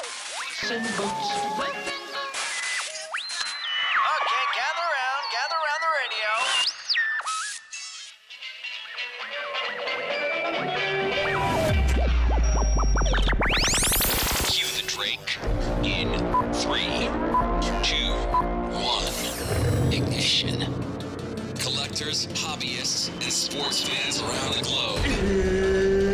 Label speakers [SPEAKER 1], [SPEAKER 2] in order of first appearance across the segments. [SPEAKER 1] Boots and boots.
[SPEAKER 2] Okay, gather around, gather around the radio.
[SPEAKER 3] Cue the Drake in three, two, one. Ignition. Collectors, hobbyists, and sports fans around the globe.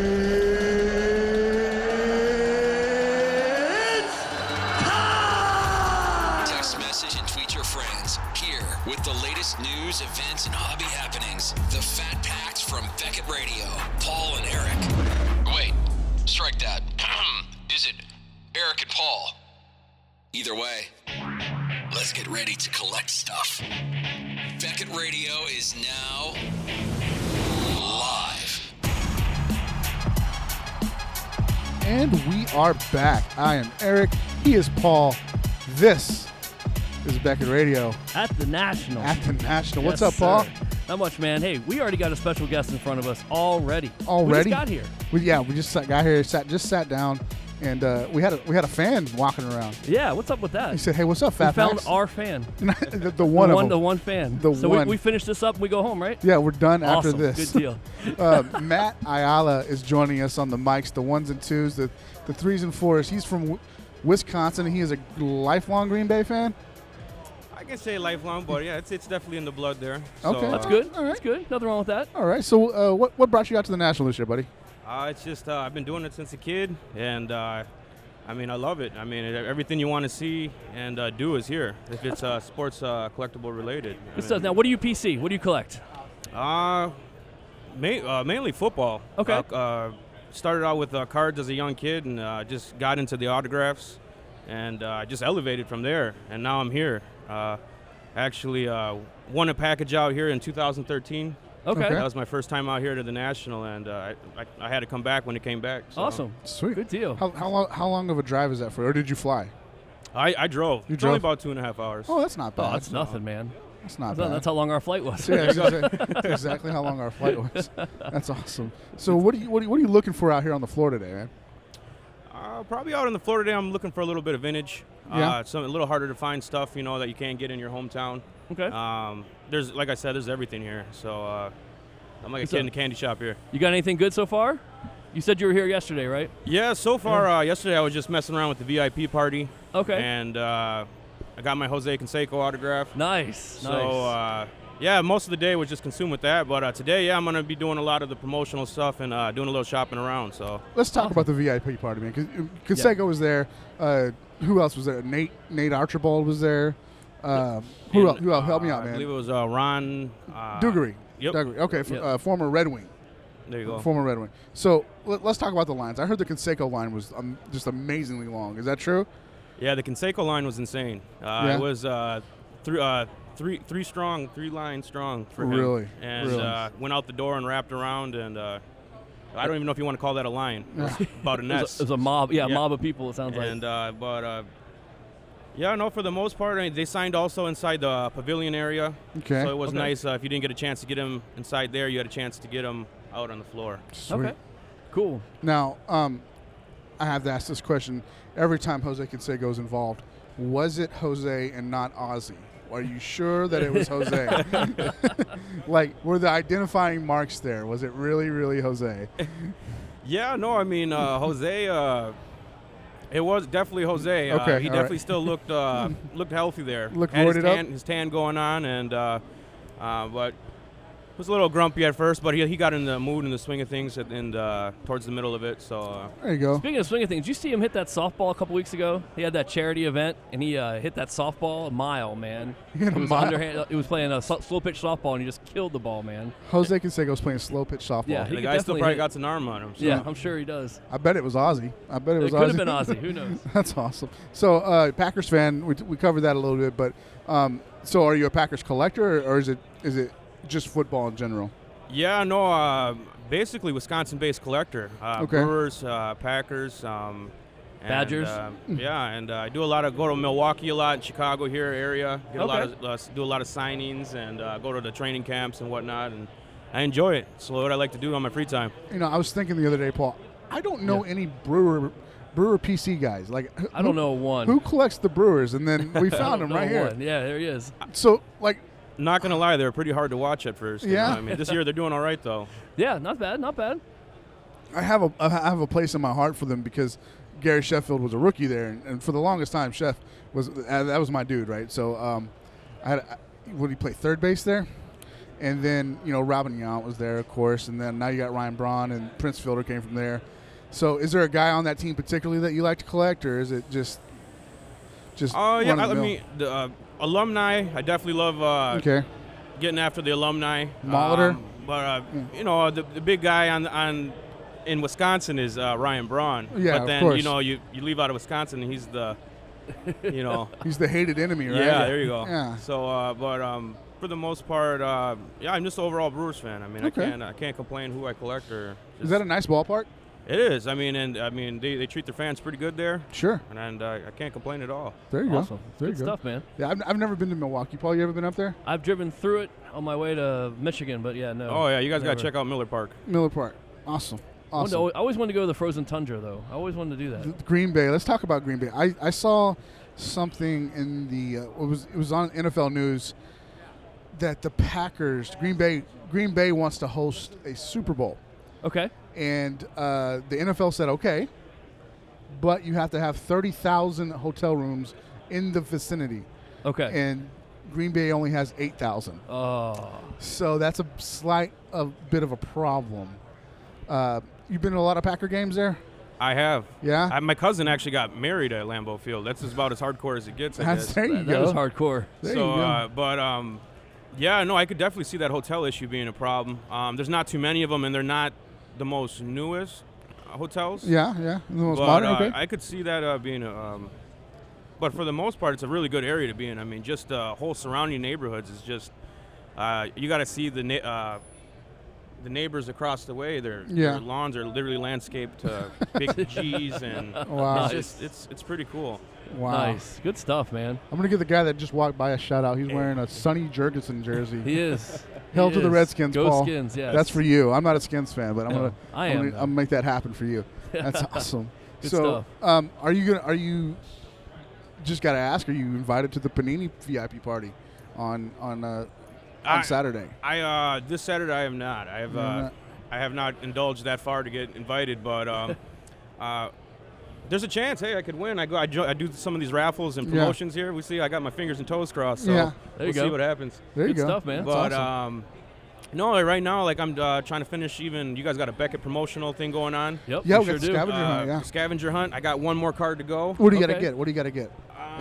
[SPEAKER 3] Text message and tweet your friends. Here with the latest news, events, and hobby happenings. The Fat Packs from Beckett Radio. Paul and Eric. Wait, strike that. Is it Eric and Paul? Either way, let's get ready to collect stuff. Beckett Radio is now live.
[SPEAKER 4] And we are back. I am Eric. He is Paul. This is Beckett Radio
[SPEAKER 5] At the National.
[SPEAKER 4] at the National. What's
[SPEAKER 5] Yes,
[SPEAKER 4] up, Paul?
[SPEAKER 5] sir. Not much, man. Hey, we already got a special guest in front of us already.
[SPEAKER 4] Already
[SPEAKER 5] We just got here.
[SPEAKER 4] We, yeah, we just sat, got here, sat just sat down, and uh, we had a, we had a fan walking around.
[SPEAKER 5] Yeah, what's up with that?
[SPEAKER 4] He said, "Hey, what's up,
[SPEAKER 5] we
[SPEAKER 4] Fat
[SPEAKER 5] found
[SPEAKER 4] Max?"
[SPEAKER 5] our fan.
[SPEAKER 4] the, the one
[SPEAKER 5] the
[SPEAKER 4] of
[SPEAKER 5] one,
[SPEAKER 4] them.
[SPEAKER 5] the one fan.
[SPEAKER 4] The
[SPEAKER 5] so
[SPEAKER 4] one.
[SPEAKER 5] We, we finish this up and we go home, right?
[SPEAKER 4] Yeah, we're done after
[SPEAKER 5] awesome.
[SPEAKER 4] this.
[SPEAKER 5] Good deal.
[SPEAKER 4] uh, Matt Ayala is joining us on the mics, the ones and twos, the the threes and fours. He's from w- Wisconsin. He is a lifelong Green Bay fan.
[SPEAKER 6] I can say lifelong, but yeah, it's, it's definitely in the blood there. So,
[SPEAKER 4] Okay.
[SPEAKER 5] That's
[SPEAKER 6] uh,
[SPEAKER 5] good.
[SPEAKER 4] all right.
[SPEAKER 5] That's good. Nothing wrong with that.
[SPEAKER 4] All right. So, uh, what what brought you out to the National this year, buddy?
[SPEAKER 6] Uh, it's just uh, I've been doing it since a kid, and uh, I mean I love it. I mean it, everything you want to see and uh, do is here if it's uh, sports uh, collectible related. I
[SPEAKER 5] Good
[SPEAKER 6] mean,
[SPEAKER 5] stuff. Now, what do you PC? What do you collect?
[SPEAKER 6] Uh, ma- uh, mainly football.
[SPEAKER 5] Okay.
[SPEAKER 6] Uh, uh, started out with uh, cards as a young kid, and uh, just got into the autographs, and uh, just elevated from there. And now I'm here. Uh, actually, uh, won a package out here in 2013.
[SPEAKER 5] Okay.
[SPEAKER 4] Okay.
[SPEAKER 6] That was my first time out here to the national, and uh, I, I, I had to come back when it came back. So.
[SPEAKER 5] Awesome.
[SPEAKER 4] Sweet.
[SPEAKER 5] Good deal.
[SPEAKER 4] How, how, long, how long of a drive is that for you? Or did you fly?
[SPEAKER 6] I, I drove.
[SPEAKER 4] You
[SPEAKER 6] it's only
[SPEAKER 4] drove?
[SPEAKER 6] about two and a half hours.
[SPEAKER 4] Oh, that's not
[SPEAKER 5] oh,
[SPEAKER 4] bad.
[SPEAKER 5] that's nothing, man.
[SPEAKER 4] That's not
[SPEAKER 5] That's
[SPEAKER 4] bad.
[SPEAKER 5] that's how long our flight was.
[SPEAKER 4] yeah, that's exactly, that's exactly how long our flight was. That's awesome. So, what are you what are you, what are you looking for out here on the floor today, man?
[SPEAKER 6] Uh, probably out on the floor today. I'm looking for a little bit of vintage.
[SPEAKER 4] Yeah.
[SPEAKER 6] Uh, some a little harder to find stuff, you know, that you can't get in your hometown.
[SPEAKER 5] Okay.
[SPEAKER 6] Um, there's like I said, there's everything here. So uh, I'm like a
[SPEAKER 5] What's
[SPEAKER 6] kid
[SPEAKER 5] up?
[SPEAKER 6] in a candy shop here.
[SPEAKER 5] You got anything good so far? You said you were here yesterday, right?
[SPEAKER 6] Yeah. So far, uh, yesterday I was just messing around with the VIP party.
[SPEAKER 5] Okay.
[SPEAKER 6] And uh, I got my Jose Canseco autograph.
[SPEAKER 5] Nice.
[SPEAKER 6] So
[SPEAKER 5] nice.
[SPEAKER 6] uh, yeah, most of the day was just consumed with that. But uh, today, yeah, I'm gonna be doing a lot of the promotional stuff and uh, doing a little shopping around. So
[SPEAKER 4] Let's talk about the VIP party, man. Because Conseco uh, was there. Uh, who else was there? Nate Nate Archibald was there. Um, who
[SPEAKER 6] And,
[SPEAKER 4] else? Who else? Help me
[SPEAKER 6] uh,
[SPEAKER 5] Ah,
[SPEAKER 4] out,
[SPEAKER 6] I believe it
[SPEAKER 4] man.
[SPEAKER 6] was uh, Ron uh,
[SPEAKER 4] Duggery.
[SPEAKER 6] Yep.
[SPEAKER 4] Duggery. Okay, f-
[SPEAKER 5] Yep.
[SPEAKER 4] uh, former Red Wing.
[SPEAKER 6] There you go.
[SPEAKER 4] Former Red Wing. So let, let's talk about the lines. I heard the Conseco line was um, just amazingly long. Is that true?
[SPEAKER 6] Yeah, the Conseco line was insane. Uh,
[SPEAKER 4] Yeah?
[SPEAKER 6] It was uh, three, uh, three, three strong, three line strong for him.
[SPEAKER 4] Really?
[SPEAKER 6] And
[SPEAKER 4] Really?
[SPEAKER 6] Uh, went out the door and wrapped around, and uh, I don't even know if you want to call that a line. It was about a
[SPEAKER 5] it,
[SPEAKER 6] nest.
[SPEAKER 5] was a, it was a mob. Yeah,
[SPEAKER 6] Yeah.
[SPEAKER 5] mob of people. It sounds
[SPEAKER 6] and uh, but uh, yeah, no, for the most part, I, they signed also inside the pavilion area.
[SPEAKER 4] Okay.
[SPEAKER 6] So it was
[SPEAKER 5] Okay.
[SPEAKER 6] nice uh, if you didn't get a chance to get him inside there, you had a chance to get him out on the floor.
[SPEAKER 5] like. Okay. Cool.
[SPEAKER 4] Now, um, I have to ask this question every time Jose Canseco is involved. Was it Jose and not Ozzy? Are you sure that it was Jose? like, were the identifying marks there? Was it really, really Jose?
[SPEAKER 6] Yeah, no, I mean uh, Jose. Uh, it was definitely Jose. Uh,
[SPEAKER 4] Okay, all
[SPEAKER 6] he
[SPEAKER 4] right.
[SPEAKER 6] definitely still looked uh, looked healthy there.
[SPEAKER 4] Looked
[SPEAKER 6] Had his
[SPEAKER 4] roided up?
[SPEAKER 6] tan, his tan going on, and uh, uh, but was a little grumpy at first, but he, he got in the mood and the swing of things, and, and uh, towards the middle of it. So uh,
[SPEAKER 4] There you go.
[SPEAKER 5] Speaking of swinging things, did you see him hit that softball a couple weeks ago? He had that charity event, and he uh, hit that softball a mile, man.
[SPEAKER 4] hit a
[SPEAKER 5] It was
[SPEAKER 4] mile?
[SPEAKER 5] underhand. He was playing a so- slow pitch softball, and he just killed the ball, man.
[SPEAKER 4] Jose Canseco's playing slow pitch softball.
[SPEAKER 5] Yeah, he-
[SPEAKER 6] the
[SPEAKER 5] could
[SPEAKER 6] guy still
[SPEAKER 5] definitely
[SPEAKER 6] probably
[SPEAKER 5] hit.
[SPEAKER 6] got an arm on him. So.
[SPEAKER 5] Yeah, I'm sure he does.
[SPEAKER 4] I bet it was Ozzy. I bet it
[SPEAKER 5] It,
[SPEAKER 4] was
[SPEAKER 5] could
[SPEAKER 4] Ozzy.
[SPEAKER 5] have been Ozzy. Who knows?
[SPEAKER 4] That's awesome. So, uh, Packers fan, we, we covered that a little bit, but um, so are you a Packers collector, or, or is it is it just football in general?
[SPEAKER 6] Yeah, no, uh, basically Wisconsin-based collector. Uh,
[SPEAKER 4] Okay.
[SPEAKER 6] Brewers, uh, Packers, um, and,
[SPEAKER 5] Badgers.
[SPEAKER 6] uh,
[SPEAKER 4] Hmm.
[SPEAKER 6] yeah, and uh, I do a lot of go to Milwaukee a lot, Chicago here area. Get a lot
[SPEAKER 5] Okay.
[SPEAKER 6] of uh, s- do a lot of signings and uh, go to the training camps and whatnot, and I enjoy it. It's what I like to do on my free time.
[SPEAKER 4] You know, I was thinking the other day, Paul. I don't know any brewer brewer PC guys. Like
[SPEAKER 5] I
[SPEAKER 4] who-
[SPEAKER 5] don't know one.
[SPEAKER 4] who collects the brewers, and then we
[SPEAKER 5] I
[SPEAKER 4] found
[SPEAKER 5] don't
[SPEAKER 4] him
[SPEAKER 5] know
[SPEAKER 4] right here.
[SPEAKER 5] one. Yeah, there he is.
[SPEAKER 4] So like,
[SPEAKER 6] Not gonna lie, they were pretty hard to watch at first. you know
[SPEAKER 4] Yeah.
[SPEAKER 6] what I mean, this year they're doing all right though.
[SPEAKER 5] Yeah, not bad, not bad.
[SPEAKER 4] I have a I have a place in my heart for them because Gary Sheffield was a rookie there, and, and for the longest time, Sheff was uh, that was my dude, right? So, um, I had I, would he play third base there, and then you know Robin Yount was there, of course, and then now you got Ryan Braun and Prince Fielder came from there. So, is there a guy on that team particularly that you like to collect, or is it just just
[SPEAKER 6] Oh yeah, I, I
[SPEAKER 4] run-of-the-mill?
[SPEAKER 6] mean the uh, alumni. I definitely love uh,
[SPEAKER 4] okay,
[SPEAKER 6] getting after the alumni.
[SPEAKER 4] Molitor?
[SPEAKER 6] Um, but uh, you know the, the big guy on on in Wisconsin is uh, Ryan Braun.
[SPEAKER 4] Yeah,
[SPEAKER 6] but
[SPEAKER 4] of
[SPEAKER 6] then
[SPEAKER 4] course.
[SPEAKER 6] you know you, you leave out of Wisconsin and he's the you know
[SPEAKER 4] he's the hated enemy, right?
[SPEAKER 6] yeah there you go.
[SPEAKER 4] Yeah.
[SPEAKER 6] So uh, but um, for the most part uh, yeah I'm just an overall Brewers fan. I mean
[SPEAKER 4] Okay.
[SPEAKER 6] I can't I can't complain who I collect or
[SPEAKER 4] Is
[SPEAKER 6] just-
[SPEAKER 4] that a nice ballpark?
[SPEAKER 6] it is I mean and I mean they, they treat their fans pretty good there
[SPEAKER 4] Sure.
[SPEAKER 6] and, and uh, I can't complain at all.
[SPEAKER 4] There you
[SPEAKER 5] awesome.
[SPEAKER 4] go. There
[SPEAKER 5] Good
[SPEAKER 4] you go.
[SPEAKER 5] stuff, man.
[SPEAKER 4] Yeah, I've, I've never been to Milwaukee. Paul, you ever been up there?
[SPEAKER 5] I've driven through it on my way to Michigan, but yeah, no.
[SPEAKER 6] Oh yeah, you guys got to
[SPEAKER 5] never.
[SPEAKER 6] check out Miller Park.
[SPEAKER 4] Miller Park. Awesome.
[SPEAKER 5] I wanted to
[SPEAKER 4] Awesome.
[SPEAKER 5] al- I always wanted to go to the frozen tundra, though. I always wanted to do that.
[SPEAKER 4] Th- Green Bay. Let's talk about Green Bay. I, I saw something in the uh, it was it was on NFL news that the Packers Green Bay Green Bay wants to host a Super Bowl,
[SPEAKER 5] Okay.
[SPEAKER 4] and uh, the NFL said okay, but you have to have thirty thousand hotel rooms in the vicinity,
[SPEAKER 5] Okay.
[SPEAKER 4] and Green Bay only has eight thousand.
[SPEAKER 5] oh.
[SPEAKER 4] So that's a slight a bit of a problem. Uh, you've been to a lot of Packer games there,
[SPEAKER 6] I have.
[SPEAKER 4] yeah.
[SPEAKER 6] I, my cousin actually got married at Lambeau Field. That's about as hardcore as it gets. I
[SPEAKER 4] That's-
[SPEAKER 6] guess.
[SPEAKER 4] there you
[SPEAKER 5] That, that
[SPEAKER 4] go.
[SPEAKER 5] was hardcore.
[SPEAKER 4] There
[SPEAKER 6] so,
[SPEAKER 4] you go.
[SPEAKER 6] Uh, but um, yeah, no, I could definitely see that hotel issue being a problem. Um, there's not too many of them, and they're not the most newest uh, hotels.
[SPEAKER 4] yeah, yeah. The most
[SPEAKER 6] but,
[SPEAKER 4] modern.
[SPEAKER 6] uh,
[SPEAKER 4] okay.
[SPEAKER 6] I could see that uh, being a. Um, but for the most part, it's a really good area to be in. I mean, just the whole surrounding neighborhoods is just. Uh, you got to see the. Na- uh, the neighbors across the way, their,
[SPEAKER 4] Yeah.
[SPEAKER 6] their lawns are literally landscaped uh, big G's, and
[SPEAKER 4] Wow.
[SPEAKER 6] it's just it's it's pretty cool.
[SPEAKER 4] Wow.
[SPEAKER 5] Nice. Good stuff, man.
[SPEAKER 4] I'm gonna give the guy that just walked by a shout out. He's wearing a Sonny Jurgensen jersey.
[SPEAKER 5] He is.
[SPEAKER 4] Hell
[SPEAKER 5] He
[SPEAKER 4] to the
[SPEAKER 5] is.
[SPEAKER 4] Redskins,
[SPEAKER 5] Go
[SPEAKER 4] Paul.
[SPEAKER 5] Skins, yes.
[SPEAKER 4] That's for you. I'm not a Skins fan, but I'm
[SPEAKER 5] No,
[SPEAKER 4] gonna
[SPEAKER 5] I
[SPEAKER 4] I'm
[SPEAKER 5] am,
[SPEAKER 4] gonna,
[SPEAKER 5] though.
[SPEAKER 4] I'm gonna make that happen for you. That's awesome.
[SPEAKER 5] Good
[SPEAKER 4] so,
[SPEAKER 5] stuff.
[SPEAKER 4] um, are you gonna are you just gotta ask? Are you invited to the Panini VIP party on on uh, on
[SPEAKER 6] I-
[SPEAKER 4] Saturday?
[SPEAKER 6] I uh, this Saturday I am not. I have uh,
[SPEAKER 4] not.
[SPEAKER 6] I have not indulged that far to get invited, but um, uh, there's a chance. Hey, I could win. I go. I, jo- I do some of these raffles and
[SPEAKER 4] Yeah.
[SPEAKER 6] promotions here. We see. I got my fingers and toes crossed. So
[SPEAKER 4] Yeah.
[SPEAKER 5] There you
[SPEAKER 6] we'll
[SPEAKER 5] go.
[SPEAKER 6] see what happens.
[SPEAKER 4] There
[SPEAKER 5] Good
[SPEAKER 4] you go.
[SPEAKER 5] stuff, man.
[SPEAKER 4] That's
[SPEAKER 6] but
[SPEAKER 4] awesome.
[SPEAKER 6] um, no, like, right now, like I'm uh, trying to finish. Even you guys got a Beckett promotional thing going on.
[SPEAKER 5] Yep.
[SPEAKER 4] Yeah,
[SPEAKER 5] we
[SPEAKER 4] we
[SPEAKER 5] sure
[SPEAKER 4] got
[SPEAKER 5] do.
[SPEAKER 4] scavenger
[SPEAKER 6] Uh,
[SPEAKER 4] hunt. Yeah.
[SPEAKER 6] Scavenger hunt. I got one more card to go.
[SPEAKER 4] What do you gotta
[SPEAKER 5] okay.
[SPEAKER 4] get? What do you gotta get?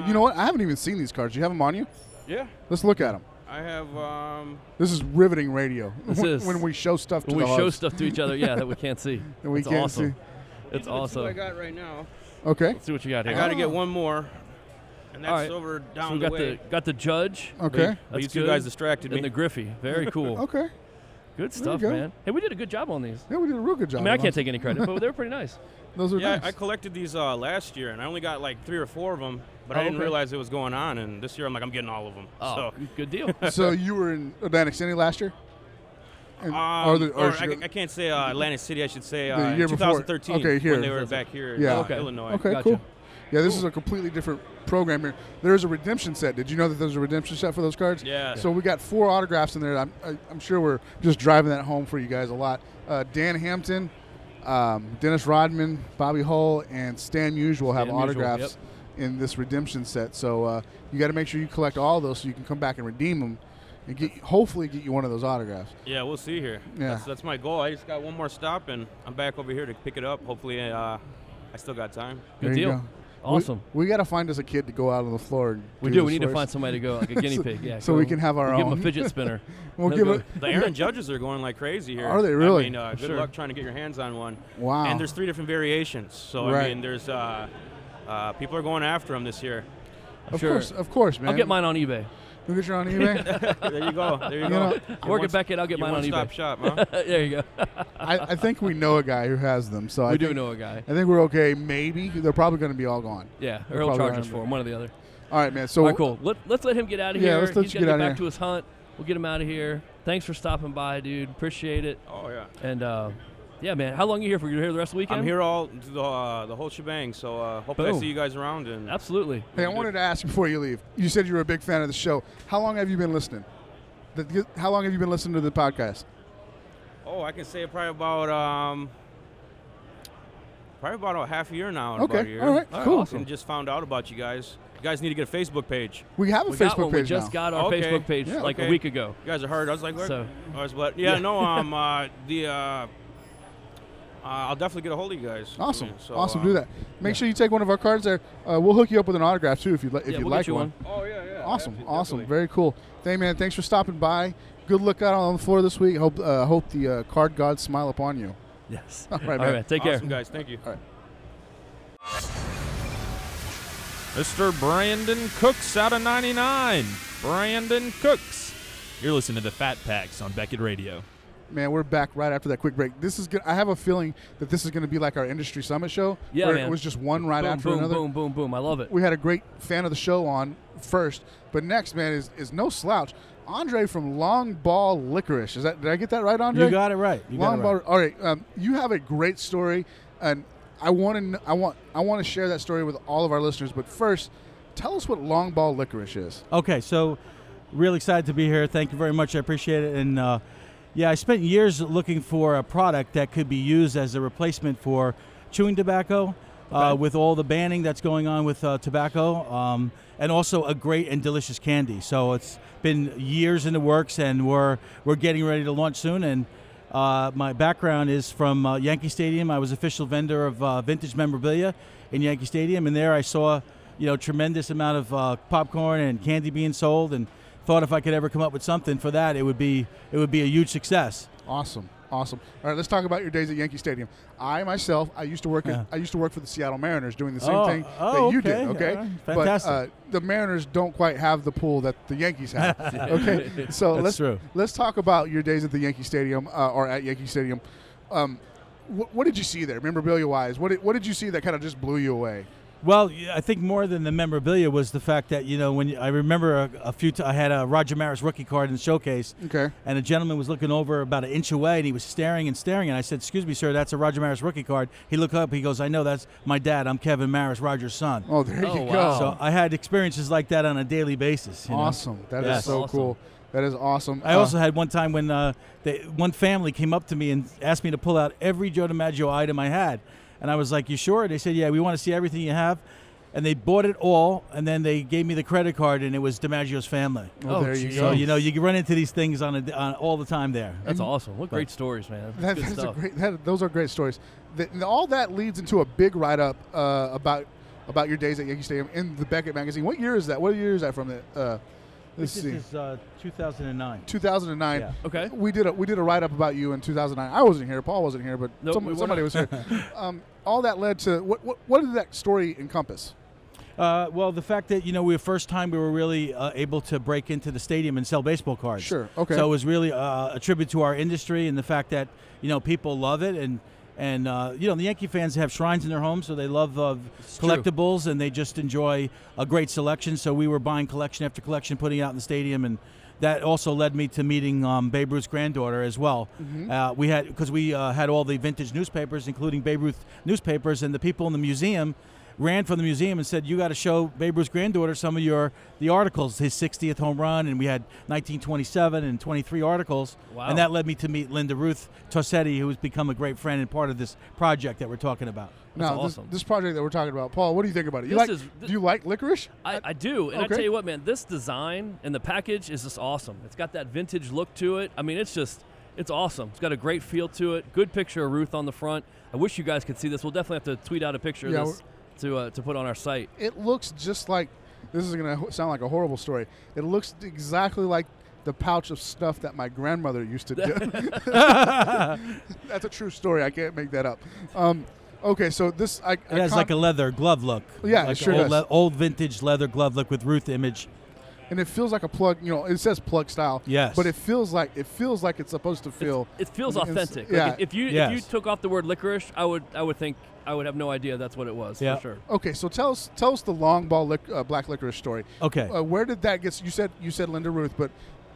[SPEAKER 4] you know what? I haven't even seen these cards. Do you have them on you?
[SPEAKER 6] Uh, Yeah.
[SPEAKER 4] Let's look at them.
[SPEAKER 6] I have. Um,
[SPEAKER 4] This is riveting radio.
[SPEAKER 5] This
[SPEAKER 4] when,
[SPEAKER 5] is.
[SPEAKER 4] when we show stuff to
[SPEAKER 5] When we
[SPEAKER 4] the
[SPEAKER 5] show
[SPEAKER 4] host.
[SPEAKER 5] stuff to each other, yeah, that we can't see.
[SPEAKER 4] That we
[SPEAKER 5] It's
[SPEAKER 4] can't
[SPEAKER 5] awesome.
[SPEAKER 4] see.
[SPEAKER 5] It's
[SPEAKER 6] these are the two
[SPEAKER 5] awesome.
[SPEAKER 6] I got right now.
[SPEAKER 4] Okay.
[SPEAKER 5] Let's see what you got
[SPEAKER 6] I
[SPEAKER 5] here.
[SPEAKER 6] got to get one more, and that's
[SPEAKER 5] All right.
[SPEAKER 6] over down
[SPEAKER 5] so we
[SPEAKER 6] the
[SPEAKER 5] got
[SPEAKER 6] way.
[SPEAKER 5] the got the judge.
[SPEAKER 4] Okay.
[SPEAKER 6] But you
[SPEAKER 5] That's
[SPEAKER 6] two
[SPEAKER 5] good.
[SPEAKER 6] guys distracted me.
[SPEAKER 5] And the Griffey. Very cool.
[SPEAKER 4] Okay.
[SPEAKER 5] Good stuff,
[SPEAKER 4] go.
[SPEAKER 5] man. Hey, we did a good job on these.
[SPEAKER 4] Yeah, we did a real good job.
[SPEAKER 5] I mean, I
[SPEAKER 4] on
[SPEAKER 5] can't
[SPEAKER 4] those.
[SPEAKER 5] take any credit, but they were pretty nice.
[SPEAKER 4] Those are
[SPEAKER 6] Yeah,
[SPEAKER 4] nice.
[SPEAKER 6] I collected these uh, last year, and I only got like three or four of them, but I
[SPEAKER 5] Oh,
[SPEAKER 6] didn't
[SPEAKER 5] okay.
[SPEAKER 6] realize it was going on. And this year, I'm like, I'm getting all of them.
[SPEAKER 5] Oh,
[SPEAKER 6] so,
[SPEAKER 5] good deal.
[SPEAKER 4] so you were in Atlantic City last year? And,
[SPEAKER 6] um,
[SPEAKER 4] or the, or
[SPEAKER 6] or I,
[SPEAKER 4] Chicago-
[SPEAKER 6] I can't say uh, Atlantic City. I should say uh,
[SPEAKER 4] year before.
[SPEAKER 6] 2013
[SPEAKER 4] Okay, here.
[SPEAKER 6] when they were back here, in,
[SPEAKER 4] Yeah.
[SPEAKER 6] uh,
[SPEAKER 5] Okay.
[SPEAKER 6] Illinois.
[SPEAKER 4] okay,
[SPEAKER 5] Gotcha.
[SPEAKER 4] cool. Yeah, this is a completely different program here. There's a redemption set. Did you know that there's a redemption set for those cards?
[SPEAKER 6] Yeah.
[SPEAKER 4] So we got four autographs in there. I'm, I, I'm sure we're just driving that home for you guys a lot. Uh, Dan Hampton, um, Dennis Rodman, Bobby Hull, and Stan Musial will have
[SPEAKER 5] Stan Musial,
[SPEAKER 4] autographs in this redemption set. So uh, you got to make sure you collect all those so you can come back and redeem them and get hopefully get you one of those autographs.
[SPEAKER 6] Yeah, we'll see here.
[SPEAKER 4] Yeah.
[SPEAKER 6] That's, that's my goal. I just got one more stop, and I'm back over here to pick it up. Hopefully, uh, I still got time.
[SPEAKER 5] Good
[SPEAKER 4] There you
[SPEAKER 5] deal.
[SPEAKER 4] go.
[SPEAKER 5] Awesome.
[SPEAKER 4] We, got to find us a kid to go out on the floor. And
[SPEAKER 5] We, do.
[SPEAKER 4] this
[SPEAKER 5] We need to
[SPEAKER 4] for
[SPEAKER 5] find
[SPEAKER 4] us.
[SPEAKER 5] somebody to go like a guinea
[SPEAKER 4] So-
[SPEAKER 5] pig. Yeah.
[SPEAKER 4] so
[SPEAKER 5] go-
[SPEAKER 4] we can have our
[SPEAKER 5] we'll Give
[SPEAKER 4] own.
[SPEAKER 5] him a fidget spinner.
[SPEAKER 4] We'll
[SPEAKER 5] He'll
[SPEAKER 4] give
[SPEAKER 5] go-
[SPEAKER 4] it.
[SPEAKER 6] The Aaron Judges are going like crazy here.
[SPEAKER 4] Are they really?
[SPEAKER 6] I mean, uh, good
[SPEAKER 5] Sure.
[SPEAKER 6] luck trying to get your hands on one.
[SPEAKER 4] Wow.
[SPEAKER 6] And there's three different variations. So
[SPEAKER 4] Right.
[SPEAKER 6] I mean, there's uh, uh, people are going after them this year.
[SPEAKER 4] Of
[SPEAKER 5] Sure.
[SPEAKER 4] course, of course, man.
[SPEAKER 5] I'll get mine on eBay.
[SPEAKER 4] You get your on eBay.
[SPEAKER 6] there you go. There you,
[SPEAKER 4] know,
[SPEAKER 6] go. Your
[SPEAKER 5] Work
[SPEAKER 6] one-
[SPEAKER 5] at Beckett. I'll get
[SPEAKER 6] your
[SPEAKER 5] mine on
[SPEAKER 6] one-stop
[SPEAKER 5] eBay.
[SPEAKER 6] shop, huh?
[SPEAKER 5] there you go.
[SPEAKER 4] I, I think we know a guy who has them. So I
[SPEAKER 5] we do
[SPEAKER 4] think-
[SPEAKER 5] know a guy.
[SPEAKER 4] I think we're okay. Maybe they're probably going to be all gone.
[SPEAKER 5] Yeah, or he'll
[SPEAKER 4] probably
[SPEAKER 5] charge
[SPEAKER 4] on
[SPEAKER 5] us
[SPEAKER 4] eBay.
[SPEAKER 5] for him, one or the other.
[SPEAKER 4] All right, man. So
[SPEAKER 5] All right, cool. Let, let's let him get out of
[SPEAKER 4] Yeah,
[SPEAKER 5] here.
[SPEAKER 4] let's let
[SPEAKER 5] He's
[SPEAKER 4] you
[SPEAKER 5] gotta
[SPEAKER 4] get
[SPEAKER 5] get
[SPEAKER 4] outta
[SPEAKER 5] back
[SPEAKER 4] here.
[SPEAKER 5] to his hunt. We'll get him out of here. Thanks for stopping by, dude. Appreciate it.
[SPEAKER 6] oh yeah.
[SPEAKER 5] And uh, Yeah, man. How long are you here for? You're here the rest of the weekend?
[SPEAKER 6] I'm here all the, uh, the whole shebang. So uh, hopefully I
[SPEAKER 5] Boom.
[SPEAKER 6] see you guys around. And
[SPEAKER 5] Absolutely.
[SPEAKER 4] Hey, I wanted to ask before you leave. You said you were a big fan of the show. How long have you been listening? The- How long have you been listening to the podcast?
[SPEAKER 6] oh, I can say probably about um, probably about a half year now. in
[SPEAKER 4] Okay,
[SPEAKER 6] About a year.
[SPEAKER 4] all right, cool.
[SPEAKER 6] And just found out about you guys. You guys need to get a Facebook page.
[SPEAKER 4] We have a
[SPEAKER 5] We
[SPEAKER 4] Facebook
[SPEAKER 5] got one.
[SPEAKER 4] page
[SPEAKER 5] we just
[SPEAKER 4] now.
[SPEAKER 5] got our
[SPEAKER 6] Okay.
[SPEAKER 5] Facebook page
[SPEAKER 4] Yeah,
[SPEAKER 5] like
[SPEAKER 6] okay.
[SPEAKER 5] a week ago.
[SPEAKER 6] You guys are hard. I was like, where?
[SPEAKER 5] So-
[SPEAKER 6] I was, but yeah,
[SPEAKER 5] Yeah.
[SPEAKER 6] no, um, uh, the uh, uh, I'll definitely get a hold of you guys.
[SPEAKER 4] Awesome,
[SPEAKER 6] Yeah, so,
[SPEAKER 4] awesome.
[SPEAKER 5] uh,
[SPEAKER 6] um,
[SPEAKER 4] Do that. Make sure you take one of our cards there. Uh, we'll hook you up with an autograph too if you would if
[SPEAKER 5] yeah,
[SPEAKER 4] you'd
[SPEAKER 5] we'll
[SPEAKER 4] like
[SPEAKER 5] get you one.
[SPEAKER 6] Oh yeah, yeah.
[SPEAKER 4] Awesome,
[SPEAKER 6] definitely,
[SPEAKER 4] awesome,
[SPEAKER 6] definitely.
[SPEAKER 4] very cool. Hey man, thanks for stopping by. Good luck out on the floor this week. Hope uh, hope the uh, card gods smile upon you.
[SPEAKER 5] Yes.
[SPEAKER 4] All right,
[SPEAKER 5] All
[SPEAKER 4] man.
[SPEAKER 5] right, man. Take care.
[SPEAKER 6] Awesome, guys. Thank you.
[SPEAKER 1] Mr. Brandon Cooks out of 99. Brandon Cooks. You're listening to the Fat Packs on Beckett Radio.
[SPEAKER 4] Man, we're back right after that quick break. This is good. I have a feeling that this is going to be like our industry summit show.
[SPEAKER 5] Yeah,
[SPEAKER 4] where it
[SPEAKER 5] man.
[SPEAKER 4] was just one right
[SPEAKER 5] boom,
[SPEAKER 4] after
[SPEAKER 5] boom,
[SPEAKER 4] another.
[SPEAKER 5] boom, boom, boom. I love it.
[SPEAKER 4] We had a great fan of the show on first, but next man is is no slouch. Andre from Long Ball Licorice. Is that did I get that right, Andre?
[SPEAKER 7] You got it right. You got
[SPEAKER 4] Long
[SPEAKER 7] it
[SPEAKER 4] ball.
[SPEAKER 7] right.
[SPEAKER 4] All right, um, you have a great story, and I want to. I want. I want to share that story with all of our listeners. But first, tell us what long ball licorice is.
[SPEAKER 7] Okay, so real excited to be here. Thank you very much. I appreciate it. And uh, yeah, I spent years looking for a product that could be used as a replacement for chewing tobacco. Uh, with all the banning that's going on with uh, tobacco, um, and also a great and delicious candy, so it's been years in the works, and we're we're getting ready to launch soon. And uh, my background is from uh, Yankee Stadium. I was official vendor of uh, vintage memorabilia in Yankee Stadium, and there I saw you know, tremendous amount of uh, popcorn and candy being sold, and thought if I could ever come up with something for that, it would be it would be a huge success.
[SPEAKER 4] Awesome, awesome. All right, let's talk about your days at Yankee Stadium. I myself, I used to work. At, I used to work for the Seattle Mariners, doing the same
[SPEAKER 7] Oh,
[SPEAKER 4] thing
[SPEAKER 7] oh,
[SPEAKER 4] that you
[SPEAKER 7] okay,
[SPEAKER 4] did. Okay,
[SPEAKER 7] all right,
[SPEAKER 4] But, uh,
[SPEAKER 7] fantastic.
[SPEAKER 4] the Mariners don't quite have the pool that the Yankees have. okay, so
[SPEAKER 7] That's
[SPEAKER 4] let's
[SPEAKER 7] true.
[SPEAKER 4] let's talk about your days at the Yankee Stadium uh, or at Yankee Stadium. Um, wh- what did you see there, memorabilia wise? What did, what did you see that kind of just blew you away?
[SPEAKER 7] Well, yeah, I think more than the memorabilia was the fact that you know when you- I remember a, a few t- I had a Roger Maris rookie card in the showcase,
[SPEAKER 4] Okay.
[SPEAKER 7] and a gentleman was looking over about an inch away, and he was staring and staring, and I said, "Excuse me, sir, that's a Roger Maris rookie card." He looked up, he goes, "I know that's my dad. I'm Kevin Maris, Roger's son."
[SPEAKER 4] Oh, there
[SPEAKER 5] Oh,
[SPEAKER 4] you
[SPEAKER 5] wow.
[SPEAKER 4] go.
[SPEAKER 7] So I had experiences like that on a daily basis. you know?
[SPEAKER 4] awesome. That is
[SPEAKER 7] Yes.
[SPEAKER 4] so
[SPEAKER 5] Awesome.
[SPEAKER 4] cool. That is awesome.
[SPEAKER 7] I
[SPEAKER 4] Uh,
[SPEAKER 7] also had one time when uh, they, one family came up to me and asked me to pull out every Joe DiMaggio item I had, and I was like, "You sure?" They said, "Yeah, we want to see everything you have," and they bought it all, and then they gave me the credit card, and it was DiMaggio's family.
[SPEAKER 4] well,
[SPEAKER 5] Oh,
[SPEAKER 4] there you
[SPEAKER 5] geez.
[SPEAKER 4] go.
[SPEAKER 7] So you know, you can run into these things on, a, on all the time there.
[SPEAKER 5] That's awesome. What great stories, man. That's
[SPEAKER 4] That-
[SPEAKER 5] good
[SPEAKER 4] that is a
[SPEAKER 5] stuff.
[SPEAKER 4] great, that, those are great stories. That, and all that leads into a big write up uh, about about your days at Yankee Stadium in the Beckett magazine. What year is that? What year is that from? The, uh, let's
[SPEAKER 7] This
[SPEAKER 4] see.
[SPEAKER 7] is uh, 2009.
[SPEAKER 4] 2009.
[SPEAKER 7] Yeah.
[SPEAKER 5] Okay.
[SPEAKER 4] We did a we did a write up about you in 2009. I wasn't here. Paul wasn't here, but
[SPEAKER 5] Nope,
[SPEAKER 4] some-
[SPEAKER 5] we were
[SPEAKER 4] somebody was
[SPEAKER 5] not.
[SPEAKER 4] here. um, all that led to what, what what did that story encompass?
[SPEAKER 7] Uh, well, the fact that you know we were first time we were really uh, able to break into the stadium and sell baseball cards.
[SPEAKER 4] Sure, okay.
[SPEAKER 7] So it was really uh, a tribute to our industry and the fact that you know people love it and and uh, you know the Yankee fans have shrines in their homes, so they love uh,
[SPEAKER 5] true.
[SPEAKER 7] collectibles and they just enjoy a great selection. So we were buying collection after collection, putting it out in the stadium and. That also led me to meeting um, Babe Ruth's granddaughter as well. Uh, we had because we uh, had all the vintage newspapers, including Babe Ruth newspapers, and the people in the museum ran from the museum and said, "You got to show Babe Ruth's granddaughter some of your the articles, his 60th home run." And we had 1927 and 23 articles,
[SPEAKER 5] Wow.
[SPEAKER 7] and that led me to meet Linda Ruth Tossetti, who has become a great friend and part of this project that we're talking about.
[SPEAKER 4] Now this,
[SPEAKER 5] awesome.
[SPEAKER 4] this project that we're talking about, Paul. What do you think about it? You like?
[SPEAKER 5] This is-
[SPEAKER 4] do you like licorice?
[SPEAKER 5] I, I do, and I
[SPEAKER 4] Okay.
[SPEAKER 5] tell you what, man, this design and the package is just awesome. It's got that vintage look to it. I mean, it's just, it's awesome. It's got a great feel to it. Good picture of Ruth on the front. I wish you guys could see this. We'll definitely have to tweet out a picture
[SPEAKER 4] Yeah,
[SPEAKER 5] of this to uh, to put on our site.
[SPEAKER 4] it looks just like this is going to sound like a horrible story. It looks exactly like the pouch of stuff that my grandmother used to do. That's a true story. I can't make that up. Um, okay, so this I,
[SPEAKER 7] It has like a leather glove look.
[SPEAKER 4] Yeah, it
[SPEAKER 7] like
[SPEAKER 4] sure
[SPEAKER 7] old,
[SPEAKER 4] does.
[SPEAKER 7] old vintage leather glove look with Ruth image.
[SPEAKER 4] and it feels like a plug. You know, it says plug style.
[SPEAKER 7] Yes.
[SPEAKER 4] but it feels like it feels like it's supposed to feel.
[SPEAKER 5] It feels
[SPEAKER 4] It's-
[SPEAKER 5] authentic.
[SPEAKER 4] yeah.
[SPEAKER 5] Like if you if you
[SPEAKER 7] Yes.
[SPEAKER 5] took off the word licorice, I would I would think I would have no idea that's what it was
[SPEAKER 7] Yeah.
[SPEAKER 5] for sure.
[SPEAKER 4] okay, so tell us tell us the long ball lic- uh, black licorice story.
[SPEAKER 7] Okay.
[SPEAKER 4] uh, where did that get? You said you said Linda Ruth, but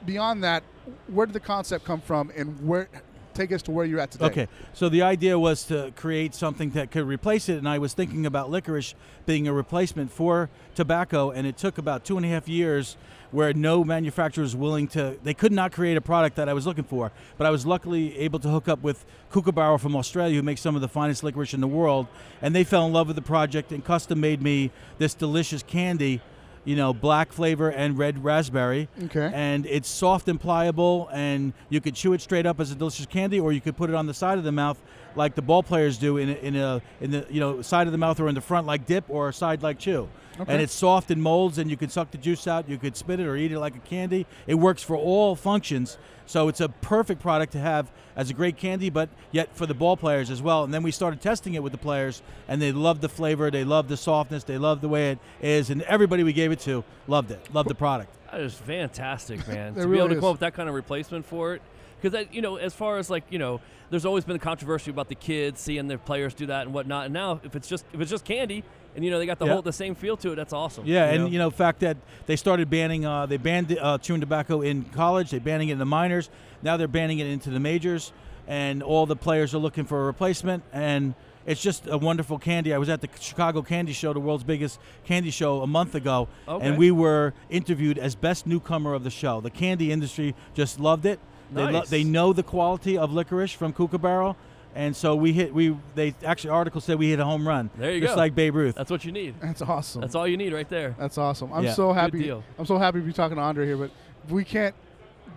[SPEAKER 4] beyond that, where did the concept come from, and where? take us to where you're at today.
[SPEAKER 7] Okay, so the idea was to create something that could replace it, and I was thinking about licorice being a replacement for tobacco, and it took about two and a half years where no manufacturer was willing to, they could not create a product that I was looking for. But I was luckily able to hook up with Kookaburra from Australia, who makes some of the finest licorice in the world, and they fell in love with the project and custom made me this delicious candy. You know, black flavor and red raspberry
[SPEAKER 4] Okay.
[SPEAKER 7] and it's soft and pliable and you could chew it straight up as a delicious candy or you could put it on the side of the mouth like the ball players do in a, in a in the you know side of the mouth or in the front like dip or side like chew and
[SPEAKER 4] Okay.
[SPEAKER 7] it's soft and molds and you can suck the juice out you could spit it or eat it like a candy it works for all functions so it's a perfect product to have as a great candy but yet for the ball players as well and then we started testing it with the players and they loved the flavor they loved the softness they loved the way it is and everybody we gave it to loved it loved the product
[SPEAKER 5] That is fantastic, man.
[SPEAKER 4] It
[SPEAKER 5] to be able
[SPEAKER 4] really
[SPEAKER 5] to come
[SPEAKER 4] is.
[SPEAKER 5] up with that kind of replacement for it. Because, you know, as far as like, you know, there's always been the controversy about the kids seeing their players do that and whatnot. And now, if it's just if it's just candy and, you know, they got the
[SPEAKER 7] Yeah.
[SPEAKER 5] whole the same feel to it, that's awesome.
[SPEAKER 7] Yeah, and you know, fact that they started banning, uh, they banned uh, chewing tobacco in college. They banning it in the minors. Now they're banning it into the majors, and all the players are looking for a replacement. And it's just a wonderful candy. I was at the Chicago Candy Show, the world's biggest candy show, a month ago,
[SPEAKER 5] Okay.
[SPEAKER 7] and we were interviewed as best newcomer of the show. The candy industry just loved it. They, lo-
[SPEAKER 5] Nice.
[SPEAKER 7] they know the quality of licorice from Kookaburra, and so we hit. We they actually article said we hit a home run.
[SPEAKER 5] There you
[SPEAKER 7] just
[SPEAKER 5] go.
[SPEAKER 7] like Babe Ruth.
[SPEAKER 5] That's what you need.
[SPEAKER 4] That's awesome.
[SPEAKER 5] That's all you need right there.
[SPEAKER 4] That's awesome. I'm
[SPEAKER 7] Yeah.
[SPEAKER 4] so happy.
[SPEAKER 5] deal.
[SPEAKER 4] I'm so happy to be talking to Andre here, but we can't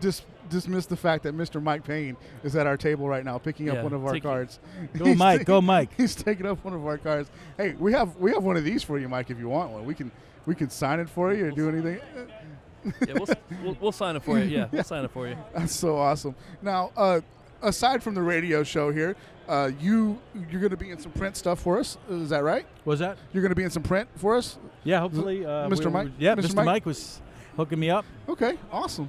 [SPEAKER 4] dis- dismiss the fact that Mr. Mike Payne is at our table right now, picking
[SPEAKER 5] Yeah,
[SPEAKER 4] up one of our
[SPEAKER 5] take it.
[SPEAKER 4] cards.
[SPEAKER 7] Go
[SPEAKER 4] He's
[SPEAKER 7] Mike, go
[SPEAKER 4] taking-
[SPEAKER 7] Mike.
[SPEAKER 4] He's taking up one of our cards. Hey, we have we have one of these for you, Mike. If you want one, we can we can sign it for you or do anything.
[SPEAKER 5] Yeah, we'll, s- we'll, we'll sign it for you. Yeah, we'll sign it for you.
[SPEAKER 4] That's so awesome. Now, uh, aside from the radio show here, uh, you you're going to be in some print stuff for us. Is that right?
[SPEAKER 7] Was that?
[SPEAKER 4] You're going to be in some print for us.
[SPEAKER 7] Yeah, hopefully, uh,
[SPEAKER 4] Mr.
[SPEAKER 7] we-
[SPEAKER 4] Mike?
[SPEAKER 7] Yeah,
[SPEAKER 4] Mr.
[SPEAKER 7] Mr. Mike?
[SPEAKER 4] Mike?
[SPEAKER 7] was hooking me up.
[SPEAKER 4] Okay, awesome.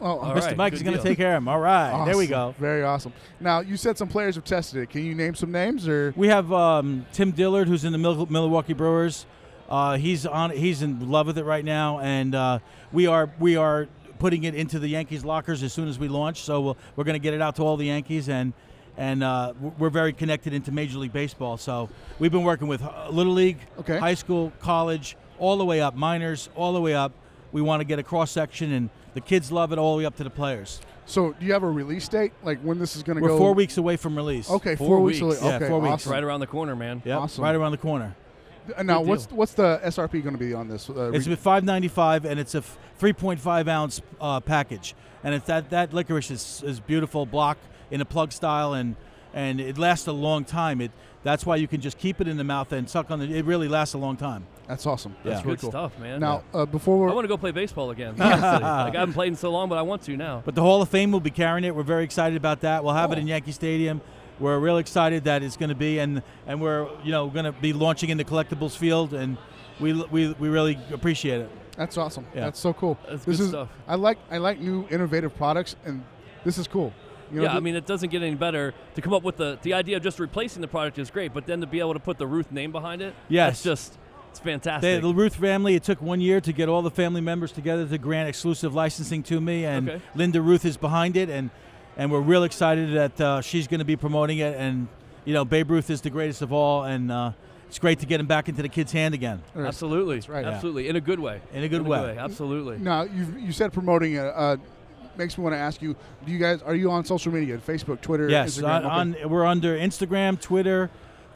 [SPEAKER 4] Oh,
[SPEAKER 5] All
[SPEAKER 7] Mr.
[SPEAKER 5] right,
[SPEAKER 7] Mike's
[SPEAKER 5] good
[SPEAKER 7] going to
[SPEAKER 5] deal.
[SPEAKER 7] take care of him. All right, there we go.
[SPEAKER 4] Awesome. Very awesome. Now you said some players have tested it. Can you name some names or?
[SPEAKER 7] We have um, Tim Dillard, who's in the Mil- Milwaukee Brewers. Uh, he's on. He's in love with it right now, and uh, we are we are putting it into the Yankees lockers as soon as we launch. So we'll, we're going to get it out to all the Yankees, and and uh, w- we're very connected into Major League Baseball. So we've been working with uh, Little League,
[SPEAKER 4] Okay.
[SPEAKER 7] high school, college, all the way up, minors, all the way up. We want to get a cross section, and the kids love it all the way up to the players.
[SPEAKER 4] So do you have a release date? Like when this is going to
[SPEAKER 7] We're
[SPEAKER 4] go?
[SPEAKER 7] four weeks away from release.
[SPEAKER 4] Okay, four,
[SPEAKER 5] Four
[SPEAKER 4] weeks.
[SPEAKER 5] weeks.
[SPEAKER 4] away.
[SPEAKER 7] Yeah,
[SPEAKER 4] okay,
[SPEAKER 7] four weeks.
[SPEAKER 4] awesome.
[SPEAKER 5] Right around the corner, man.
[SPEAKER 7] Yep,
[SPEAKER 4] Awesome.
[SPEAKER 7] right around the corner.
[SPEAKER 4] And Now,
[SPEAKER 5] Good
[SPEAKER 4] what's
[SPEAKER 5] deal.
[SPEAKER 4] what's the SRP going to be on this? Uh,
[SPEAKER 7] It's
[SPEAKER 4] re-
[SPEAKER 7] with 595, and it's a f- 3.5 ounce uh, package, and it's that that licorice is, is beautiful block in a plug style, and and it lasts a long time. It that's why you can just keep it in the mouth and suck on it. It really lasts a long time.
[SPEAKER 4] that's awesome.
[SPEAKER 7] Yeah.
[SPEAKER 4] That's
[SPEAKER 5] Good
[SPEAKER 4] really cool.
[SPEAKER 5] stuff, man.
[SPEAKER 4] Now, uh, before we're
[SPEAKER 5] I want to go play baseball again. honestly. like, I haven't played in so long, but I want to now.
[SPEAKER 7] But the Hall of Fame will be carrying it. We're very excited about that. We'll have it
[SPEAKER 4] Oh.
[SPEAKER 7] in Yankee Stadium. We're real excited that it's going to be, and and we're you know going to be launching in the collectibles field, and we we, we really appreciate it.
[SPEAKER 4] That's awesome.
[SPEAKER 7] Yeah.
[SPEAKER 4] That's so cool.
[SPEAKER 5] That's
[SPEAKER 4] this
[SPEAKER 5] good
[SPEAKER 4] is,
[SPEAKER 5] stuff.
[SPEAKER 4] I like I like new innovative products, and this is cool. You
[SPEAKER 5] yeah, I
[SPEAKER 4] th-
[SPEAKER 5] mean, it doesn't get any better to come up with the the idea of just replacing the product is great, but then to be able to put the Ruth name behind it,
[SPEAKER 7] Yes.
[SPEAKER 5] that's just it's
[SPEAKER 7] They,
[SPEAKER 5] fantastic.
[SPEAKER 7] the Ruth family, it took one year to get all the family members together to grant exclusive licensing to me, and
[SPEAKER 5] Okay.
[SPEAKER 7] Linda Ruth is behind it, and and we're real excited that uh, she's going to be promoting it, and you know Babe Ruth is the greatest of all, and uh, it's great to get him back into the kid's hand again.
[SPEAKER 5] absolutely, that's
[SPEAKER 4] right.
[SPEAKER 5] absolutely, in a good way,
[SPEAKER 7] In a good way.
[SPEAKER 5] absolutely.
[SPEAKER 4] now you you said promoting it uh, makes me want to ask you: Do you guys are you on social media? Facebook, Twitter,
[SPEAKER 7] Yes,
[SPEAKER 4] Instagram? Okay.
[SPEAKER 7] on, on we're under Instagram, Twitter,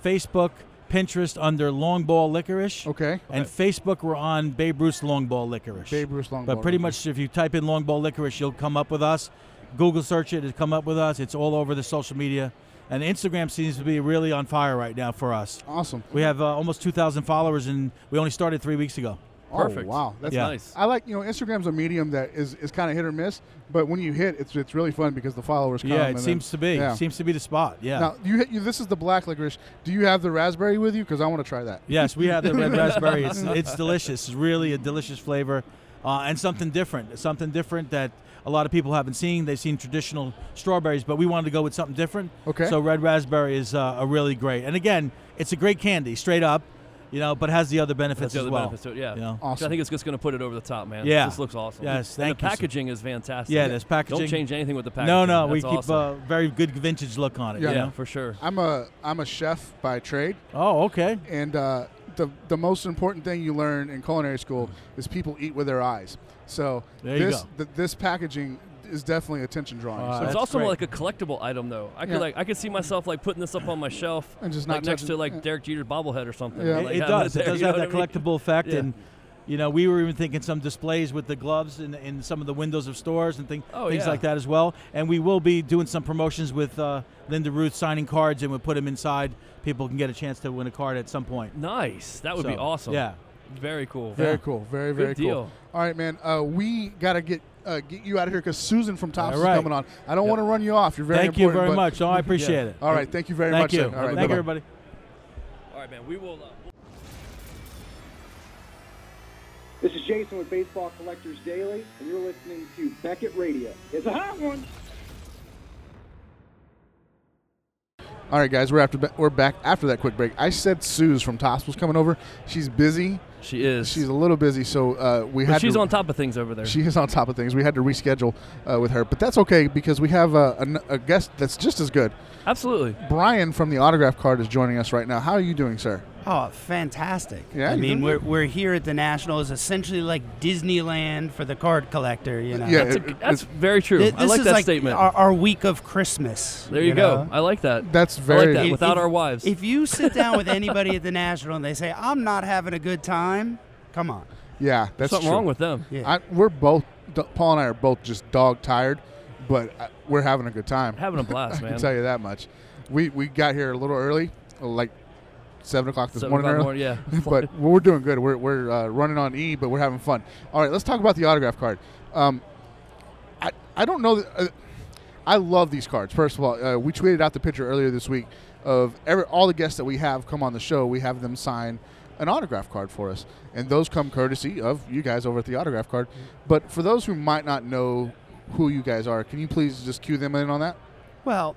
[SPEAKER 7] Facebook, Pinterest under Long Ball Licorice,
[SPEAKER 4] okay.
[SPEAKER 7] and Facebook we're on Babe Ruth's Long Ball Licorice.
[SPEAKER 4] Babe Ruth long
[SPEAKER 7] But
[SPEAKER 4] ball
[SPEAKER 7] pretty
[SPEAKER 4] licorice.
[SPEAKER 7] much, if you type in long ball licorice, you'll come up with us. Google search it, it'll come up with us. It's all over the social media, and Instagram seems to be really on fire right now for us.
[SPEAKER 4] awesome.
[SPEAKER 7] We have uh, almost 2,000 followers, and we only started three weeks ago.
[SPEAKER 5] Perfect.
[SPEAKER 4] Oh, wow, that's
[SPEAKER 7] Yeah.
[SPEAKER 5] nice.
[SPEAKER 4] I like you know Instagram's a medium that is, is kind of hit or miss, but when you hit, it's it's really fun because the followers come.
[SPEAKER 7] yeah,
[SPEAKER 4] and
[SPEAKER 7] it
[SPEAKER 4] then-
[SPEAKER 7] seems to be.
[SPEAKER 4] yeah.
[SPEAKER 7] Seems to be the spot. Yeah.
[SPEAKER 4] now you, hit, you this is the black licorice. Do you have the raspberry with you? Because I want to try that.
[SPEAKER 7] Yes, we have the red raspberry. It's, it's delicious. It's really a delicious flavor, uh, and something different. Something different that a lot of people haven't seen. They've seen traditional strawberries, but we wanted to go with something different.
[SPEAKER 4] Okay.
[SPEAKER 7] So red raspberry is uh, a really great. And again, it's a great candy, straight up. you know, but has the other benefits
[SPEAKER 5] That's the
[SPEAKER 7] as
[SPEAKER 5] other
[SPEAKER 7] well.
[SPEAKER 5] benefit to it, yeah.
[SPEAKER 7] you know?
[SPEAKER 5] So I think it's just going to put it over the top, man.
[SPEAKER 7] Yeah.
[SPEAKER 5] This looks awesome.
[SPEAKER 7] Yes,
[SPEAKER 5] And
[SPEAKER 7] thank
[SPEAKER 5] the
[SPEAKER 7] you, sir.
[SPEAKER 5] packaging is fantastic.
[SPEAKER 7] Yeah, there's packaging.
[SPEAKER 5] Don't change anything with the packaging.
[SPEAKER 7] No, no,
[SPEAKER 5] That's
[SPEAKER 7] we keep uh,
[SPEAKER 5] awesome.
[SPEAKER 7] a very good vintage look on it.
[SPEAKER 4] Yeah.
[SPEAKER 7] you
[SPEAKER 5] yeah,
[SPEAKER 7] know?
[SPEAKER 5] for sure.
[SPEAKER 4] I'm a I'm a chef by trade,
[SPEAKER 7] Oh, okay.
[SPEAKER 4] and uh, the the most important thing you learn in culinary school is people eat with their eyes. So
[SPEAKER 7] There you
[SPEAKER 4] this
[SPEAKER 7] go.
[SPEAKER 4] th- this packaging is definitely attention drawing.
[SPEAKER 7] Uh,
[SPEAKER 4] So-
[SPEAKER 5] it's
[SPEAKER 7] that's
[SPEAKER 5] also
[SPEAKER 7] great.
[SPEAKER 5] like a collectible item, though. I could
[SPEAKER 4] Yeah.
[SPEAKER 5] like I could see myself like putting this up on my shelf,
[SPEAKER 4] And just
[SPEAKER 5] like
[SPEAKER 4] not
[SPEAKER 5] next
[SPEAKER 4] touching-
[SPEAKER 5] to like Derek Jeter's bobblehead or something.
[SPEAKER 4] Yeah.
[SPEAKER 7] It,
[SPEAKER 5] Like,
[SPEAKER 7] it
[SPEAKER 5] have
[SPEAKER 7] does.
[SPEAKER 5] there,
[SPEAKER 7] It does
[SPEAKER 5] you know
[SPEAKER 7] have that
[SPEAKER 5] what I mean?
[SPEAKER 7] collectible effect,
[SPEAKER 5] Yeah.
[SPEAKER 7] and you know, we were even thinking some displays with the gloves in, in some of the windows of stores and thing,
[SPEAKER 5] Oh,
[SPEAKER 7] things
[SPEAKER 5] yeah.
[SPEAKER 7] like that as well. And we will be doing some promotions with uh, Linda Ruth signing cards, and we'll put them inside. People can get a chance to win a card at some point.
[SPEAKER 5] Nice. That would be
[SPEAKER 7] So,
[SPEAKER 5] awesome.
[SPEAKER 7] Yeah.
[SPEAKER 5] Very cool.
[SPEAKER 4] Very
[SPEAKER 7] Yeah.
[SPEAKER 4] cool. Very very cool.
[SPEAKER 5] deal.
[SPEAKER 4] All right, man. Uh, we gotta get uh, get you out of here because Susan from Tops
[SPEAKER 7] All
[SPEAKER 4] is
[SPEAKER 7] right.
[SPEAKER 4] coming on. I don't want to run you off. You're very
[SPEAKER 7] Thank you
[SPEAKER 4] important,
[SPEAKER 7] very
[SPEAKER 4] but-
[SPEAKER 7] much. Oh, I appreciate it.
[SPEAKER 4] All right. Thank you very
[SPEAKER 7] Thank
[SPEAKER 4] much.
[SPEAKER 7] you.
[SPEAKER 4] sir. All
[SPEAKER 7] Thank
[SPEAKER 4] right. bye-bye.
[SPEAKER 7] you, everybody.
[SPEAKER 5] All right, man. We will. Uh,
[SPEAKER 8] This is Jason with Baseball Collectors Daily, and you're listening to Beckett Radio. It's a hot one.
[SPEAKER 4] All right, guys. We're after ba- we're back after that quick break. I said Suze from Tops was coming over. She's busy.
[SPEAKER 5] she is.
[SPEAKER 4] She's a little busy, so uh, we
[SPEAKER 5] but
[SPEAKER 4] had
[SPEAKER 5] she's
[SPEAKER 4] to,
[SPEAKER 5] on top of things over there.
[SPEAKER 4] She is on top of things. We had to reschedule uh, with her, but that's okay because we have a, an- a guest that's just as good.
[SPEAKER 5] Absolutely.
[SPEAKER 4] Brian from the Autograph Card is joining us right now. How are you doing, sir?
[SPEAKER 9] Oh, fantastic.
[SPEAKER 4] Yeah,
[SPEAKER 9] I
[SPEAKER 4] you
[SPEAKER 9] mean,
[SPEAKER 4] did
[SPEAKER 9] we're, we're here at the National is essentially like Disneyland for the card collector, you know.
[SPEAKER 4] Yeah.
[SPEAKER 5] That's, a,
[SPEAKER 4] it- it-
[SPEAKER 5] that's very true.
[SPEAKER 9] Th-
[SPEAKER 5] I like
[SPEAKER 9] is
[SPEAKER 5] that
[SPEAKER 9] like
[SPEAKER 5] statement.
[SPEAKER 9] Our, our week of Christmas.
[SPEAKER 5] there you, go.
[SPEAKER 9] know?
[SPEAKER 5] I like that.
[SPEAKER 4] That's
[SPEAKER 5] I like
[SPEAKER 4] very.
[SPEAKER 5] that.
[SPEAKER 9] If-
[SPEAKER 5] Without
[SPEAKER 9] if-
[SPEAKER 5] our wives.
[SPEAKER 9] If you sit down with anybody at the National and they say, I'm not having a good time, come on.
[SPEAKER 4] Yeah, that's
[SPEAKER 5] something
[SPEAKER 4] true.
[SPEAKER 5] wrong with them.
[SPEAKER 9] Yeah.
[SPEAKER 4] I, we're both D- Paul and I are both just dog tired, but uh, we're having a good time.
[SPEAKER 5] Having a blast,
[SPEAKER 4] I
[SPEAKER 5] man.
[SPEAKER 4] can tell you that much. We we got here a little early, like seven o'clock this
[SPEAKER 5] Seven
[SPEAKER 4] morning.
[SPEAKER 5] o'clock
[SPEAKER 4] early.
[SPEAKER 5] morning, yeah.
[SPEAKER 4] but we're doing good. We're, we're uh, running on E, but we're having fun. All right, let's talk about the autograph card. Um, I, I don't know. That, uh, I love these cards. First of all, uh, we tweeted out the picture earlier this week of every, all the guests that we have come on the show. We have them sign an autograph card for us, and those come courtesy of you guys over at the autograph card. But for those who might not know who you guys are, can you please just cue them in on that?
[SPEAKER 9] Well,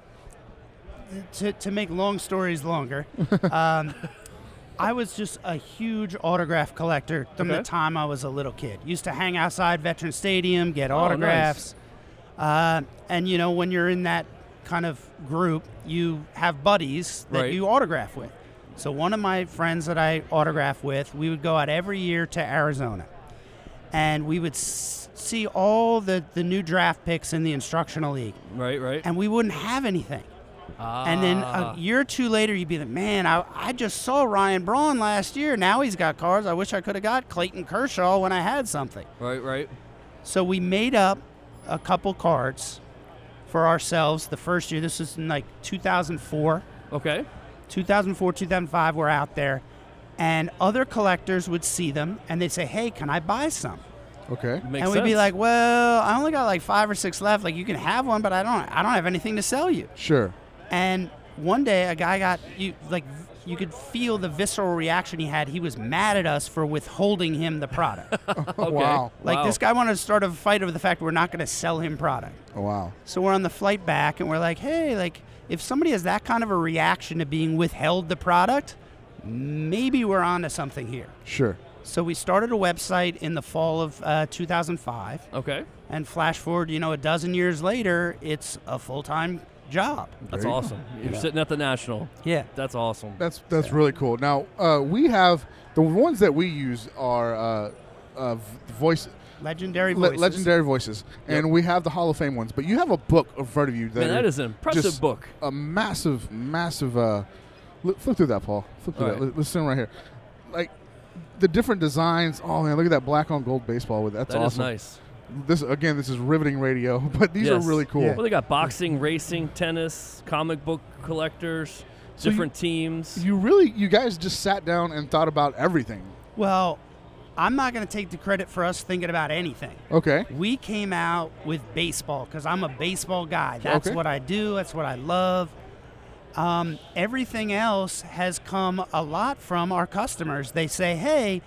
[SPEAKER 9] to, to make long stories longer, um, I was just a huge autograph collector from
[SPEAKER 5] Okay.
[SPEAKER 9] the time I was a little kid. Used to hang outside Veteran Stadium, get
[SPEAKER 5] Oh, nice.
[SPEAKER 9] autographs. Uh, and, you know, when you're in that kind of group, you have buddies that
[SPEAKER 5] Right.
[SPEAKER 9] you autograph with. So, one of my friends that I autograph with, we would go out every year to Arizona and we would s- see all the, the new draft picks in the instructional league
[SPEAKER 5] Right, right.
[SPEAKER 9] and we wouldn't have anything.
[SPEAKER 5] Ah,
[SPEAKER 9] And then a year or two later, you'd be like, man, I, I just saw Ryan Braun last year. Now he's got cars. I wish I could have got Clayton Kershaw when I had something.
[SPEAKER 5] right, right.
[SPEAKER 9] So we made up a couple cards for ourselves the first year. This was in like 2004.
[SPEAKER 5] Okay.
[SPEAKER 9] 2004, 2005, we're out there. And other collectors would see them and they'd say, hey, can I buy some?
[SPEAKER 4] Okay.
[SPEAKER 5] Makes
[SPEAKER 9] and we'd be
[SPEAKER 5] sense.
[SPEAKER 9] like, well, I only got like five or six left. Like, you can have one, but I don't, I don't have anything to sell you.
[SPEAKER 4] Sure.
[SPEAKER 9] And one day, a guy got you like you could feel the visceral reaction he had. He was mad at us for withholding him the product.
[SPEAKER 5] okay.
[SPEAKER 4] Wow.
[SPEAKER 9] like
[SPEAKER 5] Wow.
[SPEAKER 9] this guy wanted to start a fight over the fact we're not going to sell him product.
[SPEAKER 4] Wow.
[SPEAKER 9] So we're on the flight back, and we're like, hey, like if somebody has that kind of a reaction to being withheld the product, maybe we're onto something here.
[SPEAKER 4] Sure.
[SPEAKER 9] So we started a website in the fall of uh, 2005,
[SPEAKER 5] Okay.
[SPEAKER 9] and flash forward, you know, a dozen years later, it's a full-time job.
[SPEAKER 5] That's
[SPEAKER 4] you go.
[SPEAKER 5] awesome. You're sitting at the national.
[SPEAKER 9] Yeah.
[SPEAKER 5] That's awesome.
[SPEAKER 4] That's that's really cool. Now uh, we have the ones that we use are uh, uh, v- voice
[SPEAKER 9] Legendary
[SPEAKER 4] le-
[SPEAKER 9] voices.
[SPEAKER 4] legendary voices, and we have the Hall of Fame ones. But you have a book in front of you that,
[SPEAKER 5] Man, that
[SPEAKER 4] are
[SPEAKER 5] is an impressive
[SPEAKER 4] just
[SPEAKER 5] book.
[SPEAKER 4] A massive, massive. Uh, look, flip through that, Paul. Flip through
[SPEAKER 5] All
[SPEAKER 4] that.
[SPEAKER 5] right.
[SPEAKER 4] Let- Let's see them right here. Like the different designs. Oh man, look at that black on gold baseball with that's
[SPEAKER 5] That is
[SPEAKER 4] awesome.
[SPEAKER 5] nice.
[SPEAKER 4] This again, this is riveting radio, but these
[SPEAKER 5] Yes.
[SPEAKER 4] are really cool.
[SPEAKER 5] Well, they got boxing, racing, tennis, comic book collectors,
[SPEAKER 4] So you-
[SPEAKER 5] different teams.
[SPEAKER 4] You really, you guys just sat down and thought about everything.
[SPEAKER 9] Well, I'm not going to take the credit for us thinking about anything.
[SPEAKER 4] Okay.
[SPEAKER 9] We came out with baseball because I'm a baseball guy. That's
[SPEAKER 4] Okay.
[SPEAKER 9] what I do, that's what I love. Um, everything else has come a lot from our customers. They say, hey,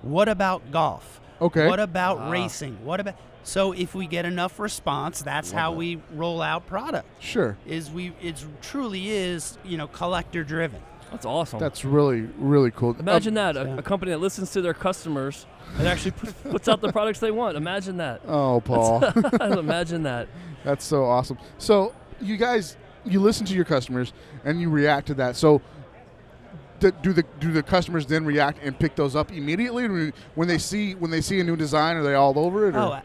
[SPEAKER 9] what about golf?
[SPEAKER 4] Okay.
[SPEAKER 9] What about
[SPEAKER 5] Ah.
[SPEAKER 9] racing? What about. So if we get enough response, that's how we roll out product.
[SPEAKER 4] Sure.
[SPEAKER 9] Is we it truly is you know collector driven.
[SPEAKER 5] That's awesome.
[SPEAKER 4] That's really really cool. Uh,
[SPEAKER 5] Imagine that a, a company that listens to their customers and actually puts, puts out the products they want. Imagine that.
[SPEAKER 4] oh, Paul,
[SPEAKER 5] Imagine that.
[SPEAKER 4] that's so awesome. So you guys, you listen to your customers and you react to that. So. d- Do the do the customers then react and pick those up immediately Or when they see when they see a new design? Are they all over it? Or?
[SPEAKER 9] Oh,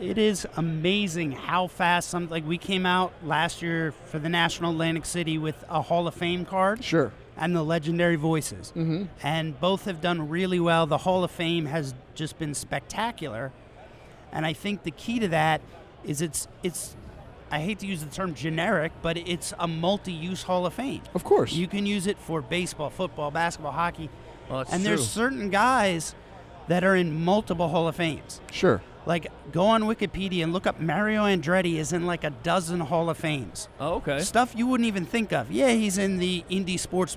[SPEAKER 9] it is amazing how fast some like we came out last year for the National Atlantic City with a Hall of Fame card
[SPEAKER 4] sure.
[SPEAKER 9] and the legendary voices, mm-hmm. and both have done really well. The Hall of Fame has just been spectacular, and I think the key to that is it's it's. I hate to use the term generic, but it's a multi-use Hall of Fame.
[SPEAKER 4] Of course.
[SPEAKER 9] You can use it for baseball, football, basketball, hockey,
[SPEAKER 5] Well, that's
[SPEAKER 9] and
[SPEAKER 5] true.
[SPEAKER 9] there's certain guys that are in multiple Hall of Fames.
[SPEAKER 4] sure.
[SPEAKER 9] Like, go on Wikipedia and look up Mario Andretti is in like a dozen Hall of Fames.
[SPEAKER 5] oh, okay.
[SPEAKER 9] Stuff you wouldn't even think of. Yeah, he's in the Indie Sports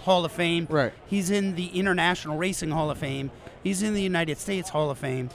[SPEAKER 9] Hall of Fame.
[SPEAKER 4] Right.
[SPEAKER 9] He's in the International Racing Hall of Fame. He's in the United States Hall of Fame.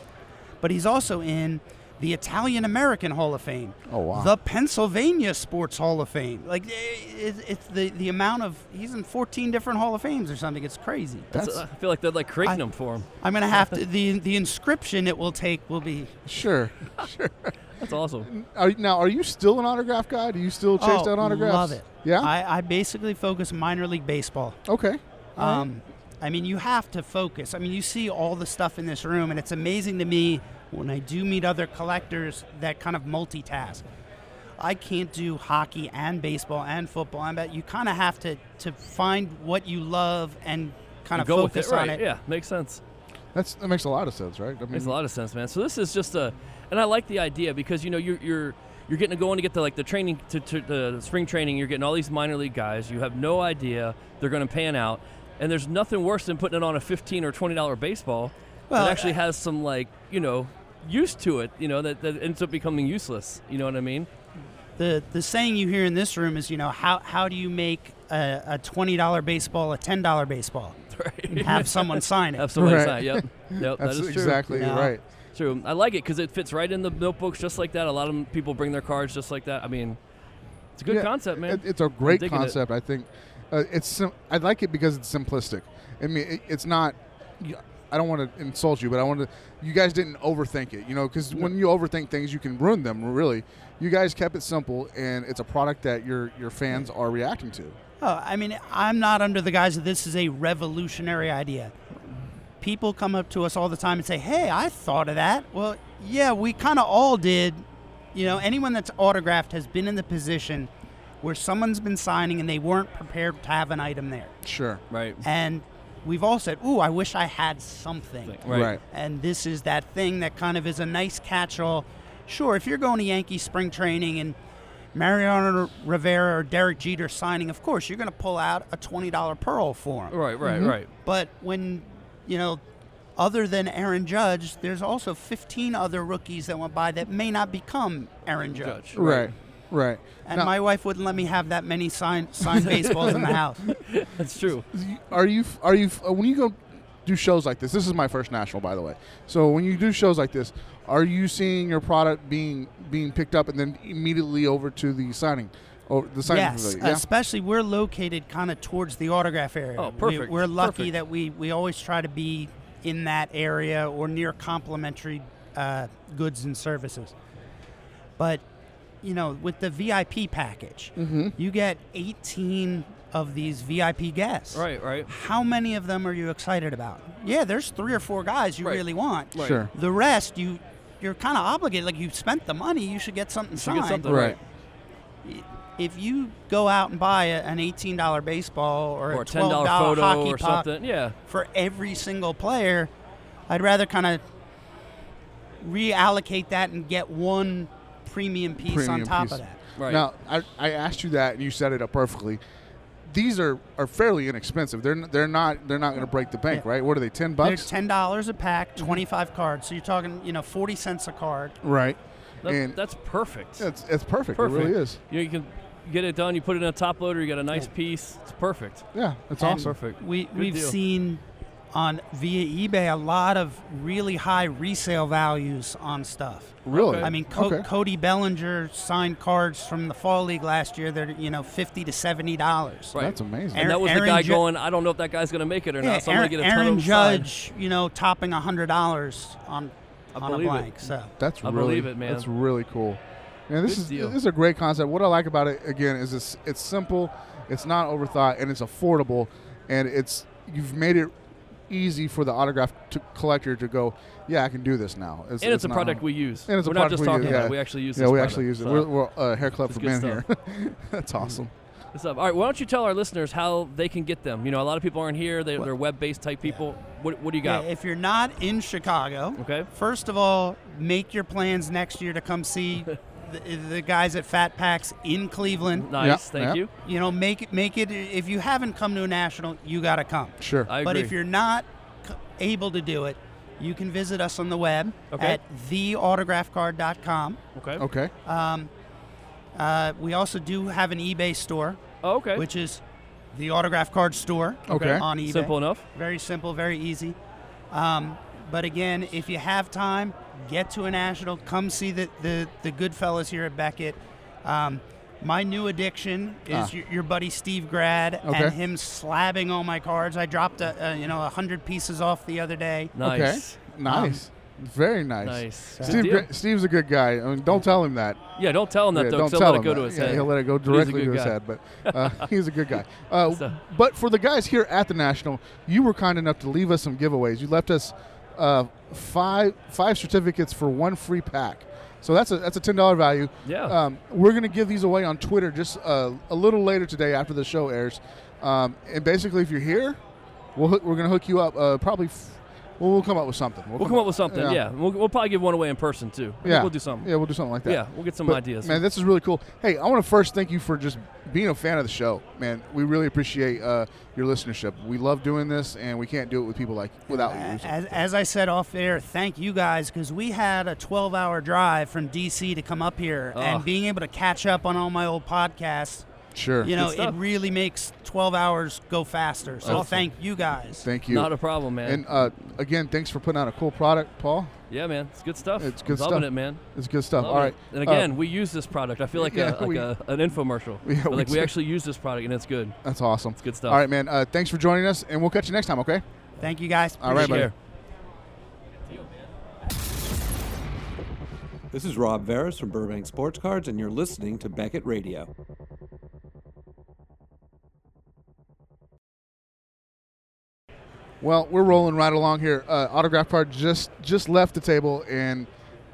[SPEAKER 9] But he's also in the Italian American Hall of Fame.
[SPEAKER 4] Oh, wow.
[SPEAKER 9] The Pennsylvania Sports Hall of Fame. Like, it, it's the, the amount of, he's in 14 different Hall of Fames or something. It's crazy.
[SPEAKER 5] That's- I feel like they're like creating them for him.
[SPEAKER 9] I'm going to have to, the, the inscription it will take will be
[SPEAKER 4] Sure. sure.
[SPEAKER 5] That's awesome.
[SPEAKER 4] Are, now, are you still an autograph guy? Do you still
[SPEAKER 5] Oh,
[SPEAKER 4] chase down autographs?
[SPEAKER 9] Oh, Love it.
[SPEAKER 4] Yeah.
[SPEAKER 9] I, I basically focus minor league baseball.
[SPEAKER 4] okay.
[SPEAKER 9] Um, I mean, you have to focus. I mean, you see all the stuff in this room, and it's amazing to me when I do meet other collectors that kind of multitask. I can't do hockey and baseball and football. and that you kind of have to to find what you love and kind of
[SPEAKER 5] Go with
[SPEAKER 9] focus
[SPEAKER 5] it, right?
[SPEAKER 9] on it.
[SPEAKER 5] Yeah, makes sense.
[SPEAKER 4] That's that makes a lot of sense, right? I mean,
[SPEAKER 5] Makes a lot of sense, man. So this is just a, and I like the idea because you know you're you're you're getting to go in to get the like the training to, to the spring training. You're getting all these minor league guys. You have no idea they're going to pan out, and there's nothing worse than putting it on a fifteen or twenty dollar baseball
[SPEAKER 9] Well,
[SPEAKER 5] that actually has some like you know use to it. You know that, that ends up becoming useless. You know what I mean?
[SPEAKER 9] The the saying you hear in this room is, you know, how how do you make a, a twenty dollar baseball a ten dollar baseball?
[SPEAKER 5] Right.
[SPEAKER 9] Have someone sign it.
[SPEAKER 5] Have somebody
[SPEAKER 4] Right.
[SPEAKER 5] sign. Yep. Yep.
[SPEAKER 4] That's
[SPEAKER 5] that is true.
[SPEAKER 4] exactly
[SPEAKER 9] Yeah.
[SPEAKER 4] right.
[SPEAKER 5] True. I like it because it fits right in the notebooks just like that. A lot of 'em- people bring their cards just like that. I mean, it's a good
[SPEAKER 4] Yeah,
[SPEAKER 5] concept, man.
[SPEAKER 4] it- it's a
[SPEAKER 5] I'm
[SPEAKER 4] great
[SPEAKER 5] digging it.
[SPEAKER 4] concept. I think uh, it's. Sim- I like it because it's simplistic. I mean, it, it's not. you- I don't want to insult you, but I want to. You guys didn't overthink it, you know, because when you overthink things, you can ruin them. Really, you guys kept it simple, and it's a product that your your fans are reacting to.
[SPEAKER 9] Oh, I mean, I'm not under the guise that this is a revolutionary idea. People come up to us all the time and say, "Hey, I thought of that." Well, yeah, we kind of all did. You know, anyone that's autographed has been in the position where someone's been signing and they weren't prepared to have an item there.
[SPEAKER 4] Sure.
[SPEAKER 5] Right.
[SPEAKER 9] And we've all said, "Ooh, I wish I had something."
[SPEAKER 5] Right.
[SPEAKER 4] right.
[SPEAKER 9] And this is that thing that kind of is a nice catch-all. Sure, if you're going to Yankee spring training and Mariano Rivera or Derek Jeter signing, of course you're going to pull out a twenty-dollar pearl for him.
[SPEAKER 5] Right, right,
[SPEAKER 4] Mm-hmm.
[SPEAKER 5] right.
[SPEAKER 9] But when you know, other than Aaron Judge, there's also 15 other rookies that went by that may not become Aaron Judge.
[SPEAKER 5] Judge.
[SPEAKER 4] Right. Right.
[SPEAKER 9] And
[SPEAKER 4] Now-
[SPEAKER 9] my wife wouldn't let me have that many signed signed baseballs in the house.
[SPEAKER 5] That's true.
[SPEAKER 4] are you are you uh, when you go do shows like this this is my first national by the way so when you do shows like this are you seeing your product being being picked up and then immediately over to the signing or the signing
[SPEAKER 9] Yes,
[SPEAKER 4] facility? yeah
[SPEAKER 9] especially we're located kind of towards the autograph area.
[SPEAKER 5] Oh, perfect,
[SPEAKER 9] We, are lucky
[SPEAKER 5] perfect.
[SPEAKER 9] that we, we always try to be in that area or near complementary uh, goods and services. But, you know, with the VIP package,
[SPEAKER 4] Mm-hmm.
[SPEAKER 9] you get 18 of these VIP guests.
[SPEAKER 5] Right, right.
[SPEAKER 9] How many of them are you excited about? Yeah, there's three or four guys you
[SPEAKER 5] Right.
[SPEAKER 9] really want.
[SPEAKER 5] Right.
[SPEAKER 4] sure
[SPEAKER 9] The rest, you you're kind of obligated. Like you spent the money, you should get something
[SPEAKER 5] Should
[SPEAKER 9] signed
[SPEAKER 5] get something
[SPEAKER 4] Right.
[SPEAKER 5] right.
[SPEAKER 9] if you go out and buy a, an $18 baseball or,
[SPEAKER 5] Or a
[SPEAKER 9] a
[SPEAKER 5] ten
[SPEAKER 9] $12
[SPEAKER 5] dollar photo
[SPEAKER 9] hockey
[SPEAKER 5] or
[SPEAKER 9] puck
[SPEAKER 5] something. Yeah.
[SPEAKER 9] for every single player, I'd rather kind of reallocate that and get one premium piece on
[SPEAKER 4] Premium
[SPEAKER 9] top
[SPEAKER 4] piece.
[SPEAKER 9] of that.
[SPEAKER 5] Right.
[SPEAKER 4] now I, I asked you that and you set it up perfectly these are are fairly inexpensive they're n- they're not they're not going to break the bank
[SPEAKER 9] Yeah.
[SPEAKER 4] right what are they 10
[SPEAKER 9] They're
[SPEAKER 4] bucks
[SPEAKER 9] $10 a pack, 25 cards. So you're talking, you know, 40 cents a card.
[SPEAKER 4] right
[SPEAKER 5] That-
[SPEAKER 4] and
[SPEAKER 5] that's perfect.
[SPEAKER 4] it's, it's perfect.
[SPEAKER 5] perfect.
[SPEAKER 4] it really is
[SPEAKER 5] You, know, you can get it done. You put it in a top loader. You got a nice piece. It's perfect.
[SPEAKER 4] yeah it's
[SPEAKER 9] And
[SPEAKER 4] awesome
[SPEAKER 5] Perfect.
[SPEAKER 9] We,
[SPEAKER 5] Good
[SPEAKER 9] we've
[SPEAKER 5] deal.
[SPEAKER 9] seen on via eBay a lot of really high resale values on stuff.
[SPEAKER 4] Really?
[SPEAKER 9] I mean, Co-
[SPEAKER 4] Okay.
[SPEAKER 9] Cody Bellinger signed cards from the fall league last year. They're you know fifty to seventy dollars.
[SPEAKER 5] Right.
[SPEAKER 4] That's amazing.
[SPEAKER 5] And that was
[SPEAKER 9] Aaron
[SPEAKER 5] the guy
[SPEAKER 9] Ju-
[SPEAKER 5] going, I don't know if that guy's going to make it or
[SPEAKER 9] Yeah,
[SPEAKER 5] not, so I'm
[SPEAKER 9] Aaron,
[SPEAKER 5] going to get a ton
[SPEAKER 9] Aaron
[SPEAKER 5] of signed."
[SPEAKER 9] Judge, you know, topping hundred dollars on
[SPEAKER 5] I
[SPEAKER 9] on a
[SPEAKER 5] believe it.
[SPEAKER 9] blank. So
[SPEAKER 4] That's
[SPEAKER 5] I
[SPEAKER 4] really,
[SPEAKER 5] believe it, man.
[SPEAKER 4] That's really cool. And this
[SPEAKER 5] Good
[SPEAKER 4] is
[SPEAKER 5] deal.
[SPEAKER 4] this is a great concept. What I like about it again is it's it's simple, it's not overthought, and it's affordable, and it's you've made it easy for the autograph to collector to go, yeah, I can do this now.
[SPEAKER 5] And it's, a
[SPEAKER 4] not-
[SPEAKER 5] product we use.
[SPEAKER 4] And it's a
[SPEAKER 5] we're
[SPEAKER 4] product
[SPEAKER 5] not just
[SPEAKER 4] we
[SPEAKER 5] talking
[SPEAKER 4] use,
[SPEAKER 5] about
[SPEAKER 4] yeah.
[SPEAKER 5] it. We actually use
[SPEAKER 4] Yeah,
[SPEAKER 5] this
[SPEAKER 4] we
[SPEAKER 5] product,
[SPEAKER 4] actually use it.
[SPEAKER 5] so.
[SPEAKER 4] We're, we're uh, hair club
[SPEAKER 5] It's
[SPEAKER 4] for
[SPEAKER 5] good Mm-hmm.
[SPEAKER 4] men here. That's awesome.
[SPEAKER 5] What's up? All right, why don't you tell our listeners how they can get them? You know, a lot of people aren't here. They, they're web-based type people. What, what do you
[SPEAKER 9] yeah,
[SPEAKER 5] got?
[SPEAKER 9] if you're not in Chicago,
[SPEAKER 5] okay.
[SPEAKER 9] First of all, make your plans next year to come see the, the guys at Fat Packs in Cleveland.
[SPEAKER 5] Nice. Thank
[SPEAKER 4] yeah.
[SPEAKER 5] you.
[SPEAKER 9] You know, make it make it. If you haven't come to a national, you got to come.
[SPEAKER 4] Sure.
[SPEAKER 5] I agree.
[SPEAKER 9] But if you're not c- able to do it, you can visit us on the web
[SPEAKER 5] Okay.
[SPEAKER 9] at theautographcard.com.
[SPEAKER 5] okay.
[SPEAKER 4] okay.
[SPEAKER 9] Um, uh, we also do have an eBay store,
[SPEAKER 5] Oh, okay.
[SPEAKER 9] which is the autograph card store
[SPEAKER 4] Okay.
[SPEAKER 9] on eBay.
[SPEAKER 5] Simple enough.
[SPEAKER 9] Very simple, very easy. Um, but again, if you have time, get to a national. Come see the the, the good fellas here at Beckett. Um, my new addiction is
[SPEAKER 4] Ah.
[SPEAKER 9] your, your buddy Steve Grad
[SPEAKER 4] Okay.
[SPEAKER 9] and him slabbing all my cards. I dropped a, a, you know a hundred pieces off the other day. Um,
[SPEAKER 5] Nice. Um,
[SPEAKER 4] Okay. Nice. Very nice.
[SPEAKER 5] Nice. Good
[SPEAKER 4] Steve,
[SPEAKER 5] deal.
[SPEAKER 4] Gra- Steve's a good guy. I mean, don't tell him that.
[SPEAKER 5] Yeah, don't tell him that,
[SPEAKER 4] Yeah,
[SPEAKER 5] though,
[SPEAKER 4] don't
[SPEAKER 5] 'cause
[SPEAKER 4] tell
[SPEAKER 5] he'll
[SPEAKER 4] him
[SPEAKER 5] let it go to
[SPEAKER 4] that.
[SPEAKER 5] his
[SPEAKER 4] yeah,
[SPEAKER 5] head.
[SPEAKER 4] He'll let it go
[SPEAKER 5] a
[SPEAKER 4] directly to
[SPEAKER 5] good
[SPEAKER 4] his
[SPEAKER 5] guy.
[SPEAKER 4] head, but uh, he's a good guy. Uh,
[SPEAKER 5] So-
[SPEAKER 4] But for the guys here at the National, you were kind enough to leave us some giveaways. You left us uh, five five certificates for one free pack. So that's a that's a ten dollar value.
[SPEAKER 5] Yeah.
[SPEAKER 4] Um, we're gonna give these away on Twitter just uh, a little later today after the show airs. Um, and basically, if you're here, we'll hook, we're gonna hook you up. Uh, probably, f- well, we'll come up with something.
[SPEAKER 5] We'll come up with something. Yeah,
[SPEAKER 4] yeah.
[SPEAKER 5] We'll, we'll probably give one away in person too. I think
[SPEAKER 4] Yeah.
[SPEAKER 5] we'll do something.
[SPEAKER 4] Yeah, we'll do something like that.
[SPEAKER 5] Yeah, we'll get some
[SPEAKER 4] But,
[SPEAKER 5] ideas.
[SPEAKER 4] Man, this is really cool. Hey, I want to first thank you for just being a fan of the show, man. We really appreciate uh, your listenership. We love doing this, and we can't do it with people like without you. so-
[SPEAKER 9] As, as I said off air, thank you guys because we had a 12 hour drive from DC to come up here
[SPEAKER 5] Ah.
[SPEAKER 9] and being able to catch up on all my old podcasts.
[SPEAKER 4] Sure.
[SPEAKER 9] You know, it
[SPEAKER 5] stuff.
[SPEAKER 9] really makes 12 hours go faster. So
[SPEAKER 4] Awesome.
[SPEAKER 9] thank you guys.
[SPEAKER 4] thank you.
[SPEAKER 5] Not a problem, man.
[SPEAKER 4] and uh, again, thanks for putting out a cool product, Paul.
[SPEAKER 5] yeah, man, it's good stuff.
[SPEAKER 4] It's good
[SPEAKER 5] I'm Loving
[SPEAKER 4] stuff.
[SPEAKER 5] it, man.
[SPEAKER 4] It's good stuff.
[SPEAKER 5] Loving
[SPEAKER 4] All
[SPEAKER 5] it.
[SPEAKER 4] right.
[SPEAKER 5] And
[SPEAKER 4] Uh,
[SPEAKER 5] again, we use this product. I feel like,
[SPEAKER 4] yeah,
[SPEAKER 5] a, like
[SPEAKER 4] we-
[SPEAKER 5] a, an infomercial.
[SPEAKER 4] Yeah,
[SPEAKER 5] But
[SPEAKER 4] we
[SPEAKER 5] like we
[SPEAKER 4] do.
[SPEAKER 5] actually use this product and it's good.
[SPEAKER 4] that's awesome. It's
[SPEAKER 5] good stuff.
[SPEAKER 4] All right, man. Uh, thanks for joining us, and we'll catch you next time. Okay.
[SPEAKER 9] Thank you guys.
[SPEAKER 4] All right,
[SPEAKER 9] Appreciate it.
[SPEAKER 4] buddy.
[SPEAKER 5] Here.
[SPEAKER 10] This is Rob Veras from Burbank Sports Cards, and you're listening to Beckett Radio.
[SPEAKER 4] Well, we're rolling right along here. Uh, autograph card just just left the table, and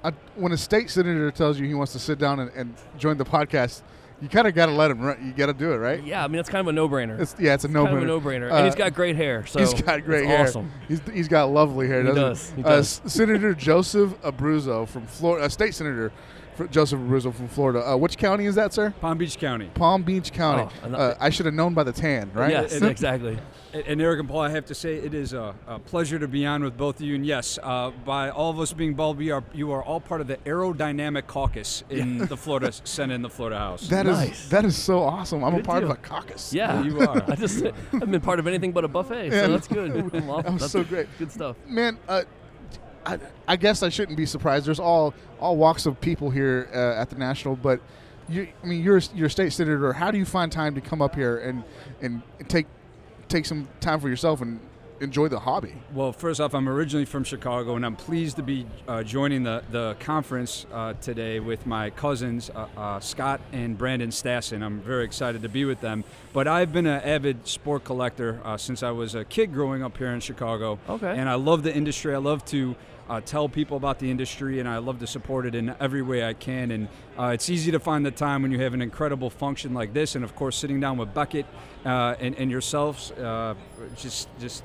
[SPEAKER 4] I, when a state senator tells you he wants to sit down and, and join the podcast, you kind of got to let him. Run. You got to do it, right?
[SPEAKER 5] Yeah, I mean, it's kind of a no-brainer.
[SPEAKER 4] It's, yeah, it's a no
[SPEAKER 5] kind of a no-brainer. and he's got great hair. So
[SPEAKER 4] he's got great
[SPEAKER 5] it's
[SPEAKER 4] hair.
[SPEAKER 5] Awesome.
[SPEAKER 4] He's, he's got lovely hair.
[SPEAKER 5] He
[SPEAKER 4] doesn't
[SPEAKER 5] does. He
[SPEAKER 4] Uh,
[SPEAKER 5] does.
[SPEAKER 4] S- senator Joseph Abruzzo from Florida, uh, state senator Fr- Joseph Abruzzo from Florida. Uh, which county is that, sir?
[SPEAKER 11] Palm Beach County.
[SPEAKER 4] Palm Beach County.
[SPEAKER 5] Oh, and I-
[SPEAKER 4] uh, I should have known by the tan, right?
[SPEAKER 5] Yes, exactly.
[SPEAKER 11] And- And Eric and Paul, I have to say, it is a, a pleasure to be on with both of you. And yes, uh, by all of us being bald, we are you are all part of the aerodynamic caucus in the Florida Senate and the Florida House.
[SPEAKER 4] That is
[SPEAKER 5] Nice.
[SPEAKER 4] that is so awesome. I'm
[SPEAKER 5] Good
[SPEAKER 4] a part
[SPEAKER 5] deal.
[SPEAKER 4] of a caucus.
[SPEAKER 5] Yeah,
[SPEAKER 11] You are.
[SPEAKER 5] I just I've been part of anything but a buffet, so that's good. Well,
[SPEAKER 4] That was
[SPEAKER 5] that's
[SPEAKER 4] so great.
[SPEAKER 5] Good stuff.
[SPEAKER 4] man, uh, I, I guess I shouldn't be surprised. There's all all walks of people here uh, at the national, but you, I mean, you're you're a state senator. How do you find time to come up here and and take take some time for yourself and enjoy the hobby?
[SPEAKER 11] Well, first off, I'm originally from Chicago, and I'm pleased to be uh, joining the, the conference uh, today with my cousins, uh, uh, Scott and Brandon Stassen. I'm very excited to be with them. But I've been an avid sport collector uh, since I was a kid growing up here in Chicago.
[SPEAKER 5] Okay.
[SPEAKER 11] And I love the industry. I love to uh, tell people about the industry, and I love to support it in every way I can. And uh, it's easy to find the time when you have an incredible function like this, and of course, sitting down with Bucket uh, and, and yourselves, uh, just just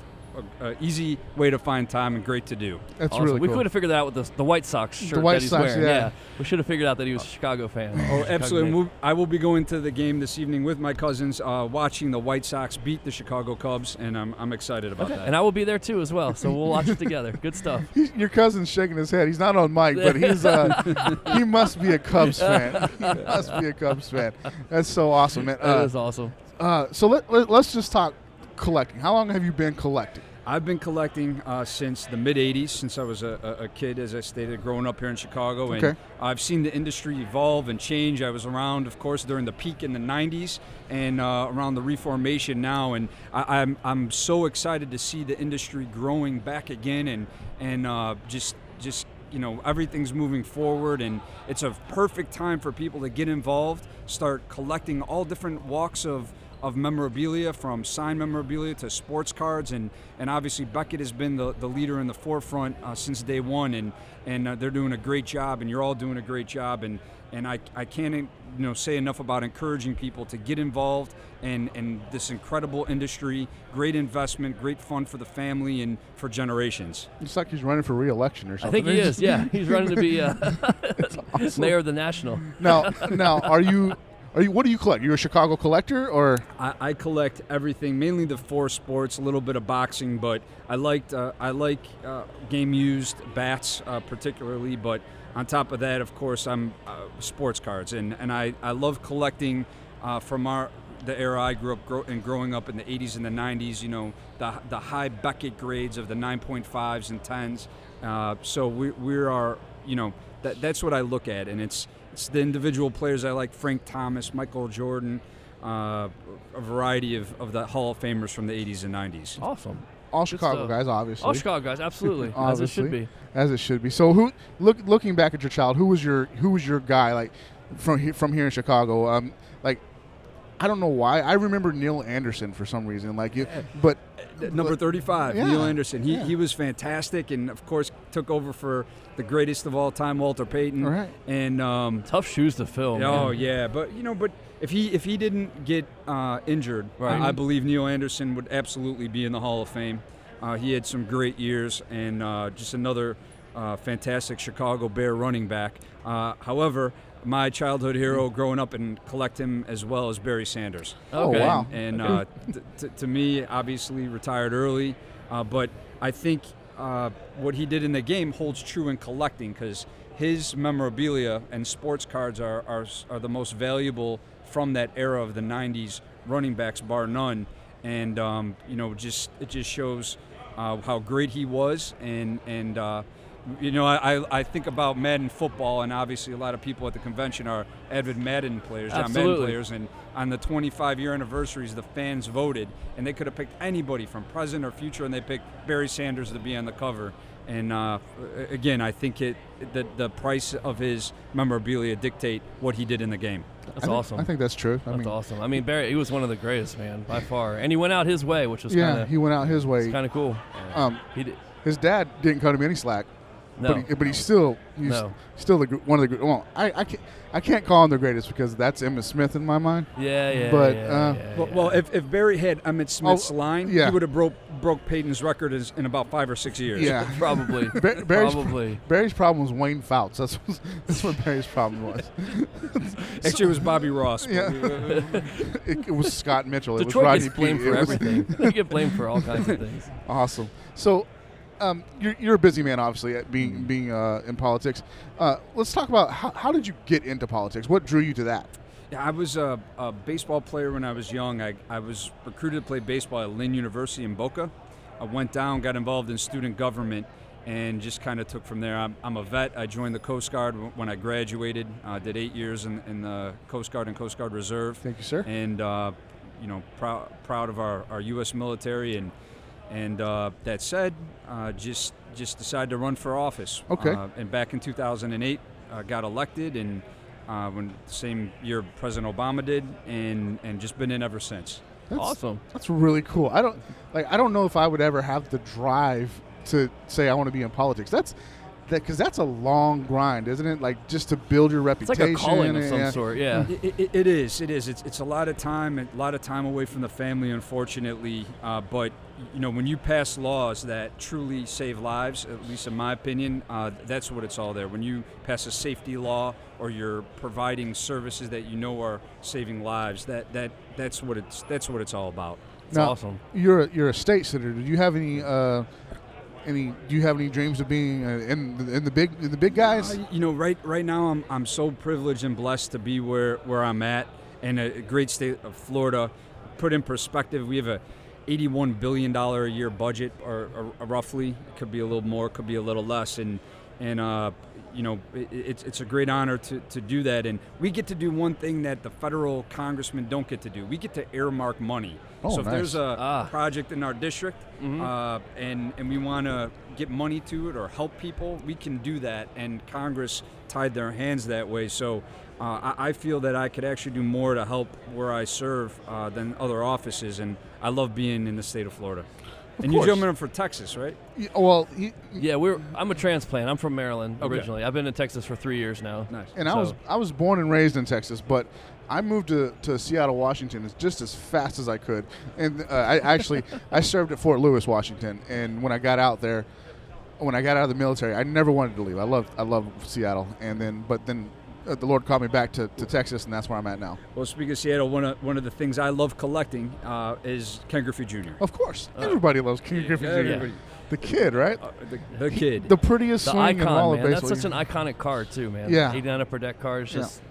[SPEAKER 11] a, a easy way to find time and great to do.
[SPEAKER 4] That's
[SPEAKER 5] Awesome.
[SPEAKER 4] really
[SPEAKER 5] we
[SPEAKER 4] cool.
[SPEAKER 5] could have figured that out with the, the White Sox shirt
[SPEAKER 4] White
[SPEAKER 5] that he's
[SPEAKER 4] Sox,
[SPEAKER 5] wearing.
[SPEAKER 4] yeah.
[SPEAKER 5] we should have figured out that he was a Chicago fan.
[SPEAKER 11] Oh, absolutely.
[SPEAKER 5] Chicago
[SPEAKER 11] We'll- I will be going to the game this evening with my cousins, uh, watching the White Sox beat the Chicago Cubs, and I'm, I'm excited about
[SPEAKER 5] native.
[SPEAKER 11] that.
[SPEAKER 5] and I will be there too as well, so we'll watch it together. Good stuff.
[SPEAKER 4] He- Your cousin's shaking his head. He's not on mic, but he's uh, he must be a Cubs fan. He must be a Cubs fan. That's so awesome, man.
[SPEAKER 5] That
[SPEAKER 4] Uh,
[SPEAKER 5] is awesome.
[SPEAKER 4] uh, so let, let, let's just talk collecting. How long have you been collecting?
[SPEAKER 11] I've been collecting uh, since the mid 80s, since I was a, a a kid, as I stated, growing up here in Chicago. And
[SPEAKER 4] Okay.
[SPEAKER 11] I've seen the industry evolve and change. I was around, of course, during the peak in the 90s and uh, around the reformation now. And I, I'm, I'm so excited to see the industry growing back again and, and uh, just, just, you know, everything's moving forward. And it's a perfect time for people to get involved, start collecting all different walks of of memorabilia from signed memorabilia to sports cards and and obviously Beckett has been the, the leader in the forefront uh, since day one and and uh, they're doing a great job and you're all doing a great job and and I, I can't you know say enough about encouraging people to get involved and and this incredible industry great investment great fun for the family and for generations
[SPEAKER 4] It's like he's running for re-election or
[SPEAKER 11] I
[SPEAKER 4] something.
[SPEAKER 11] think he is, yeah. He's running to be, uh,
[SPEAKER 4] That's awesome.
[SPEAKER 5] mayor of the national.
[SPEAKER 4] Now, now, are you? Are you? What do you collect? You're a Chicago collector, or
[SPEAKER 11] I, I collect everything, mainly the four sports, a little bit of boxing, but I liked uh, I like uh, game used bats uh, particularly. But on top of that, of course, I'm uh, sports cards, and and I, I love collecting uh, from our the era I grew up grow, and growing up in the 80s and the 90s. You know the the high bucket grades of the 9.5s and 10s. Uh, so we we are you know that that's what I look at, and it's it's the individual players I like: Frank Thomas, Michael Jordan uh, a variety of, of the Hall of Famers from the 80s and 90s.
[SPEAKER 5] Awesome.
[SPEAKER 4] all Chicago guys, obviously.
[SPEAKER 5] All Chicago guys, absolutely. As it
[SPEAKER 4] obviously,
[SPEAKER 5] should be.
[SPEAKER 4] As it should be. So, who look looking back at your child? Who was your who was your guy? Like from he- from here in Chicago. Um, like I don't know why. I remember Neil Anderson for some reason. Like you, but
[SPEAKER 5] Uh,
[SPEAKER 11] Number 35,
[SPEAKER 4] Yeah,
[SPEAKER 11] Neil Anderson. He,
[SPEAKER 4] yeah.
[SPEAKER 11] he was fantastic and, of course, took over for the greatest of all time, Walter Payton.
[SPEAKER 4] Right.
[SPEAKER 11] And um,
[SPEAKER 5] Tough shoes to fill.
[SPEAKER 11] Oh
[SPEAKER 5] man.
[SPEAKER 11] yeah, but you know, but if he if he didn't get uh, injured,
[SPEAKER 5] Right.
[SPEAKER 11] I, I believe Neil Anderson would absolutely be in the Hall of Fame. Uh, he had some great years and uh, just another uh, fantastic Chicago Bear running back. Uh, however, my childhood hero growing up and collect him as well as Barry Sanders.
[SPEAKER 4] Oh, Okay. wow.
[SPEAKER 11] And, and uh, t- t- to me, obviously retired early, uh, but I think uh, what he did in the game holds true in collecting because his memorabilia and sports cards are, are, s- are the most valuable from that era of the 90s running backs, bar none. And, um, you know, just it just shows uh, how great he was and, and uh, you know, I, I- I think about Madden football, and obviously a lot of people at the convention are avid Madden players, not Madden
[SPEAKER 5] Absolutely.
[SPEAKER 11] players. And on the 25 year anniversaries, the fans voted, and they could have picked anybody from present or future, and they picked Barry Sanders to be on the cover. And uh, again, I think it the, the price of his memorabilia dictate what he did in the game.
[SPEAKER 5] That's awesome.
[SPEAKER 4] I think that's true. I
[SPEAKER 5] That's
[SPEAKER 4] mean,
[SPEAKER 5] awesome. I mean, Barry, he was one of the greatest, man, by far. And he went out his way, which was
[SPEAKER 4] yeah,
[SPEAKER 5] kind of
[SPEAKER 4] he went out his way.
[SPEAKER 5] kind of cool.
[SPEAKER 4] Um,
[SPEAKER 5] He did.
[SPEAKER 4] his dad didn't cut him any slack.
[SPEAKER 5] No.
[SPEAKER 4] but, he, but he's still he's
[SPEAKER 5] No.
[SPEAKER 4] still the, gr- one of the gr- well, I I can't, I can't call him the greatest because that's Emmitt Smith in my mind.
[SPEAKER 5] Yeah, yeah.
[SPEAKER 4] but,
[SPEAKER 5] yeah,
[SPEAKER 4] uh, Oh,
[SPEAKER 5] yeah,
[SPEAKER 11] Well,
[SPEAKER 5] yeah.
[SPEAKER 11] well if, if Barry had Emmett Smith's line,
[SPEAKER 4] yeah.
[SPEAKER 11] he would have broke broke Peyton's record is, in about five or six years.
[SPEAKER 4] Yeah,
[SPEAKER 5] probably,
[SPEAKER 4] Bar- Barry's,
[SPEAKER 5] probably.
[SPEAKER 4] Barry's problem was Wayne Fouts. That's what, that's what Barry's problem was.
[SPEAKER 11] Actually, it was Bobby Ross. but
[SPEAKER 4] Yeah.
[SPEAKER 11] we-
[SPEAKER 4] it, it was Scott Mitchell. It was
[SPEAKER 5] Detroit
[SPEAKER 4] Rodney
[SPEAKER 5] gets blamed
[SPEAKER 4] Pete.
[SPEAKER 5] for
[SPEAKER 4] It was
[SPEAKER 5] everything. you get blamed for all kinds of things.
[SPEAKER 4] awesome. So, um, you're, you're a busy man, obviously, at
[SPEAKER 5] Mm-hmm.
[SPEAKER 4] being being uh, in politics. Uh, let's talk about how, how did you get into politics? What drew you to that?
[SPEAKER 11] Yeah, I was a, a baseball player when I was young. I, I was recruited to play baseball at Lynn University in Boca. I went down, got involved in student government, and just kind of took from there. I'm, I'm a vet. I joined the Coast Guard w- when I graduated. I did eight years in, in the Coast Guard and Coast Guard Reserve.
[SPEAKER 4] Thank you, sir.
[SPEAKER 11] And, uh, you know, prou- proud of our, our U.S. military. And, and uh, that said, uh, just, just decided to run for office.
[SPEAKER 4] Okay.
[SPEAKER 11] Uh, and back in 2008, uh, got elected, and uh, when same year President Obama did, and and just been in ever since.
[SPEAKER 4] That's,
[SPEAKER 5] Awesome.
[SPEAKER 4] That's really cool. I don't like. I don't know if I would ever have the drive to say I want to be in politics. That's that because that's a long grind, isn't it? Like just to build your
[SPEAKER 5] It's like
[SPEAKER 4] reputation.
[SPEAKER 5] a calling of
[SPEAKER 4] and-
[SPEAKER 5] some
[SPEAKER 4] yeah. Mm-hmm.
[SPEAKER 5] sort. Yeah.
[SPEAKER 11] It, it, it is. It is. It's, it's a lot of time. A lot of time away from the family, unfortunately. Uh, but you know, when you pass laws that truly save lives, at least in my opinion, uh, that's what it's all there. When you pass a safety law, or you're providing services that you know are saving lives, that that that's what it's that's what it's all about.
[SPEAKER 5] It's
[SPEAKER 4] Now,
[SPEAKER 5] awesome.
[SPEAKER 4] You're a, you're a state senator. Do you have any uh, any? Do you have any dreams of being uh, in the, in the big in the big guys?
[SPEAKER 11] Uh, you know, right right now, I'm, I'm so privileged and blessed to be where, where I'm at in a great state of Florida. Put in perspective, we have a eighty-one billion dollar a year budget, or, or, or roughly. It could be a little more, could be a little less, and and uh, you know it, it's it's a great honor to, to do that. And we get to do one thing that the federal congressmen don't get to do. We get to earmark money.
[SPEAKER 4] Oh,
[SPEAKER 11] so if
[SPEAKER 4] nice.
[SPEAKER 11] there's a
[SPEAKER 5] Ah.
[SPEAKER 11] project in our district,
[SPEAKER 5] Mm-hmm.
[SPEAKER 11] uh, and and we want to get money to it or help people, we can do that. And Congress tied their hands that way. So uh, I, I feel that I could actually do more to help where I serve uh, than other offices. And I love being in the state of Florida. and
[SPEAKER 5] course.
[SPEAKER 11] you gentlemen are from Texas, right?
[SPEAKER 4] Well,
[SPEAKER 5] yeah, we're. I'm a transplant. I'm from Maryland
[SPEAKER 11] Okay.
[SPEAKER 5] originally. I've been in Texas for three years now. Nice.
[SPEAKER 4] And I was I was born and raised in Texas, but I moved to, to Seattle, Washington, as just as fast as I could. And uh, I actually I served at Fort Lewis, Washington, and when I got out there, when I got out of the military, I never wanted to leave. I loved I loved Seattle, and then but then uh, the Lord called me back to, to Texas, and that's where I'm at now.
[SPEAKER 11] Well, speaking of Seattle, one of, one of the things I love collecting uh, is Ken Griffey Jr.
[SPEAKER 4] Of course,
[SPEAKER 5] Uh,
[SPEAKER 4] everybody loves King Griffey Jr.
[SPEAKER 11] everybody.
[SPEAKER 4] The kid, right?
[SPEAKER 11] the, the kid.
[SPEAKER 4] the prettiest
[SPEAKER 5] the
[SPEAKER 4] swing
[SPEAKER 5] icon,
[SPEAKER 4] in all
[SPEAKER 5] man.
[SPEAKER 4] of baseball.
[SPEAKER 5] That's such an iconic card too, man.
[SPEAKER 4] Yeah.
[SPEAKER 5] 89 upper deck card. It's
[SPEAKER 4] Yeah.
[SPEAKER 5] just.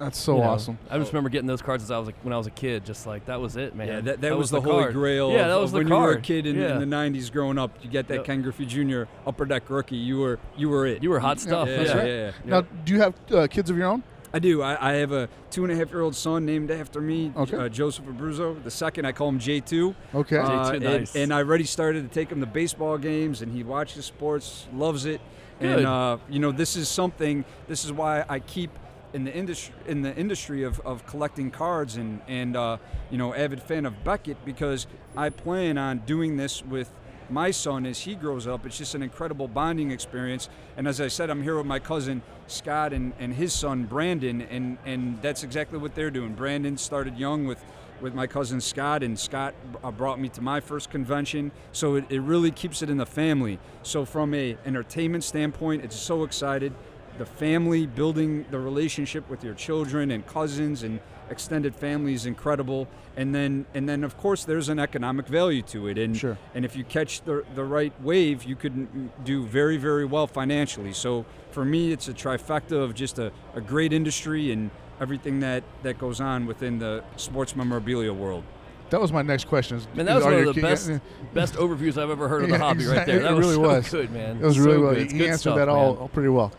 [SPEAKER 4] That's so
[SPEAKER 5] you know,
[SPEAKER 4] awesome.
[SPEAKER 5] I just remember getting those cards as I was like, when I was a kid. Just like that was it, man.
[SPEAKER 11] Yeah, that, that, was, the, holy
[SPEAKER 5] card.
[SPEAKER 11] grail.
[SPEAKER 5] Yeah,
[SPEAKER 11] of,
[SPEAKER 5] that
[SPEAKER 11] of
[SPEAKER 5] was the
[SPEAKER 11] when
[SPEAKER 5] card.
[SPEAKER 11] you were a kid in,
[SPEAKER 5] yeah.
[SPEAKER 11] in the '90s, growing up. You get that
[SPEAKER 5] Yep.
[SPEAKER 11] Ken Griffey Jr. Upper Deck rookie. You were you were it.
[SPEAKER 5] You were hot stuff.
[SPEAKER 11] Yeah,
[SPEAKER 5] That's
[SPEAKER 11] yeah,
[SPEAKER 5] right.
[SPEAKER 11] yeah, yeah.
[SPEAKER 4] Now, do you have uh, kids of your own?
[SPEAKER 11] I do. I, I have a two and a half year old son named after me,
[SPEAKER 4] Okay.
[SPEAKER 11] uh, Joseph Abruzzo. The second, I call him J2.
[SPEAKER 4] Okay.
[SPEAKER 11] Uh,
[SPEAKER 5] J2,
[SPEAKER 11] and,
[SPEAKER 5] nice.
[SPEAKER 11] and I already started to take him to baseball games, and he watches sports, loves it.
[SPEAKER 5] Good.
[SPEAKER 11] And, uh, you know, this is something, this is why I keep. In the industry, in the industry of, of collecting cards, and and uh, you know, avid fan of Beckett because I plan on doing this with my son as he grows up. It's just an incredible bonding experience. And as I said, I'm here with my cousin Scott and, and his son Brandon, and, and that's exactly what they're doing. Brandon started young with, with my cousin Scott, and Scott uh, brought me to my first convention. So it, it really keeps it in the family. So from a entertainment standpoint, it's so excited. The family building the relationship with your children and cousins and extended family is incredible. And then and then of course there's an economic value to it. And
[SPEAKER 4] Sure.
[SPEAKER 11] and if you catch the, the right wave, you could m- do very, very well financially. So for me, it's a trifecta of just a, a great industry and everything that, that goes on within the sports memorabilia world.
[SPEAKER 4] That was my next question. is-
[SPEAKER 5] Man, that was
[SPEAKER 4] are
[SPEAKER 5] one
[SPEAKER 4] your
[SPEAKER 5] of the
[SPEAKER 4] kid-
[SPEAKER 5] best
[SPEAKER 4] yeah.
[SPEAKER 5] best overviews I've ever heard of
[SPEAKER 4] Yeah,
[SPEAKER 5] the hobby right
[SPEAKER 4] exactly.
[SPEAKER 5] there. That
[SPEAKER 4] it
[SPEAKER 5] was
[SPEAKER 4] really
[SPEAKER 5] so
[SPEAKER 4] was
[SPEAKER 5] good, man.
[SPEAKER 4] It was
[SPEAKER 5] So
[SPEAKER 4] really
[SPEAKER 5] good.
[SPEAKER 4] well.
[SPEAKER 5] It's
[SPEAKER 4] He
[SPEAKER 5] good
[SPEAKER 4] answered
[SPEAKER 5] stuff,
[SPEAKER 4] that all,
[SPEAKER 5] man.
[SPEAKER 4] all pretty well.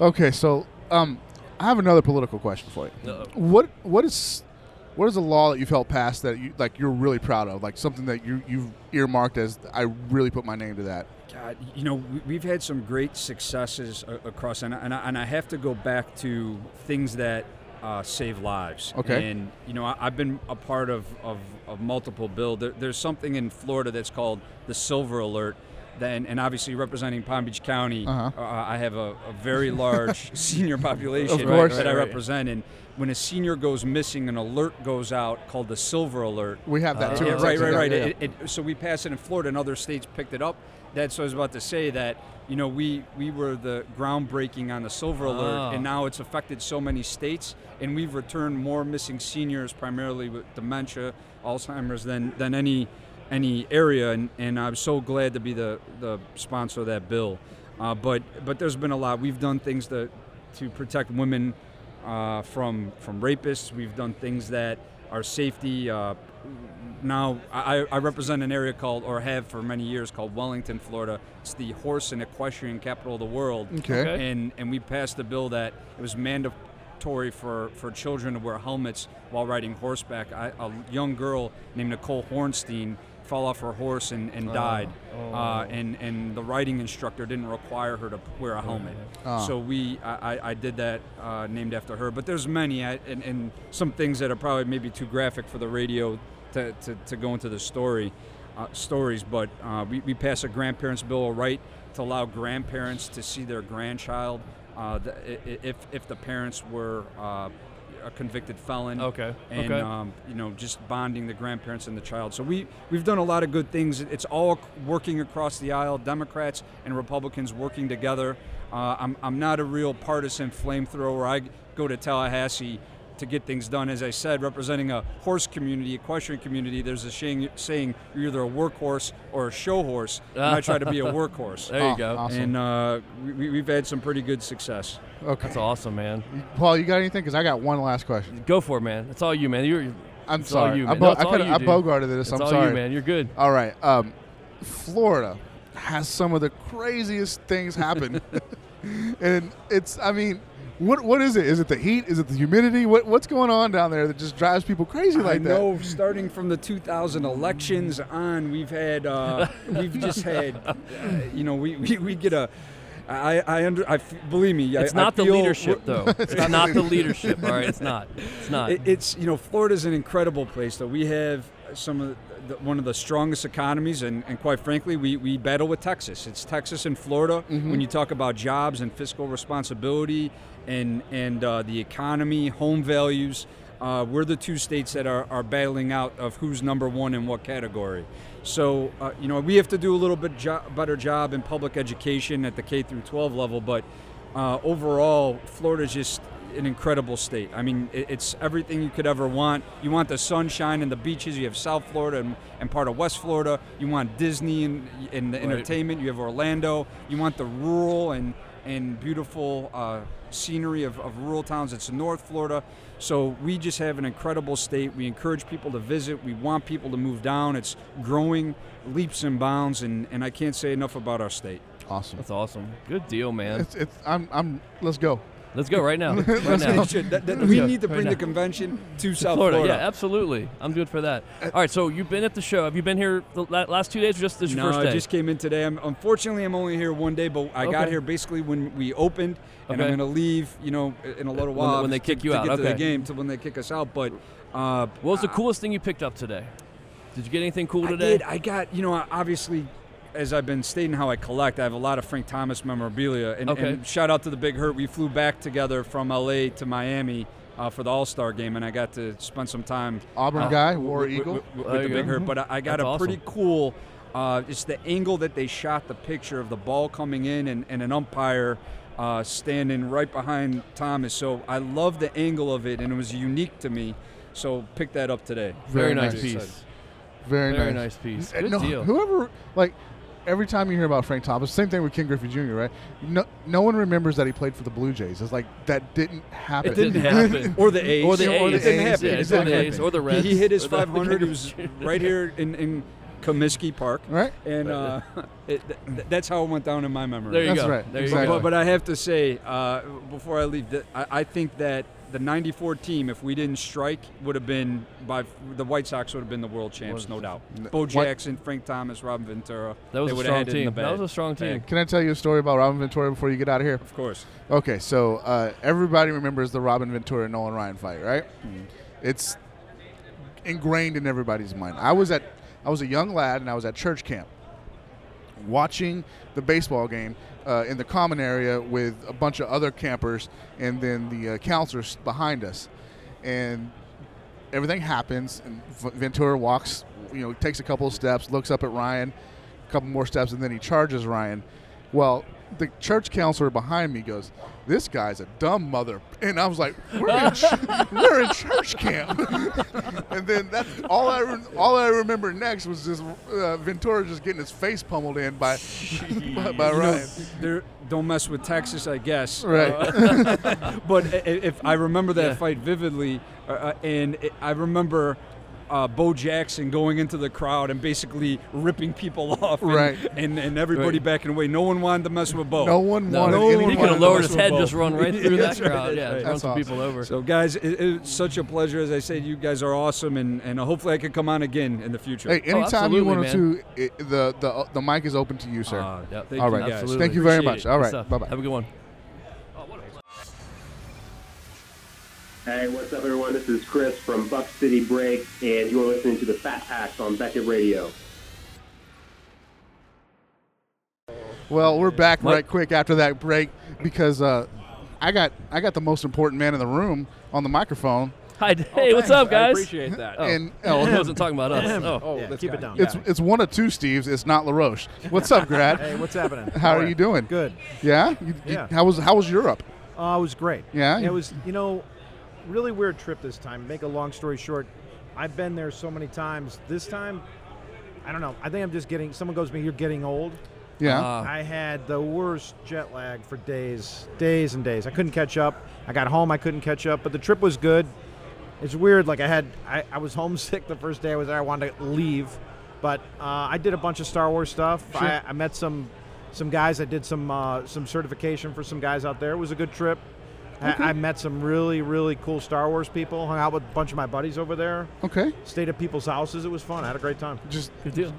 [SPEAKER 4] Okay, so um, I have another political question for you.
[SPEAKER 5] Uh-oh.
[SPEAKER 4] What what is what is a law that you've helped pass that you like you're really proud of, like something that you you've earmarked as I really put my name to that.
[SPEAKER 11] God, you know, we- we've had some great successes a- across, and I, and I, and I have to go back to things that uh, save lives.
[SPEAKER 4] Okay.
[SPEAKER 11] And, you know, I, I've been a part of, of, of multiple bill. There, there's something in Florida that's called the Silver Alert. Then, and obviously representing Palm Beach County,
[SPEAKER 4] Uh-huh.
[SPEAKER 11] uh, I have a, a very large senior population
[SPEAKER 4] Of course.
[SPEAKER 11] that I
[SPEAKER 4] Right, right.
[SPEAKER 11] represent. And when a senior goes missing, an alert goes out called the Silver Alert.
[SPEAKER 4] We have that too.
[SPEAKER 11] Yeah,
[SPEAKER 4] in
[SPEAKER 11] right,
[SPEAKER 4] Texas.
[SPEAKER 11] right,
[SPEAKER 4] Yeah,
[SPEAKER 11] right.
[SPEAKER 4] yeah, yeah.
[SPEAKER 11] It, it, so we passed it in Florida, and other states picked it up. That's what I was about to say. That you know, we we were the groundbreaking on the silver
[SPEAKER 5] Ah.
[SPEAKER 11] alert, and now it's affected so many states, and we've returned more missing seniors, primarily with dementia, Alzheimer's, than than any any area. And, and I'm so glad to be the the sponsor of that bill. Uh, but but there's been a lot. We've done things to to protect women uh, from from rapists. We've done things that are safety. Uh, now I, I represent an area called, or have for many years, called Wellington, Florida. It's the horse and equestrian capital of the world.
[SPEAKER 4] Okay. Okay.
[SPEAKER 11] And and we passed a bill that it was mandatory for for children to wear helmets while riding horseback. I, a young girl named Nicole Hornstein fell off her horse and, and died. Uh, and and the riding instructor didn't require her to wear a helmet. So we I, I- I did that uh, named after her. But there's many I, and, and some things that are probably maybe too graphic for the radio to, to, to go into the story uh, stories. But uh, we, we passed a grandparents' bill of right to allow grandparents to see their grandchild uh, the, i- i- if if the parents were. Uh, a convicted felon.
[SPEAKER 5] Okay,
[SPEAKER 11] And
[SPEAKER 5] okay.
[SPEAKER 11] Um, you know, just bonding the grandparents and the child. So we we've done a lot of good things. It's all working across the aisle. Democrats and Republicans working together. Uh, I'm I'm not a real partisan flamethrower. I go to Tallahassee to get things done. As I said, representing a horse community, equestrian community, there's a saying, saying you're either a workhorse or a show horse. And I try to be a workhorse.
[SPEAKER 5] There you go.
[SPEAKER 4] awesome.
[SPEAKER 11] And uh, we- we, we've had some pretty good success.
[SPEAKER 4] Okay.
[SPEAKER 5] That's awesome, man.
[SPEAKER 4] Paul, you got anything? Because I got one last question.
[SPEAKER 5] Go for it, man. It's all you, man. You're
[SPEAKER 4] I'm
[SPEAKER 5] It's all
[SPEAKER 4] sorry.
[SPEAKER 5] you,
[SPEAKER 4] I,
[SPEAKER 5] man.
[SPEAKER 4] bo-
[SPEAKER 5] No, it's
[SPEAKER 4] I,
[SPEAKER 5] all
[SPEAKER 4] kinda-
[SPEAKER 5] you,
[SPEAKER 4] I
[SPEAKER 5] dude.
[SPEAKER 4] bogarted this.
[SPEAKER 5] It's
[SPEAKER 4] I'm
[SPEAKER 5] all you,
[SPEAKER 4] sorry,
[SPEAKER 5] man. You're good.
[SPEAKER 4] All right. Um, Florida has some of the craziest things happen, and it's. I mean, what what is it? Is it the heat? Is it the humidity? What what's going on down there that just drives people crazy like
[SPEAKER 11] I know, starting from the 2000 elections on, we've had, uh, we've just had, uh, you know, we, we, we get a. I, I under I f- believe me. I-
[SPEAKER 5] It's
[SPEAKER 11] I
[SPEAKER 5] not the
[SPEAKER 11] feel-
[SPEAKER 5] leadership, though. It's not- not the leadership, all right? It's not. It's not.
[SPEAKER 11] It- it's you know Florida's an incredible place though. We have some of the, one of the strongest economies, and, and quite frankly, we, we battle with Texas. It's Texas and Florida
[SPEAKER 12] Mhm.
[SPEAKER 11] when you talk about jobs and fiscal responsibility and and uh, the economy, home values. Uh, we're the two states that are, are battling out of who's number one in what category. So uh, you know we have to do a little bit jo- better job in public education at the K through 12 level, but uh, overall, Florida's just an incredible state. I mean, it, it's everything you could ever want. You want the sunshine and the beaches. You have South Florida and, and part of West Florida. You want Disney and, and the
[SPEAKER 5] Right.
[SPEAKER 11] entertainment. You have Orlando. You want the rural and and beautiful uh, scenery of, of rural towns. It's North Florida. So we just have an incredible state. We encourage people to visit. We want people to move down. It's growing leaps and bounds, and, and I can't say enough about our state.
[SPEAKER 4] Awesome.
[SPEAKER 5] That's awesome. Good deal, man.
[SPEAKER 4] It's, it's, I'm, I'm, let's go.
[SPEAKER 5] Let's go right now.
[SPEAKER 11] Let's
[SPEAKER 5] Right now.
[SPEAKER 11] go. Shit, that- that-
[SPEAKER 5] Let's
[SPEAKER 11] we
[SPEAKER 5] go.
[SPEAKER 11] need to
[SPEAKER 5] Right
[SPEAKER 11] bring
[SPEAKER 5] now.
[SPEAKER 11] the convention to South Florida. Uh,
[SPEAKER 5] Yeah, absolutely. I'm good for that. All right, so you've been at the show. Have you been here the la- last two days or just this your
[SPEAKER 11] no,
[SPEAKER 5] first day?
[SPEAKER 11] I just came in today. I'm, unfortunately, I'm only here one day, but I got
[SPEAKER 5] Okay.
[SPEAKER 11] here basically when we opened, and I'm
[SPEAKER 5] Okay.
[SPEAKER 11] going to leave, you know, in a little
[SPEAKER 5] When they-
[SPEAKER 11] while
[SPEAKER 5] when they
[SPEAKER 11] to-
[SPEAKER 5] kick you
[SPEAKER 11] to
[SPEAKER 5] out,
[SPEAKER 11] get to
[SPEAKER 5] okay.
[SPEAKER 11] the game to when they kick us out. But uh,
[SPEAKER 5] what was the coolest thing you picked up today? Did you get anything cool
[SPEAKER 11] I
[SPEAKER 5] today?
[SPEAKER 11] did. I got, you know, I- obviously, as I've been stating how I collect, I have a lot of Frank Thomas memorabilia. And,
[SPEAKER 5] Okay.
[SPEAKER 11] and shout out to the Big Hurt. We flew back together from LA to Miami. Uh, for the All Star game, and I got to spend some time.
[SPEAKER 4] Auburn
[SPEAKER 11] uh,
[SPEAKER 4] guy,
[SPEAKER 11] with-
[SPEAKER 4] War
[SPEAKER 11] with-
[SPEAKER 4] Eagle.
[SPEAKER 11] with- with
[SPEAKER 4] There
[SPEAKER 11] the
[SPEAKER 4] you
[SPEAKER 11] Big
[SPEAKER 4] go.
[SPEAKER 11] Hurt. But I, I got
[SPEAKER 4] That's
[SPEAKER 11] a pretty
[SPEAKER 4] awesome.
[SPEAKER 11] cool. Uh, it's the angle that they shot the picture of the ball coming in and, and an umpire uh, standing right behind Thomas. So I love the angle of it, and it was unique to me. So pick that up today.
[SPEAKER 5] Very nice piece.
[SPEAKER 4] Very,
[SPEAKER 5] Very
[SPEAKER 4] nice.
[SPEAKER 5] nice piece.
[SPEAKER 4] N-
[SPEAKER 5] Good
[SPEAKER 4] no,
[SPEAKER 5] deal.
[SPEAKER 4] Whoever, like, every time you hear about Frank Thomas, same thing with Ken Griffey Jr., right? No, no one remembers that he played for the Blue Jays. It's like, that didn't happen.
[SPEAKER 11] It didn't happen. or the A's.
[SPEAKER 4] Or the
[SPEAKER 11] It didn't
[SPEAKER 4] A's,
[SPEAKER 11] happen.
[SPEAKER 4] yeah,
[SPEAKER 11] It
[SPEAKER 4] it's
[SPEAKER 11] didn't
[SPEAKER 4] or the
[SPEAKER 11] happen.
[SPEAKER 4] A's, or the
[SPEAKER 11] He-
[SPEAKER 4] Reds,
[SPEAKER 11] He hit his
[SPEAKER 4] or the
[SPEAKER 11] 500. He was
[SPEAKER 4] Rangers.
[SPEAKER 11] right here in, in Comiskey Park.
[SPEAKER 4] Right.
[SPEAKER 11] And uh, it, th- th- that's how it went down in my memory.
[SPEAKER 5] There you That's go. right. There you
[SPEAKER 11] But-
[SPEAKER 5] go.
[SPEAKER 11] But, but I have to say, uh, before I leave, that I, I think that the 94 team, if we didn't strike, would have been, by f- the White Sox would have been the world champs, no doubt. Bo
[SPEAKER 4] What-
[SPEAKER 11] Jackson, Frank Thomas, Robin Ventura. they would have had it in the bag. Bag.
[SPEAKER 4] Can I tell you a story about Robin Ventura before you get out of here?
[SPEAKER 11] Of course.
[SPEAKER 4] Okay, so uh, everybody remembers the Robin Ventura Nolan Ryan fight, right?
[SPEAKER 11] Mm-hmm.
[SPEAKER 4] It's ingrained in everybody's mind. I was at I was a young lad and I was at church camp watching the baseball game uh, in the common area with a bunch of other campers and then the uh, counselors behind us. And everything happens, and V- Ventura walks, you know, takes a couple of steps, looks up at Ryan, a couple more steps, and then he charges Ryan. Well, the church counselor behind me goes, "This guy's a dumb mother," and I was like, "We're in, ch- we're in church camp." and then that's all I re- all I remember next was just uh, Ventura just getting his face pummeled in by by, by
[SPEAKER 11] You know,
[SPEAKER 4] Ryan.
[SPEAKER 11] they're- don't mess with Texas, I guess.
[SPEAKER 4] Right.
[SPEAKER 11] Uh, but i- i- if I remember that
[SPEAKER 4] Yeah.
[SPEAKER 11] fight vividly, uh, uh, and it, I remember uh, Bo Jackson going into the crowd and basically ripping people off, and,
[SPEAKER 4] Right.
[SPEAKER 11] And, and everybody backing away. No one wanted to mess with Bo.
[SPEAKER 4] No one No. wanted
[SPEAKER 11] No
[SPEAKER 4] anyone
[SPEAKER 11] one
[SPEAKER 4] He could've
[SPEAKER 11] wanted to
[SPEAKER 4] lowered
[SPEAKER 11] mess
[SPEAKER 4] his
[SPEAKER 11] with
[SPEAKER 4] head,
[SPEAKER 11] Bo.
[SPEAKER 4] just run right through
[SPEAKER 11] That's
[SPEAKER 4] that crowd.
[SPEAKER 11] that's
[SPEAKER 4] Yeah, just run some people over.
[SPEAKER 11] So guys, it, it's such a pleasure. As I said, you guys are awesome, and, and hopefully I can come on again in the future.
[SPEAKER 4] Hey, anytime you want to, it, the uh, the the mic is open to you, sir.
[SPEAKER 11] Ah, yeah, thank
[SPEAKER 4] All
[SPEAKER 11] you
[SPEAKER 4] right,
[SPEAKER 11] guys.
[SPEAKER 4] thank you very
[SPEAKER 5] Appreciate
[SPEAKER 4] much.
[SPEAKER 5] it.
[SPEAKER 4] All
[SPEAKER 5] Good
[SPEAKER 4] right,
[SPEAKER 5] stuff.
[SPEAKER 4] bye bye.
[SPEAKER 5] Have a good one.
[SPEAKER 13] Hey, what's up, everyone? This is Chris from Buck City Break, and you're listening to the Fat Packs on Beckett Radio.
[SPEAKER 4] Well, we're back
[SPEAKER 13] Mike?
[SPEAKER 4] right quick after that break because uh, I got I got the most important man in the room on the microphone.
[SPEAKER 5] Hi, hey, what's up, guys? Oh,
[SPEAKER 4] And
[SPEAKER 5] I wasn't talking about us. Oh,
[SPEAKER 14] keep it down.
[SPEAKER 4] It's it's one of two Steves. It's not LaRoche. What's up, Grad?
[SPEAKER 14] Hey, what's happening?
[SPEAKER 4] How,
[SPEAKER 14] How
[SPEAKER 4] are
[SPEAKER 14] are
[SPEAKER 4] you
[SPEAKER 14] ya?
[SPEAKER 4] doing?
[SPEAKER 14] Good.
[SPEAKER 4] Yeah. You- you-
[SPEAKER 14] Yeah.
[SPEAKER 4] How was how was Europe?
[SPEAKER 14] Uh, it was great.
[SPEAKER 4] Yeah?
[SPEAKER 14] It was, you know, really weird trip this time. Make a long story short, I've been there so many times. This time, I don't know. I think I'm just getting. Someone goes to me, "You're getting old."
[SPEAKER 4] Yeah. Ah.
[SPEAKER 14] I had the worst jet lag for days, days and days. I couldn't catch up. I got home, I couldn't catch up. But the trip was good. It's weird. Like I had, I, I was homesick the first day I was there. I wanted to leave, but uh, I did a bunch of Star Wars stuff.
[SPEAKER 4] Sure.
[SPEAKER 14] I, I met some some guys. I did some uh, some certification for some guys out there. It was a good trip.
[SPEAKER 4] Okay.
[SPEAKER 14] I, I met some really really cool Star Wars people. Hung out with a bunch of my buddies over there.
[SPEAKER 4] Okay.
[SPEAKER 14] Stayed at people's houses. It was fun. I had a great time.
[SPEAKER 4] Just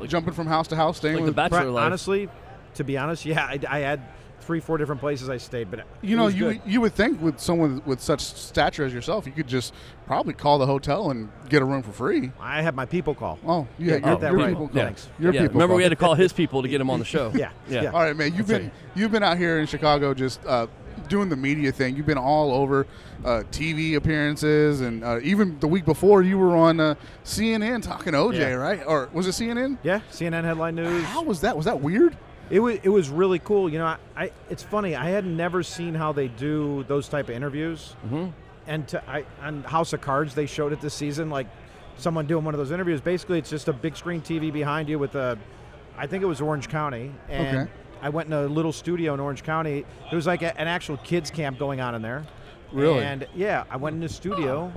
[SPEAKER 14] jumping
[SPEAKER 4] from house to house, staying with-
[SPEAKER 14] Br- Honestly, to be honest, yeah, I, I had three four different places I stayed, but
[SPEAKER 4] You
[SPEAKER 14] it
[SPEAKER 4] know,
[SPEAKER 14] was
[SPEAKER 4] you
[SPEAKER 14] good.
[SPEAKER 4] you would think with someone with such stature as yourself, you could just probably call the hotel and get a room for free.
[SPEAKER 14] I had my people call.
[SPEAKER 4] Oh,
[SPEAKER 14] Yeah,
[SPEAKER 4] yeah,
[SPEAKER 14] you
[SPEAKER 4] your,
[SPEAKER 14] got that
[SPEAKER 4] your
[SPEAKER 14] right.
[SPEAKER 4] people call.
[SPEAKER 14] Yeah.
[SPEAKER 4] Your
[SPEAKER 5] Yeah,
[SPEAKER 4] people.
[SPEAKER 5] remember we
[SPEAKER 4] call.
[SPEAKER 5] had to call his people to get him on the show. Yeah, yeah.
[SPEAKER 4] All right, man. You've
[SPEAKER 5] That's
[SPEAKER 4] been you've been out here in Chicago just uh, doing the media thing. You've been all over uh, TV appearances, and uh, even the week before you were on uh, CNN talking to OJ,
[SPEAKER 14] Yeah.
[SPEAKER 4] right? Or was it CNN?
[SPEAKER 14] Yeah, CNN headline news.
[SPEAKER 4] How was that? Was that weird?
[SPEAKER 14] It was it was really cool. You know, I, I it's funny. I had never seen how they do those type of interviews. Mm-hmm. And to, I on House of Cards, they showed it this season. Like someone doing one of those interviews. Basically, it's just a big screen TV behind you with a. I think it was Orange County, and
[SPEAKER 4] Okay.
[SPEAKER 14] I went in a little studio in Orange County. There was like a, an actual kids camp going on in there.
[SPEAKER 4] Really?
[SPEAKER 14] And yeah, I went in the studio,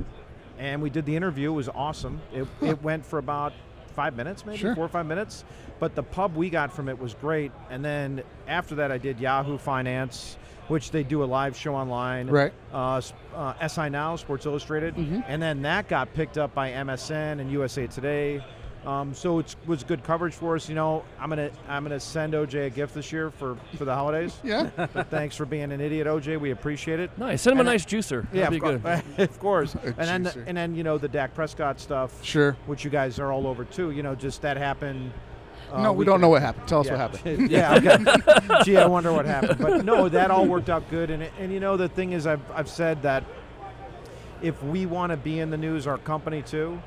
[SPEAKER 14] and we did the interview. It was awesome. It, it went for about five minutes, maybe
[SPEAKER 4] Sure.
[SPEAKER 14] four or five minutes. But the pub we got from it was great. And then after that, I did Yahoo Finance, which they do a live show online.
[SPEAKER 4] Right. Mm-hmm.
[SPEAKER 14] Uh, s- uh, SI Now, Sports Illustrated, and then that got picked up by MSN and USA Today. Um, so it was good coverage for us. You know, I'm gonna I'm gonna send OJ a gift this year for, for the holidays.
[SPEAKER 4] yeah.
[SPEAKER 14] But thanks for being an idiot, OJ. We appreciate it.
[SPEAKER 5] Nice. Send him a
[SPEAKER 14] And-
[SPEAKER 5] nice juicer.
[SPEAKER 14] Yeah,
[SPEAKER 5] That'd
[SPEAKER 14] of,
[SPEAKER 5] be
[SPEAKER 14] cour- of course.
[SPEAKER 5] A
[SPEAKER 14] and then
[SPEAKER 5] juicer.
[SPEAKER 14] and then you know the Dak Prescott stuff.
[SPEAKER 4] Sure.
[SPEAKER 14] Which you guys are all over too. You know, just that happened. uh,
[SPEAKER 4] No, we
[SPEAKER 14] weekend-
[SPEAKER 4] don't know what happened. Tell us
[SPEAKER 14] Yeah.
[SPEAKER 4] what happened.
[SPEAKER 14] yeah. Okay. Gee, I wonder what happened. But no, that all worked out good. And and you know the thing is, I've I've said that if we want to be in the news, our company too,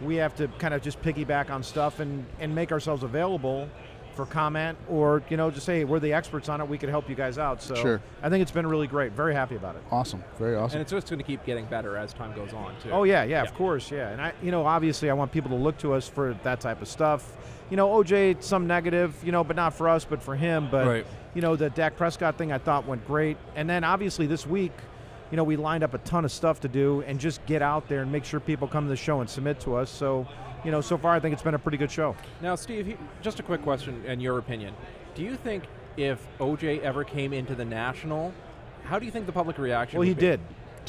[SPEAKER 14] we have to kind of just piggyback on stuff and, and make ourselves available for comment or, you know, just say, hey, we're the experts on it. We could help you guys out. So
[SPEAKER 4] Sure.
[SPEAKER 14] I think it's been really great. Very happy about it.
[SPEAKER 4] Awesome. Very awesome.
[SPEAKER 12] And it's just going to keep getting better as time goes on, too.
[SPEAKER 14] Oh yeah, yeah, of course, yeah. And I, you know, obviously, I want people to look to us for that type of stuff. You know, OJ, some negative, you know, but not for us, but for him. But
[SPEAKER 12] Right.
[SPEAKER 14] you know, the Dak Prescott thing I thought went great. And then obviously this week, you know, we lined up a ton of stuff to do and just get out there and make sure people come to the show and submit to us. So, you know, so far I think it's been a pretty good show.
[SPEAKER 12] Now, Steve, he- just a quick question and your opinion. Do you think if OJ ever came into the national, how do you think the public reaction
[SPEAKER 14] Well,
[SPEAKER 12] would
[SPEAKER 14] he
[SPEAKER 12] be?
[SPEAKER 14] did.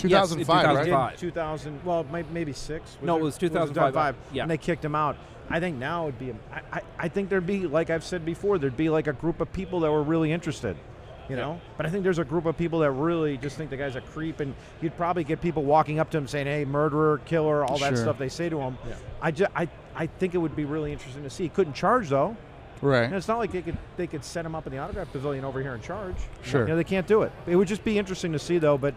[SPEAKER 12] Yes, in 2005.
[SPEAKER 14] 2000. Well, may- maybe six.
[SPEAKER 12] No, it was 2005, yeah.
[SPEAKER 14] And they kicked him out. I think now it'd be. I, I, I think there'd be, like I've said before, there'd be like a group of people that were really interested. You
[SPEAKER 12] Yeah.
[SPEAKER 14] know, but I think there's a group of people that really just think the guy's a creep, and you'd probably get people walking up to him saying, "Hey, murderer, killer, all that
[SPEAKER 4] Sure.
[SPEAKER 14] stuff." They say to him.
[SPEAKER 4] Yeah.
[SPEAKER 14] I, ju- I, I think it would be really interesting to see. He couldn't charge though.
[SPEAKER 4] Right.
[SPEAKER 14] And it's not like they could they could set him up in the autograph pavilion over here and charge.
[SPEAKER 4] Sure.
[SPEAKER 14] You know, they can't do it. It would just be interesting to see though. But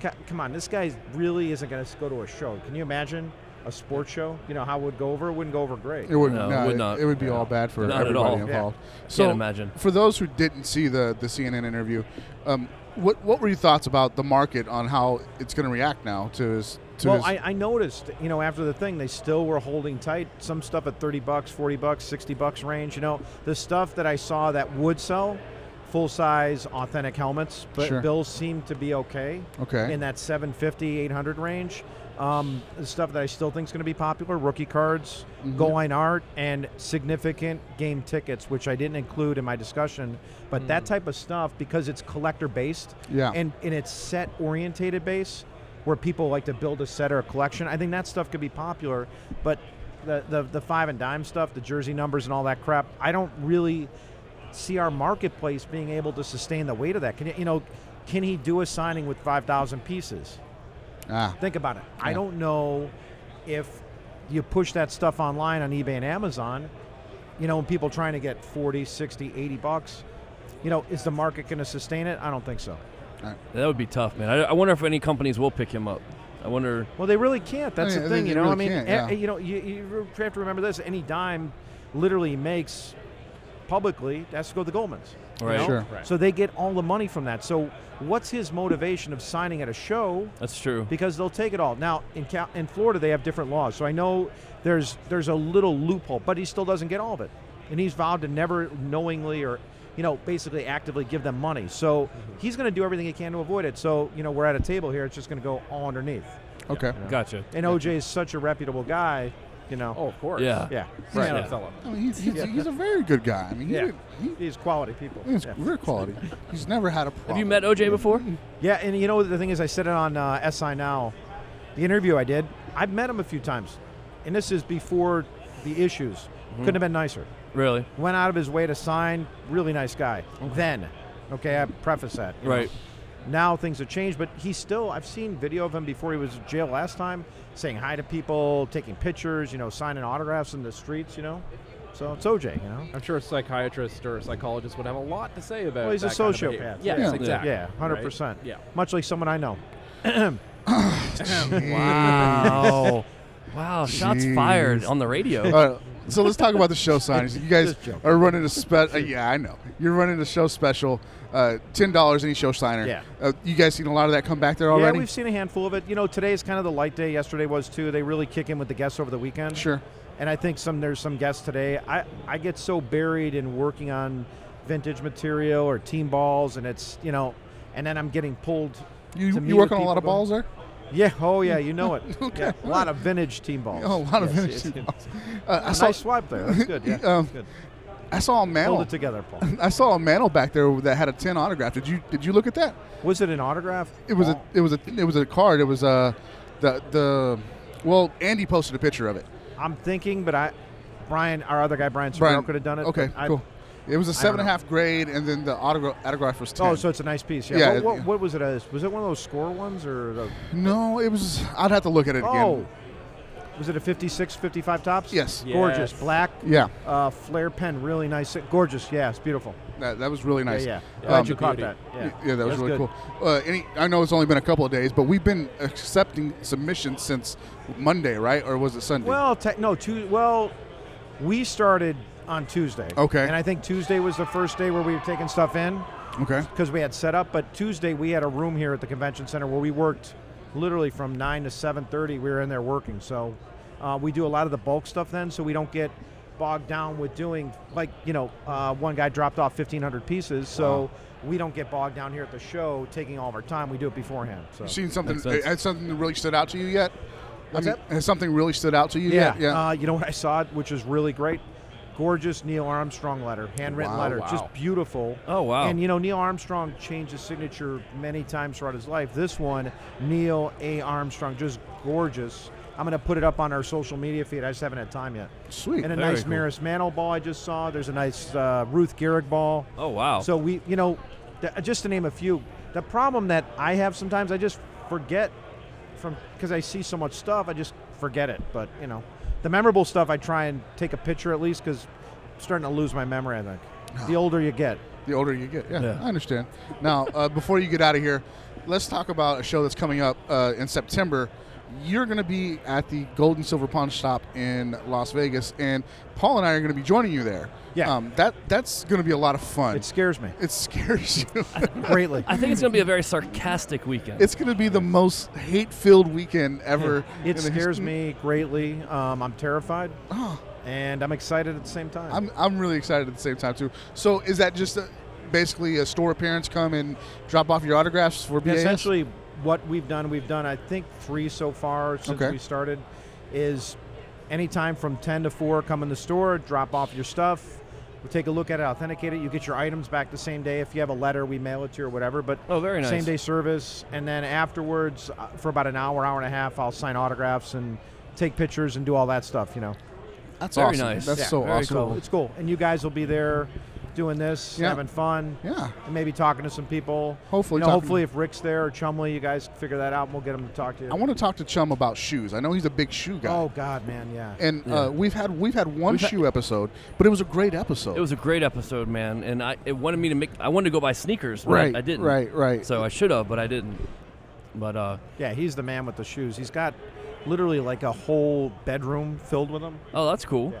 [SPEAKER 14] ca- come on, this guy really isn't going to go to a show. Can you imagine a sports show? You know how it would go over? It wouldn't go over great.
[SPEAKER 4] It would, no, it, it would be all bad for
[SPEAKER 5] Not at
[SPEAKER 4] everybody
[SPEAKER 5] all. Yeah.
[SPEAKER 4] involved.
[SPEAKER 5] Can't
[SPEAKER 4] So,
[SPEAKER 5] imagine.
[SPEAKER 4] For those who didn't see the the CNN interview, um, what what were your thoughts about the market on how it's going to react now to his? To
[SPEAKER 14] well,
[SPEAKER 4] his
[SPEAKER 14] I, I noticed, you know, after the thing, they still were holding tight. Some stuff at 30 bucks, 40 bucks, 60 bucks range. You know, the stuff that I saw that would sell, full size authentic helmets, but
[SPEAKER 4] Sure.
[SPEAKER 14] Bills seemed to be okay.
[SPEAKER 4] Okay.
[SPEAKER 14] In that 750, 800 range. Um, the stuff that I still think is going to be popular: rookie cards,
[SPEAKER 4] Mhm.
[SPEAKER 14] goal line art, and significant game tickets, which I didn't include in my discussion. But that type of stuff, because it's collector based,
[SPEAKER 4] Yeah.
[SPEAKER 14] and and it's set orientated base where people like to build a set or a collection. I think that stuff could be popular, but the, the the five and dime stuff, the jersey numbers and all that crap, I don't really see our marketplace being able to sustain the weight of that. Can you, you know, can he do a signing with 5,000 pieces?
[SPEAKER 4] ah,
[SPEAKER 14] Think about it. I
[SPEAKER 4] Yeah.
[SPEAKER 14] don't know if you push that stuff online on eBay and Amazon, you know, and people trying to get 40, 60, 80 bucks, you know, is the market going to sustain it? I don't think so.
[SPEAKER 5] That would be tough, man. I, I wonder if any companies will pick him up. I wonder.
[SPEAKER 14] Well, they really can't. That's
[SPEAKER 5] Oh, Yeah,
[SPEAKER 14] the
[SPEAKER 5] they-
[SPEAKER 14] thing, you
[SPEAKER 5] they
[SPEAKER 14] know. I
[SPEAKER 5] really
[SPEAKER 14] mean,
[SPEAKER 5] can't,
[SPEAKER 14] e-
[SPEAKER 5] yeah.
[SPEAKER 14] you know, you, you have to remember this: any dime literally makes publicly has to go to the Goldmans. you
[SPEAKER 5] Right.
[SPEAKER 14] know?
[SPEAKER 5] Sure. Right.
[SPEAKER 14] So they get all the money from that. So what's his motivation of signing at a show?
[SPEAKER 5] That's true.
[SPEAKER 14] Because they'll take it all. Now in Cal- in Florida they have different laws, so I know there's there's a little loophole, but he still doesn't get all of it, and he's vowed to never knowingly or you know basically actively give them money. So he's going to do everything he can to avoid it. So you know we're at a table here; it's just going to go all underneath.
[SPEAKER 4] Okay.
[SPEAKER 14] you know?
[SPEAKER 5] Gotcha.
[SPEAKER 14] And OJ is such a reputable guy, you know. Oh, of
[SPEAKER 4] course. Yeah.
[SPEAKER 14] Yeah. He's
[SPEAKER 4] Right.
[SPEAKER 14] a
[SPEAKER 4] Yeah.
[SPEAKER 14] yeah. fellow.
[SPEAKER 4] I mean, he's- he's- he's a very good guy. I mean, he
[SPEAKER 14] yeah.
[SPEAKER 4] did-
[SPEAKER 14] he's quality people.
[SPEAKER 4] He's
[SPEAKER 14] Yeah.
[SPEAKER 4] real quality. He's never had a problem.
[SPEAKER 5] met OJ before?
[SPEAKER 14] Yeah, and you know the thing is, I said it on uh, SI Now, the interview I did. I've met him a few times, and this is before the issues. Couldn't have been nicer.
[SPEAKER 5] Really?
[SPEAKER 14] Went out of his way to sign. Really nice guy. Then, okay, I preface that. you know.
[SPEAKER 5] Right.
[SPEAKER 14] Now things have changed, but he's still. I've seen video of him before he was in jail last time, saying hi to people, taking pictures, you know, signing autographs in the streets, you know. So it's OJ, you know.
[SPEAKER 12] I'm sure a psychiatrist or a psychologist would have a lot to say about.
[SPEAKER 14] Well, he's a
[SPEAKER 12] that kind of
[SPEAKER 14] sociopath.
[SPEAKER 12] behavior. yes,
[SPEAKER 14] yeah,
[SPEAKER 12] exactly.
[SPEAKER 14] Yeah, hundred percent.
[SPEAKER 12] Right? Yeah.
[SPEAKER 14] much like someone I know.
[SPEAKER 5] Wow. Wow, shots fired on the radio.
[SPEAKER 4] All right, so let's talk about the show signings. You guys
[SPEAKER 5] Just joking.
[SPEAKER 4] are running a special. yeah, I know. You're running a show special. Uh, Ten dollars any show signer.
[SPEAKER 14] Yeah.
[SPEAKER 4] Uh, you guys seen a lot of that come back there already?
[SPEAKER 14] Yeah, we've seen a handful of it. You know, today's kind of the light day. Yesterday was too. They really kick in with the guests over the weekend.
[SPEAKER 4] Sure.
[SPEAKER 14] And I think some there's some guests today. I I get so buried in working on vintage material or team balls, and it's you know, and then I'm getting pulled.
[SPEAKER 4] You-
[SPEAKER 14] to
[SPEAKER 4] you
[SPEAKER 14] meet
[SPEAKER 4] work
[SPEAKER 14] with
[SPEAKER 4] on a lot
[SPEAKER 14] people
[SPEAKER 4] of balls there?
[SPEAKER 14] Yeah. Oh yeah. You know it. yeah, a lot of vintage team balls.
[SPEAKER 4] Oh, a lot of
[SPEAKER 14] Yes,
[SPEAKER 4] vintage
[SPEAKER 14] yes,
[SPEAKER 4] team
[SPEAKER 14] yes.
[SPEAKER 4] balls. Uh, I
[SPEAKER 14] A
[SPEAKER 4] saw-
[SPEAKER 14] nice swipe there. That's good. Yeah.
[SPEAKER 4] Um,
[SPEAKER 14] That's good.
[SPEAKER 4] I saw a mantle.
[SPEAKER 14] it together, Paul.
[SPEAKER 4] I saw a mantle back there that had a ten autograph. Did you Did you look at that?
[SPEAKER 14] Was it an autograph?
[SPEAKER 4] It was a It was a It was a card. It was uh, the the. Well, Andy posted a picture of it.
[SPEAKER 14] I'm thinking, but I, Brian, our other guy, Brian,
[SPEAKER 4] Brian
[SPEAKER 14] Brian could have done it.
[SPEAKER 4] Okay,
[SPEAKER 14] but I- Oh,
[SPEAKER 4] cool. It was
[SPEAKER 14] I
[SPEAKER 4] a
[SPEAKER 14] don't
[SPEAKER 4] seven and
[SPEAKER 14] know.
[SPEAKER 4] a half grade, and then the autograph, autograph was ten.
[SPEAKER 14] Oh, so it's a nice piece. Yeah.
[SPEAKER 4] Yeah,
[SPEAKER 14] what,
[SPEAKER 4] it-
[SPEAKER 14] what, what was it? As was it one of those score ones or? The,
[SPEAKER 4] No, it was. I'd have to look at it again.
[SPEAKER 14] oh, was it a 56, 55 tops?
[SPEAKER 4] Yes.
[SPEAKER 14] Gorgeous
[SPEAKER 4] Yes.
[SPEAKER 14] black.
[SPEAKER 4] Yeah.
[SPEAKER 14] Uh, flare pen, really nice. Gorgeous. Yeah, it's beautiful.
[SPEAKER 4] That, that was really nice. Um,
[SPEAKER 14] Yeah. yeah. Glad you caught that. Yeah.
[SPEAKER 4] that was
[SPEAKER 14] That's
[SPEAKER 4] really
[SPEAKER 14] good.
[SPEAKER 4] cool. Uh, any, I know it's only been a couple of days, but we've been accepting submissions since Monday, right? Or was it Sunday?
[SPEAKER 14] Well, te- no, two, well, we started on Tuesday.
[SPEAKER 4] Okay.
[SPEAKER 14] And I think Tuesday was the first day where we were taking stuff in.
[SPEAKER 4] Okay.
[SPEAKER 14] Because we had set up, but Tuesday we had a room here at the convention center where we worked literally from nine to seven thirty. We were in there working, so uh, we do a lot of the bulk stuff then, so we don't get bogged down with doing like you know uh, one guy dropped off fifteen hundred pieces, so.
[SPEAKER 4] Wow.
[SPEAKER 14] We don't get bogged down here at the show, taking all of our time. We do it beforehand. So.
[SPEAKER 4] you seen something? Has something that really stood out to you yet?
[SPEAKER 14] What's
[SPEAKER 4] I mean, Has something really stood out to you
[SPEAKER 14] Yeah,
[SPEAKER 4] yet? Yeah.
[SPEAKER 14] Uh, you know what I saw, which is really great. Gorgeous Neil Armstrong letter, handwritten
[SPEAKER 4] Wow.
[SPEAKER 14] letter,
[SPEAKER 4] Wow.
[SPEAKER 14] just beautiful.
[SPEAKER 5] Oh wow!
[SPEAKER 14] And you know Neil Armstrong changed his signature many times throughout his life. This one, Neil A. Armstrong, just gorgeous. I'm gonna put it up on our social media feed. I just haven't had time yet.
[SPEAKER 4] Sweet.
[SPEAKER 14] And a
[SPEAKER 5] Very
[SPEAKER 14] nice
[SPEAKER 5] cool.
[SPEAKER 14] Maris Mantle ball I just saw. There's a nice uh, Ruth Gehrig ball.
[SPEAKER 5] Oh, wow.
[SPEAKER 14] So we, you know, th- just to name a few. The problem that I have sometimes, I just forget from because I see so much stuff, I just forget it. But you know, the memorable stuff, I try and take a picture at least because I'm starting to lose my memory. I think the older you get,
[SPEAKER 4] Oh. the older you get. Yeah,
[SPEAKER 14] Yeah.
[SPEAKER 4] I understand. Now, uh, before you get out of here, let's talk about a show that's coming up uh, in September. You're going to be at the Gold and Silver Pawn Shop in Las Vegas, and Paul and I are going to be joining you there. Yeah, um, that that's going to be a lot of fun. It
[SPEAKER 14] scares me.
[SPEAKER 4] It scares you
[SPEAKER 14] greatly.
[SPEAKER 5] I think it's going to be a very sarcastic weekend.
[SPEAKER 4] It's going to be the most hate-filled weekend ever.
[SPEAKER 14] it
[SPEAKER 4] in the
[SPEAKER 14] scares
[SPEAKER 4] history-
[SPEAKER 14] me greatly. Um, I'm terrified, and I'm excited at the same time.
[SPEAKER 4] I'm I'm really excited at the same time too. So, is that just a, basically a store appearance? Come and drop off your autographs for
[SPEAKER 14] Yeah,
[SPEAKER 4] BAS?
[SPEAKER 14] essentially what we've done we've done i think three so far since
[SPEAKER 4] Okay.
[SPEAKER 14] we started is anytime from 10 to 4 come in the store drop off your stuff we take a look at it authenticate it you get your items back the same day if you have a letter we mail it to you or whatever but
[SPEAKER 5] oh very
[SPEAKER 14] same
[SPEAKER 5] nice.
[SPEAKER 14] day service and then afterwards uh, for about an hour hour and a half i'll sign autographs and take pictures and do all that stuff you know
[SPEAKER 4] That's Very awesome. nice. That's so
[SPEAKER 14] very
[SPEAKER 4] awesome.
[SPEAKER 14] cool. it's cool and you guys will be there doing this
[SPEAKER 4] Yeah.
[SPEAKER 14] having fun
[SPEAKER 4] yeah
[SPEAKER 14] and maybe talking to some people
[SPEAKER 4] Hopefully
[SPEAKER 14] You know,
[SPEAKER 4] talking-
[SPEAKER 14] hopefully if rick's there or chumley you guys figure that out and we'll get him to talk to you
[SPEAKER 4] I want to talk to Chum about shoes. I know he's a big shoe guy.
[SPEAKER 14] oh god man yeah
[SPEAKER 4] and uh, we've had we've had one
[SPEAKER 5] We've had-
[SPEAKER 4] shoe episode, but it was a great episode.
[SPEAKER 5] It was a great episode, man, and I it wanted me to make. I wanted to go buy sneakers, but
[SPEAKER 4] Right,
[SPEAKER 5] I, I didn't.
[SPEAKER 4] right, right.
[SPEAKER 5] So I should have, but I didn't. But uh,
[SPEAKER 14] yeah he's the man with the shoes he's got literally like a whole bedroom filled with them
[SPEAKER 5] oh, that's cool.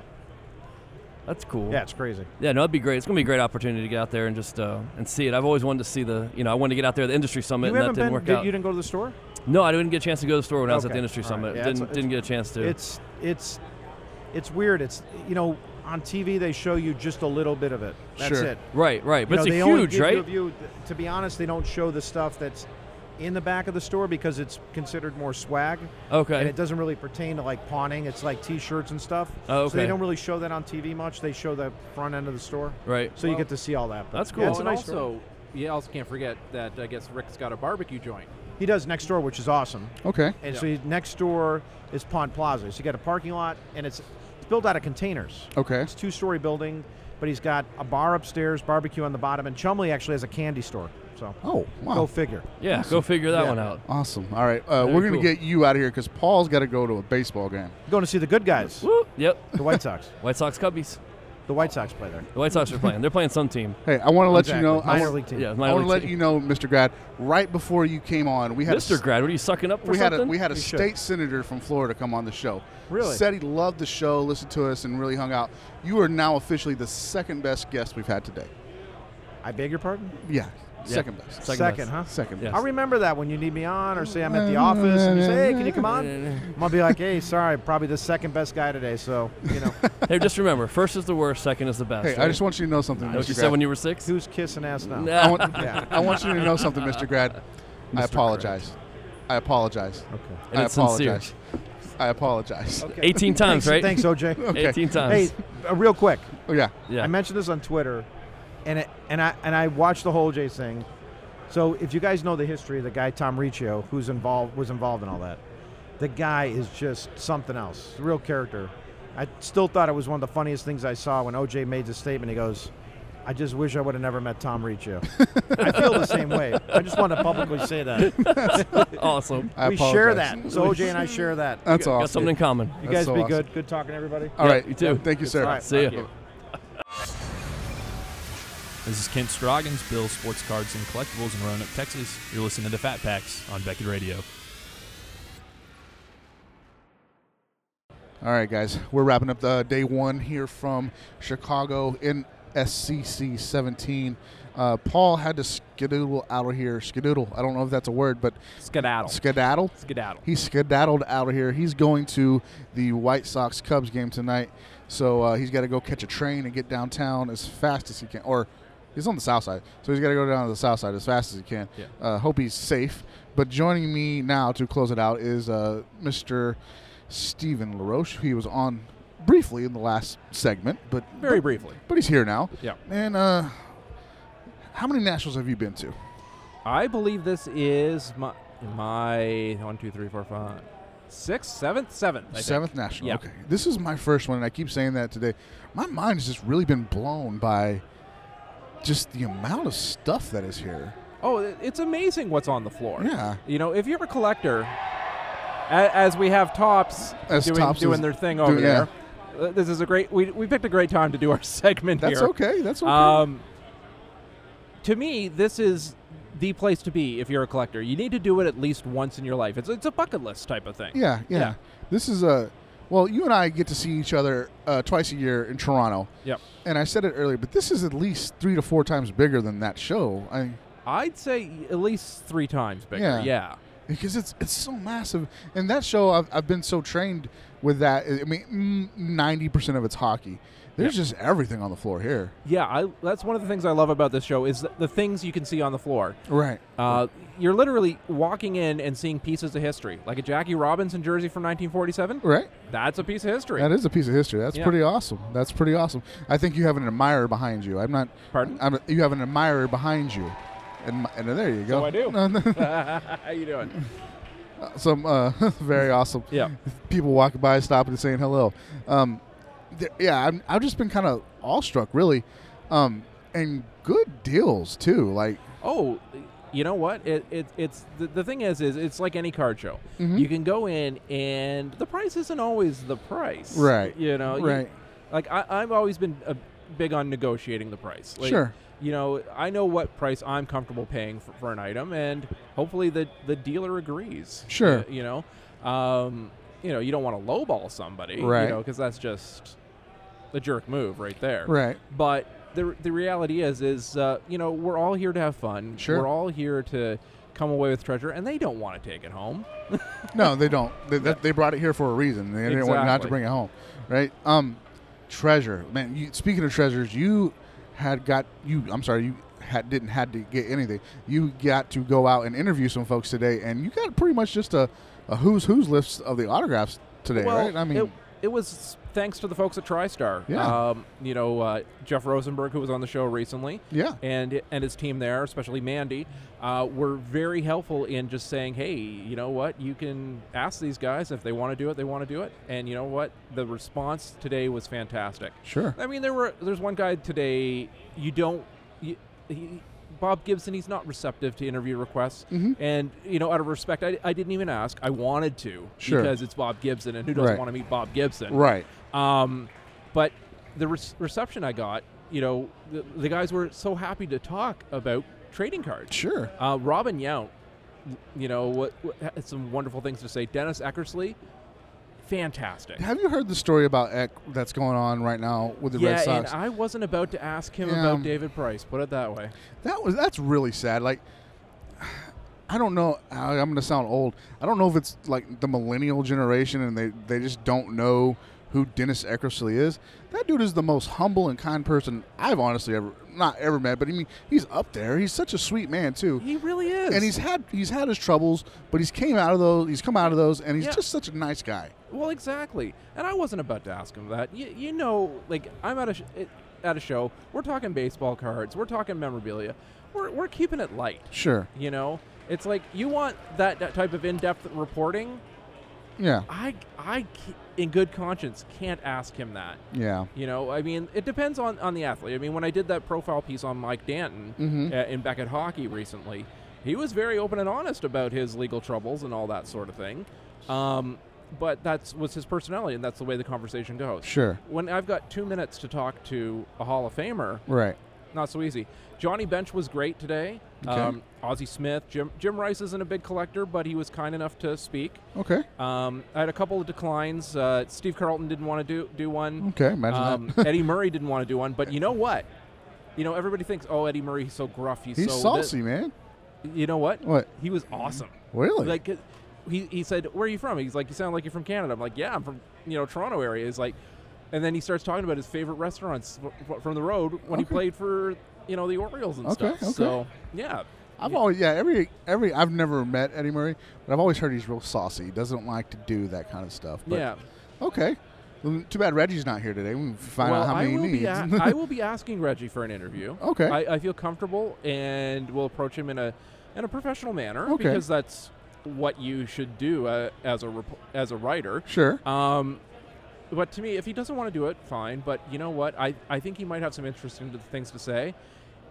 [SPEAKER 5] That's cool.
[SPEAKER 14] Yeah, it's crazy.
[SPEAKER 5] Yeah, no, it'd be great. It's gonna be a great opportunity to get out there and just uh, and see it. I've always wanted to see the. You know, I wanted to get out there to the industry summit,
[SPEAKER 14] you
[SPEAKER 5] and that
[SPEAKER 14] haven't
[SPEAKER 5] didn't
[SPEAKER 14] been
[SPEAKER 5] work
[SPEAKER 14] did-
[SPEAKER 5] out.
[SPEAKER 14] you didn't go to the store
[SPEAKER 5] no, I didn't get a chance to go to the store when I was
[SPEAKER 14] Okay,
[SPEAKER 5] at the industry
[SPEAKER 14] all right.
[SPEAKER 5] summit.
[SPEAKER 14] Yeah, it's-
[SPEAKER 5] didn't
[SPEAKER 14] it's-
[SPEAKER 5] didn't get a chance to.
[SPEAKER 14] it's it's it's weird it's you know on tv they show you just a little bit of it that's
[SPEAKER 5] Sure.
[SPEAKER 14] it
[SPEAKER 5] Right, right.
[SPEAKER 14] You
[SPEAKER 5] But
[SPEAKER 14] know,
[SPEAKER 5] it's a
[SPEAKER 14] they only
[SPEAKER 5] huge,
[SPEAKER 14] give you
[SPEAKER 5] right?
[SPEAKER 14] a view- to be honest they don't show the stuff that's in the back of the store because it's considered more swag.
[SPEAKER 5] Okay.
[SPEAKER 14] And it doesn't really pertain to like pawning. It's like T-shirts and stuff.
[SPEAKER 5] Oh,
[SPEAKER 14] So they
[SPEAKER 5] okay.
[SPEAKER 14] don't really show that on TV much. They show the front end of the store.
[SPEAKER 5] Right.
[SPEAKER 14] So you get to see all that. but yeah,
[SPEAKER 12] Well,
[SPEAKER 14] it's a
[SPEAKER 12] Oh, and
[SPEAKER 14] nice
[SPEAKER 12] also,
[SPEAKER 14] store.
[SPEAKER 12] you also can't forget that I guess Rick's got a barbecue joint.
[SPEAKER 14] He does next door, which is awesome.
[SPEAKER 4] Okay.
[SPEAKER 14] And
[SPEAKER 12] Yeah.
[SPEAKER 14] so next door is Pond Plaza. So you got a parking lot, and it's, it's built out of containers.
[SPEAKER 4] Okay.
[SPEAKER 14] It's a two-story building, but he's got a bar upstairs, barbecue on the bottom, and Chumley actually has a candy store. So
[SPEAKER 4] oh, wow.
[SPEAKER 14] go figure.
[SPEAKER 5] Yeah, go figure that
[SPEAKER 14] Yeah.
[SPEAKER 5] one out.
[SPEAKER 4] Awesome. All right, uh,
[SPEAKER 14] Very
[SPEAKER 4] we're gonna
[SPEAKER 14] cool.
[SPEAKER 4] get you out of here because Paul's got to go to a baseball game.
[SPEAKER 14] Going to see the good guys.
[SPEAKER 5] Woo. Yep.
[SPEAKER 14] The White Sox.
[SPEAKER 5] White Sox Cubbies.
[SPEAKER 14] The White Sox play there.
[SPEAKER 5] The White Sox are playing. They're playing some team.
[SPEAKER 4] Hey, I want to let you know. I
[SPEAKER 5] Minor
[SPEAKER 4] wanna-
[SPEAKER 5] league team. Yeah,
[SPEAKER 4] I
[SPEAKER 5] minor
[SPEAKER 4] want to
[SPEAKER 5] league
[SPEAKER 4] let
[SPEAKER 5] team.
[SPEAKER 4] you know, Mr. Grad. Right before you came on, we had a s-
[SPEAKER 5] Mr. Grad, what are you sucking up for
[SPEAKER 4] we had a,
[SPEAKER 5] something?
[SPEAKER 4] we had a
[SPEAKER 5] You should.
[SPEAKER 4] state senator from Florida come on the show.
[SPEAKER 5] Really?
[SPEAKER 4] Said he loved the show, listened to us, and really hung out. You are now officially the second best guest we've had today.
[SPEAKER 14] I beg your pardon?
[SPEAKER 4] Yeah, second best.
[SPEAKER 14] Second, huh?
[SPEAKER 4] Second best.
[SPEAKER 14] I remember that when you need me on or say I'm at the office and you say, hey, can you come on? I'm going to be like, hey, sorry, probably the second best guy today. So, you know.
[SPEAKER 5] Hey, just remember, first is the worst, second is the best.
[SPEAKER 4] Hey, I
[SPEAKER 5] right?
[SPEAKER 4] just want you to know something,
[SPEAKER 5] Know what
[SPEAKER 4] Mr.
[SPEAKER 5] you said
[SPEAKER 4] Grad.
[SPEAKER 5] when you were six?
[SPEAKER 14] Who's kissing ass now?
[SPEAKER 4] I want, I want you to know something, Mr. Grad. I apologize. I apologize. Okay.
[SPEAKER 5] And
[SPEAKER 4] I
[SPEAKER 5] it's sincere.
[SPEAKER 4] apologize. I apologize.
[SPEAKER 14] Okay.
[SPEAKER 5] times,
[SPEAKER 14] Thanks-
[SPEAKER 5] right?
[SPEAKER 14] Thanks, OJ.
[SPEAKER 5] 18 times.
[SPEAKER 14] Hey, uh, real quick.
[SPEAKER 4] yeah.
[SPEAKER 5] Yeah.
[SPEAKER 14] I mentioned this on Twitter, and it, and I and I watched the whole OJ thing. So if you guys know the history of the guy Tom Riccio, who's involved was involved in all that, the guy is just something else. Real character. I still thought it was one of the funniest things I saw when OJ made the statement. He goes. I just wish I would have never met Tom Riccio. I feel the same way. I just want to publicly say that.
[SPEAKER 5] awesome.
[SPEAKER 4] I
[SPEAKER 14] we share
[SPEAKER 4] apologize.
[SPEAKER 14] that. So OJ and I share that.
[SPEAKER 4] That's
[SPEAKER 14] all.
[SPEAKER 4] awesome.
[SPEAKER 14] You
[SPEAKER 4] That's
[SPEAKER 14] guys
[SPEAKER 4] so
[SPEAKER 14] be
[SPEAKER 4] awesome.
[SPEAKER 14] good. Good talking to everybody.
[SPEAKER 4] All right.
[SPEAKER 5] you too.
[SPEAKER 4] Thank you, sir.
[SPEAKER 14] All right.
[SPEAKER 5] See ya.
[SPEAKER 1] This is Kent Scroggins, Bill Sports Cards and Collectibles in Roanoke, Texas. You're listening to the Fat Packs on Beckett Radio.
[SPEAKER 4] All right, guys. We're wrapping up the day one here from Chicago in SCC 17. Uh, Paul had to skedoodle out of here. Skedoodle. I don't know if that's a word, but
[SPEAKER 12] Skedaddle.
[SPEAKER 4] Skedaddle.
[SPEAKER 12] Skedaddle.
[SPEAKER 4] He skedaddled out of here. He's going to the White Sox Cubs game tonight, so uh, he's got to go catch a train and get downtown as fast as he can. Or he's on the south side, so he's got to go down to the south side as fast as he can.
[SPEAKER 15] Yeah.
[SPEAKER 4] Uh, hope he's safe. But joining me now to close it out is uh, Mr. Stephen LaRoche. He was on briefly in the last segment, but
[SPEAKER 12] Very
[SPEAKER 4] but-
[SPEAKER 12] briefly.
[SPEAKER 4] But he's here now.
[SPEAKER 12] Yeah.
[SPEAKER 4] And uh, how many nationals have you been to?
[SPEAKER 12] I believe this is my my one, two, three, four, five, six, seventh, seventh, I think.
[SPEAKER 4] Seventh national.
[SPEAKER 12] Yeah.
[SPEAKER 4] Okay, this is my first one, and I keep saying that today. My mind has just really been blown by just the amount of stuff that is here.
[SPEAKER 12] Oh, it- it's amazing what's on the floor.
[SPEAKER 4] Yeah.
[SPEAKER 12] You know, if you're a collector, a- as we have tops
[SPEAKER 4] As
[SPEAKER 12] doing,
[SPEAKER 4] Tops
[SPEAKER 12] doing
[SPEAKER 4] is
[SPEAKER 12] their thing
[SPEAKER 4] do-
[SPEAKER 12] over
[SPEAKER 4] yeah.
[SPEAKER 12] there, uh, this is a great. We, we picked a great time to do our segment
[SPEAKER 4] That's
[SPEAKER 12] here.
[SPEAKER 4] okay, that's okay.
[SPEAKER 12] Um, to me, this is the place to be if you're a collector. You need to do it at least once in your life. It's it's a bucket list type of thing.
[SPEAKER 4] Yeah, yeah. This is a well. You and I get to see each other uh, twice a year in Toronto.
[SPEAKER 12] Yep.
[SPEAKER 4] And I said it earlier, but this is at least three to four times bigger than that show. I
[SPEAKER 12] I'd say at least three times bigger.
[SPEAKER 4] Yeah.
[SPEAKER 12] yeah.
[SPEAKER 4] because it's it's so massive. And that show, I've, I've been so trained with that. I I mean, mm, ninety percent of it's hockey. There's just everything on the floor here.
[SPEAKER 12] Yeah, I, that's one of the things I love about this show is th- the things you can see on the floor.
[SPEAKER 4] Right.
[SPEAKER 12] Uh, you're literally walking in and seeing pieces of history, like a Jackie Robinson jersey from 1947.
[SPEAKER 4] Right.
[SPEAKER 12] That's a piece of history.
[SPEAKER 4] That is a piece of history. That's
[SPEAKER 12] Yeah.
[SPEAKER 4] pretty awesome. That's pretty awesome. I think you have an admirer behind you. I'm not.
[SPEAKER 12] Pardon?
[SPEAKER 4] I'm, you have an admirer behind you, and, my- and there you go.
[SPEAKER 12] So I do. How you doing?
[SPEAKER 4] Some uh, very awesome.
[SPEAKER 12] Yeah.
[SPEAKER 4] People walking by, stopping and saying hello. Um, th- yeah, I'm, I've just been kind of awestruck, really, um, and good deals too. Like
[SPEAKER 12] Oh, you know what? It, it it's the, the thing is is it's like any card show.
[SPEAKER 4] Mhm.
[SPEAKER 12] You can go in and the price isn't always the price.
[SPEAKER 4] Right.
[SPEAKER 12] You know. you-
[SPEAKER 4] Right.
[SPEAKER 12] like I, I've always been a, big on negotiating the price. Like,
[SPEAKER 4] Sure.
[SPEAKER 12] You know, I know what price I'm comfortable paying for, for an item, and hopefully the the dealer agrees.
[SPEAKER 4] Sure.
[SPEAKER 12] Y- You, know, um, you know, you don't want to lowball somebody.
[SPEAKER 4] Right.
[SPEAKER 12] You know, because that's just a jerk move right there.
[SPEAKER 4] Right.
[SPEAKER 12] But the the reality is is uh, you know we're all here to have fun.
[SPEAKER 4] Sure.
[SPEAKER 12] We're all here to come away with treasure, and they don't want to take it home.
[SPEAKER 4] no, they don't. They, that, they brought it here for a reason. They didn't want not to
[SPEAKER 12] Exactly.
[SPEAKER 4] bring it home, right? Um, treasure, man. You, speaking of treasures, you had got you. I'm sorry, you had, didn't had to get anything. You got to go out and interview some folks today, and you got pretty much just a, a who's who's list of the autographs today,
[SPEAKER 12] well,
[SPEAKER 4] right? I mean,
[SPEAKER 12] it, it was thanks to the folks at TriStar.
[SPEAKER 4] Yeah.
[SPEAKER 12] Um, you know, uh, Jeff Rosenberg, who was on the show recently.
[SPEAKER 4] Yeah.
[SPEAKER 12] And and his team there, especially Mandy, uh, were very helpful in just saying, hey, you know what? You can ask these guys if they want to do it. They want to do it. And you know what? The response today was fantastic.
[SPEAKER 4] Sure.
[SPEAKER 12] I mean, there were there's one guy today. You don't. You, he, Bob Gibson, he's not receptive to interview requests.
[SPEAKER 4] Mm-hmm.
[SPEAKER 12] And, you know, out of respect, I, I didn't even ask. I wanted to
[SPEAKER 4] Sure.
[SPEAKER 12] because it's Bob Gibson, and who doesn't
[SPEAKER 4] Right.
[SPEAKER 12] want to meet Bob Gibson?
[SPEAKER 4] Right.
[SPEAKER 12] Um, but the re- reception I got, you know, the, the guys were so happy to talk about trading cards.
[SPEAKER 4] Sure.
[SPEAKER 12] Uh, Robin Yount, you know, what, what, had some wonderful things to say. Dennis Eckersley, fantastic.
[SPEAKER 4] have you heard the story about Eck that's going on right now with the
[SPEAKER 12] yeah,
[SPEAKER 4] Red Sox?
[SPEAKER 12] and I wasn't about to ask him
[SPEAKER 4] Yeah. um,
[SPEAKER 12] about David Price. Put it that way.
[SPEAKER 4] That was that's really sad. Like, I don't know. I- I'm gonna sound old. I don't know if it's like the millennial generation and they they just don't know who Dennis Eckersley is. That dude is the most humble and kind person I've honestly ever not ever met. But I mean, he's up there. He's such a sweet man too.
[SPEAKER 12] He really is.
[SPEAKER 4] And he's had he's had his troubles, but he's came out of those. He's come out of those, and he's
[SPEAKER 12] Yeah.
[SPEAKER 4] just such a nice guy.
[SPEAKER 12] Well, exactly. And I wasn't about to ask him that. You, you know, like I'm at a sh- it- at a show. We're talking baseball cards. We're talking memorabilia. We're we're keeping it light.
[SPEAKER 4] Sure.
[SPEAKER 12] You know, it's like you want that, that type of in-depth reporting.
[SPEAKER 4] Yeah.
[SPEAKER 12] I I ca- in good conscience can't ask him that.
[SPEAKER 4] Yeah.
[SPEAKER 12] You know, I mean, it depends on, on the athlete. I mean, when I did that profile piece on Mike Danton
[SPEAKER 4] Mhm.
[SPEAKER 12] uh, in Beckett Hockey recently, he was very open and honest about his legal troubles and all that sort of thing. Um, but that was his personality, and that's the way the conversation goes.
[SPEAKER 4] Sure.
[SPEAKER 12] When I've got two minutes to talk to a Hall of Famer,
[SPEAKER 4] Right.
[SPEAKER 12] not so easy. Johnny Bench was great today.
[SPEAKER 4] Okay.
[SPEAKER 12] Um, Ozzie Smith, Jim Jim Rice isn't a big collector, but he was kind enough to speak.
[SPEAKER 4] Okay.
[SPEAKER 12] Um, I had a couple of declines. Uh, Steve Carlton didn't want to do do one. Um,
[SPEAKER 4] Okay, imagine that.
[SPEAKER 12] Eddie Murray didn't want to do one, but you know what? You know everybody thinks, oh, Eddie Murray, he's so gruff, he's,
[SPEAKER 4] He's
[SPEAKER 12] so
[SPEAKER 4] saucy,
[SPEAKER 12] thi-"
[SPEAKER 4] man.
[SPEAKER 12] You know what?
[SPEAKER 4] What?
[SPEAKER 12] He was awesome.
[SPEAKER 4] Really?
[SPEAKER 12] Like uh, he, he said, where are you from? He's like, you sound like you're from Canada. I'm like, yeah, I'm from you know Toronto area. He's like, and then he starts talking about his favorite restaurants fr- from the road when he
[SPEAKER 4] Okay.
[SPEAKER 12] played for you know the Orioles and
[SPEAKER 4] Okay,
[SPEAKER 12] stuff.
[SPEAKER 4] okay.
[SPEAKER 12] So yeah,
[SPEAKER 4] I've always yeah every every I've never met Eddie Murray, but I've always heard he's real saucy. He doesn't like to do that kind of stuff. But
[SPEAKER 12] Yeah.
[SPEAKER 4] Okay. Well, too bad Reggie's not here today. We can find
[SPEAKER 12] well,
[SPEAKER 4] out how many
[SPEAKER 12] I will
[SPEAKER 4] he needs.
[SPEAKER 12] Be a- I will be asking Reggie for an interview.
[SPEAKER 4] Okay.
[SPEAKER 12] I, I feel comfortable, and we'll approach him in a in a professional manner
[SPEAKER 4] Okay.
[SPEAKER 12] because that's what you should do uh, as a rep- as a writer.
[SPEAKER 4] Sure.
[SPEAKER 12] Um, but to me, if he doesn't want to do it, fine. But you know what? I I think he might have some interesting th- things to say.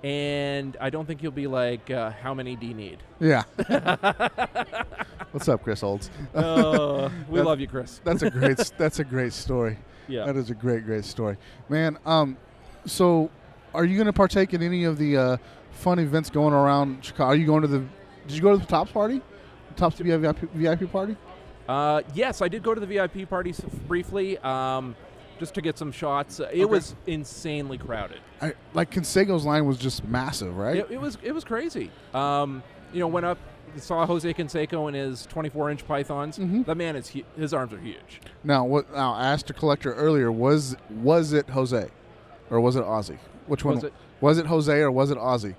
[SPEAKER 12] And I don't think he'll be like, uh, how many do you need?
[SPEAKER 4] Yeah. What's up, Chris Olds?
[SPEAKER 12] Oh, we
[SPEAKER 4] That-
[SPEAKER 12] love you, Chris.
[SPEAKER 4] That's a great. s- that's a great story.
[SPEAKER 12] Yeah.
[SPEAKER 4] That is a great, great story, man. Um, so, are you going to partake in any of the uh, fun events going around Chicago? Are you going to the? Did you go to the Tops party? Tops VIP, VIP party?
[SPEAKER 12] Uh, yes, I did go to the VIP party s- briefly, um, just to get some shots. Uh, It
[SPEAKER 4] Okay.
[SPEAKER 12] was insanely crowded.
[SPEAKER 4] I, like Consego's line was just massive, right?
[SPEAKER 12] It, it was it was crazy. Um, you know, went up, saw Jose Canseco and his 24-inch pythons.
[SPEAKER 4] Mm-hmm.
[SPEAKER 12] The man is hu- his arms are huge.
[SPEAKER 4] Now, what? Now, I asked a collector earlier. Was was it Jose, or was it Ozzy? Which one
[SPEAKER 12] Was it-
[SPEAKER 4] was it Jose or was it Ozzy?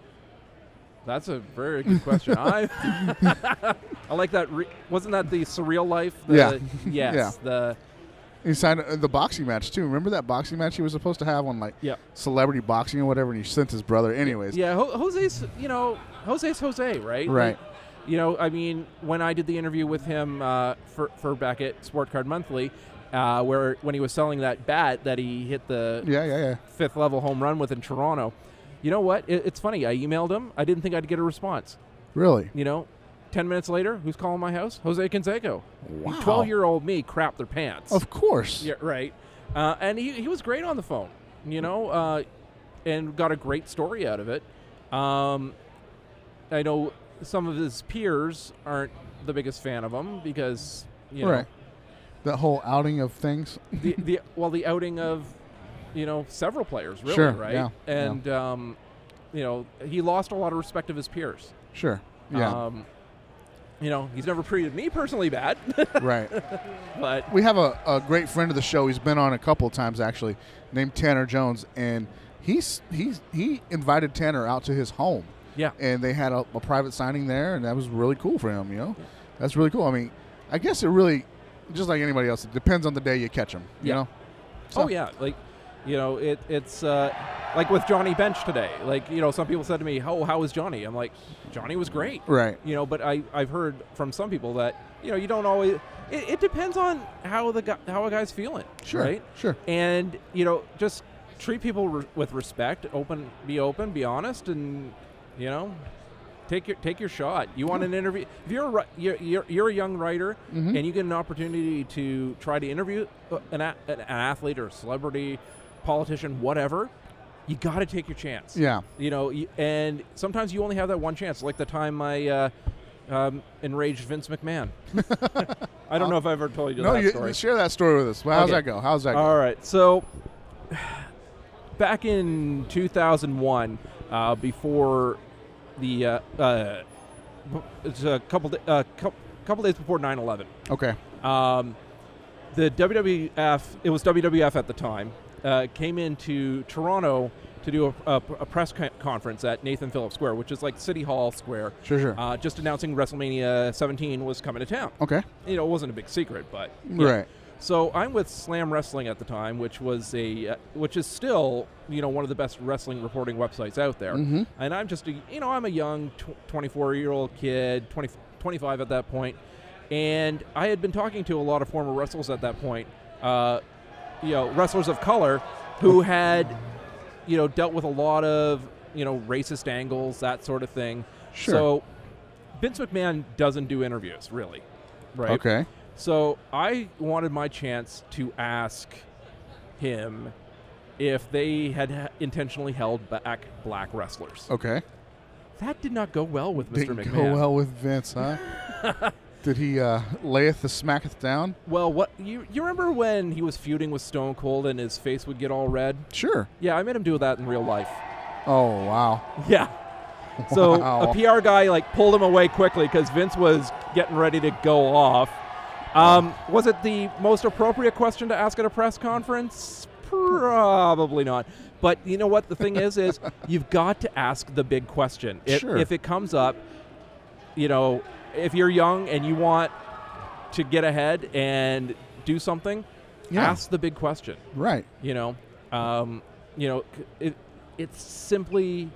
[SPEAKER 12] That's a very good question. I I like that. Re- wasn't that the surreal life? The,
[SPEAKER 4] Yeah.
[SPEAKER 12] Yes.
[SPEAKER 4] Yeah.
[SPEAKER 12] The
[SPEAKER 4] He signed uh, the boxing match too. Remember that boxing match he was supposed to have on like
[SPEAKER 12] Yep.
[SPEAKER 4] celebrity boxing or whatever, and he sent his brother. Anyways,
[SPEAKER 12] Yeah, Ho- Jose's, you know, Jose's Jose, right? Like,
[SPEAKER 4] Right.
[SPEAKER 12] you know, I mean, when I did the interview with him uh, for, for back at Sport Card Monthly, uh, where when he was selling that bat that he hit the
[SPEAKER 4] Yeah, yeah, yeah.
[SPEAKER 12] fifth level home run with in Toronto, you know what? It, it's funny. I emailed him. I didn't think I'd get a response.
[SPEAKER 4] Really?
[SPEAKER 12] You know, 10 minutes later, who's calling my house? Jose Canseco.
[SPEAKER 4] Wow.
[SPEAKER 12] 12 year old me crapped their pants.
[SPEAKER 4] Of course.
[SPEAKER 12] Yeah, right. Uh, and he, he was great on the phone, you know, uh, and got a great story out of it. Um, I know some of his peers aren't the biggest fan of him because, you know,
[SPEAKER 4] right. That whole outing of things.
[SPEAKER 12] the, the well the outing of you know several players really
[SPEAKER 4] Sure,
[SPEAKER 12] right
[SPEAKER 4] yeah, yeah.
[SPEAKER 12] and um, you know he lost a lot of respect of his peers
[SPEAKER 4] Sure, yeah.
[SPEAKER 12] um, you know he's never treated me personally bad
[SPEAKER 4] Right.
[SPEAKER 12] but
[SPEAKER 4] we have a, a great friend of the show. He's been on a couple of times actually, named Tanner Jones, and he's he's he invited Tanner out to his home.
[SPEAKER 12] Yeah.
[SPEAKER 4] and they had a, a private signing there, and that was really cool for him. You know, that's really cool. I mean, I guess it really, just like anybody else, it depends on the day you catch him. You
[SPEAKER 12] Yeah.
[SPEAKER 4] know,
[SPEAKER 12] Oh yeah, like you know, it it's uh, like with Johnny Bench today. Like you know, some people said to me, "How how was Johnny?" I'm like, "Johnny was great."
[SPEAKER 4] Right.
[SPEAKER 12] You know, but I I've heard from some people that you know you don't always. It, it depends on how the guy, how a guy's feeling.
[SPEAKER 4] Sure,
[SPEAKER 12] Right.
[SPEAKER 4] sure.
[SPEAKER 12] And you know, just treat people re- with respect. Open. Be open. Be honest. And you know. Take your take your shot. You want an interview? If you're a, ri- you're, you're, you're a young writer
[SPEAKER 4] Mm-hmm.
[SPEAKER 15] Mhm.
[SPEAKER 12] and you get an opportunity to try to interview uh, an, a- an athlete or a celebrity, politician, whatever, you got to take your chance.
[SPEAKER 4] Yeah.
[SPEAKER 12] You know, y- and sometimes you only have that one chance. Like the time I uh, um, enraged Vince McMahon. I don't know if I ever told you
[SPEAKER 4] no,
[SPEAKER 12] that
[SPEAKER 4] you,
[SPEAKER 12] story.
[SPEAKER 4] share that story with us. Well, how's
[SPEAKER 12] Okay.
[SPEAKER 4] that go? How's that go?
[SPEAKER 12] All right. So back in 2001, uh, before the uh, uh, b- it's a couple da- uh, cou- couple days before 9/11.
[SPEAKER 4] Okay.
[SPEAKER 12] Um, the WWF, it was WWF at the time, uh, came into Toronto to do a, a, a press co- conference at Nathan Phillips Square, which is like City Hall Square.
[SPEAKER 4] Sure, sure.
[SPEAKER 12] Uh, just announcing WrestleMania 17 was coming to town.
[SPEAKER 4] Okay.
[SPEAKER 12] You know, it wasn't a big secret, but
[SPEAKER 4] Right.
[SPEAKER 12] so I'm with Slam Wrestling at the time, which was a, uh, which is still, you know, one of the best wrestling reporting websites out there.
[SPEAKER 4] Mhm.
[SPEAKER 12] And I'm just, a, you know, I'm a young, tw- 24 year old kid, 20, 25 at that point, and I had been talking to a lot of former wrestlers at that point, uh, you know, wrestlers of color, who
[SPEAKER 4] Oh.
[SPEAKER 12] had, you know, dealt with a lot of, you know, racist angles, that sort of thing.
[SPEAKER 4] Sure.
[SPEAKER 12] So Vince McMahon doesn't do interviews, really, right?
[SPEAKER 4] Okay.
[SPEAKER 12] So I wanted my chance to ask him if they had ha- intentionally held back black wrestlers.
[SPEAKER 4] Okay.
[SPEAKER 12] That did not go well with mister
[SPEAKER 4] Didn't
[SPEAKER 12] McMahon.
[SPEAKER 4] go well with Vince, huh? Did he uh, layeth the smacketh down?
[SPEAKER 12] Well, what you you remember when he was feuding with Stone Cold and his face would get all red?
[SPEAKER 4] Sure.
[SPEAKER 12] Yeah, I made him do that in real life.
[SPEAKER 4] Oh wow.
[SPEAKER 12] Yeah. So
[SPEAKER 4] Wow.
[SPEAKER 12] a PR guy like pulled him away quickly because Vince was getting ready to go off. Um, was it the most appropriate question to ask at a press conference? Probably not. But you know what? The thing is, is you've got to ask the big question. If,
[SPEAKER 15] Sure.
[SPEAKER 12] if it comes up, you know, if you're young and you want to get ahead and do something,
[SPEAKER 4] Yeah.
[SPEAKER 12] ask the big question.
[SPEAKER 4] Right.
[SPEAKER 12] You know, um, you know, c- it, it's simply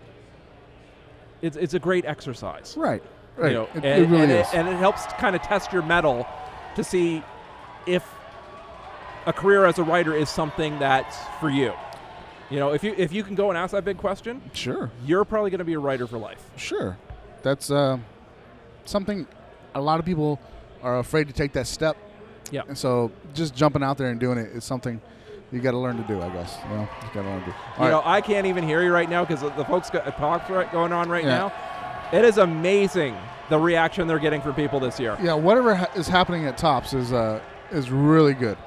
[SPEAKER 12] it's it's a great exercise.
[SPEAKER 4] Right,
[SPEAKER 12] You
[SPEAKER 4] right.
[SPEAKER 12] know, and,
[SPEAKER 4] It- it really
[SPEAKER 12] and
[SPEAKER 4] is.
[SPEAKER 12] It, and it helps kind of test your metal to see if a career as a writer is something that's for you. You know, if you if you can go and ask that big question,
[SPEAKER 4] Sure.
[SPEAKER 12] you're probably going to be a writer for life.
[SPEAKER 4] Sure. That's uh, something a lot of people are afraid to take that step.
[SPEAKER 12] Yeah.
[SPEAKER 4] And so just jumping out there and doing it is something you got to learn to do, I guess. You, know, you got to learn to do.
[SPEAKER 12] You
[SPEAKER 4] All
[SPEAKER 12] know,
[SPEAKER 4] right.
[SPEAKER 12] I can't even hear you right now because the folks got talks right, going on right
[SPEAKER 4] Yeah.
[SPEAKER 12] now. It is amazing the reaction they're getting from people this year.
[SPEAKER 4] yeah, whatever ha- is happening at Tops is uh, is really good.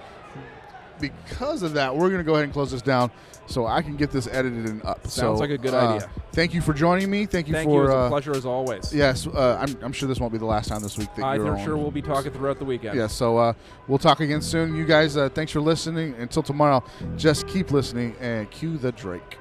[SPEAKER 4] Because of that, we're going to go ahead and close this down so I can get this edited and up.
[SPEAKER 12] Sounds
[SPEAKER 4] So,
[SPEAKER 12] like a good
[SPEAKER 4] uh,
[SPEAKER 12] idea.
[SPEAKER 4] Thank you for joining me. Thank you
[SPEAKER 12] Thank
[SPEAKER 4] for
[SPEAKER 12] you. It was a
[SPEAKER 4] uh,
[SPEAKER 12] pleasure as always.
[SPEAKER 4] Yes, uh, I'm, I'm sure this won't be the last time this week that
[SPEAKER 12] I'm
[SPEAKER 4] you're on.
[SPEAKER 12] sure we'll be talking throughout the weekend.
[SPEAKER 4] Yeah, so uh, we'll talk again soon. You guys, uh, thanks for listening. Until tomorrow, just keep listening and cue the Drake.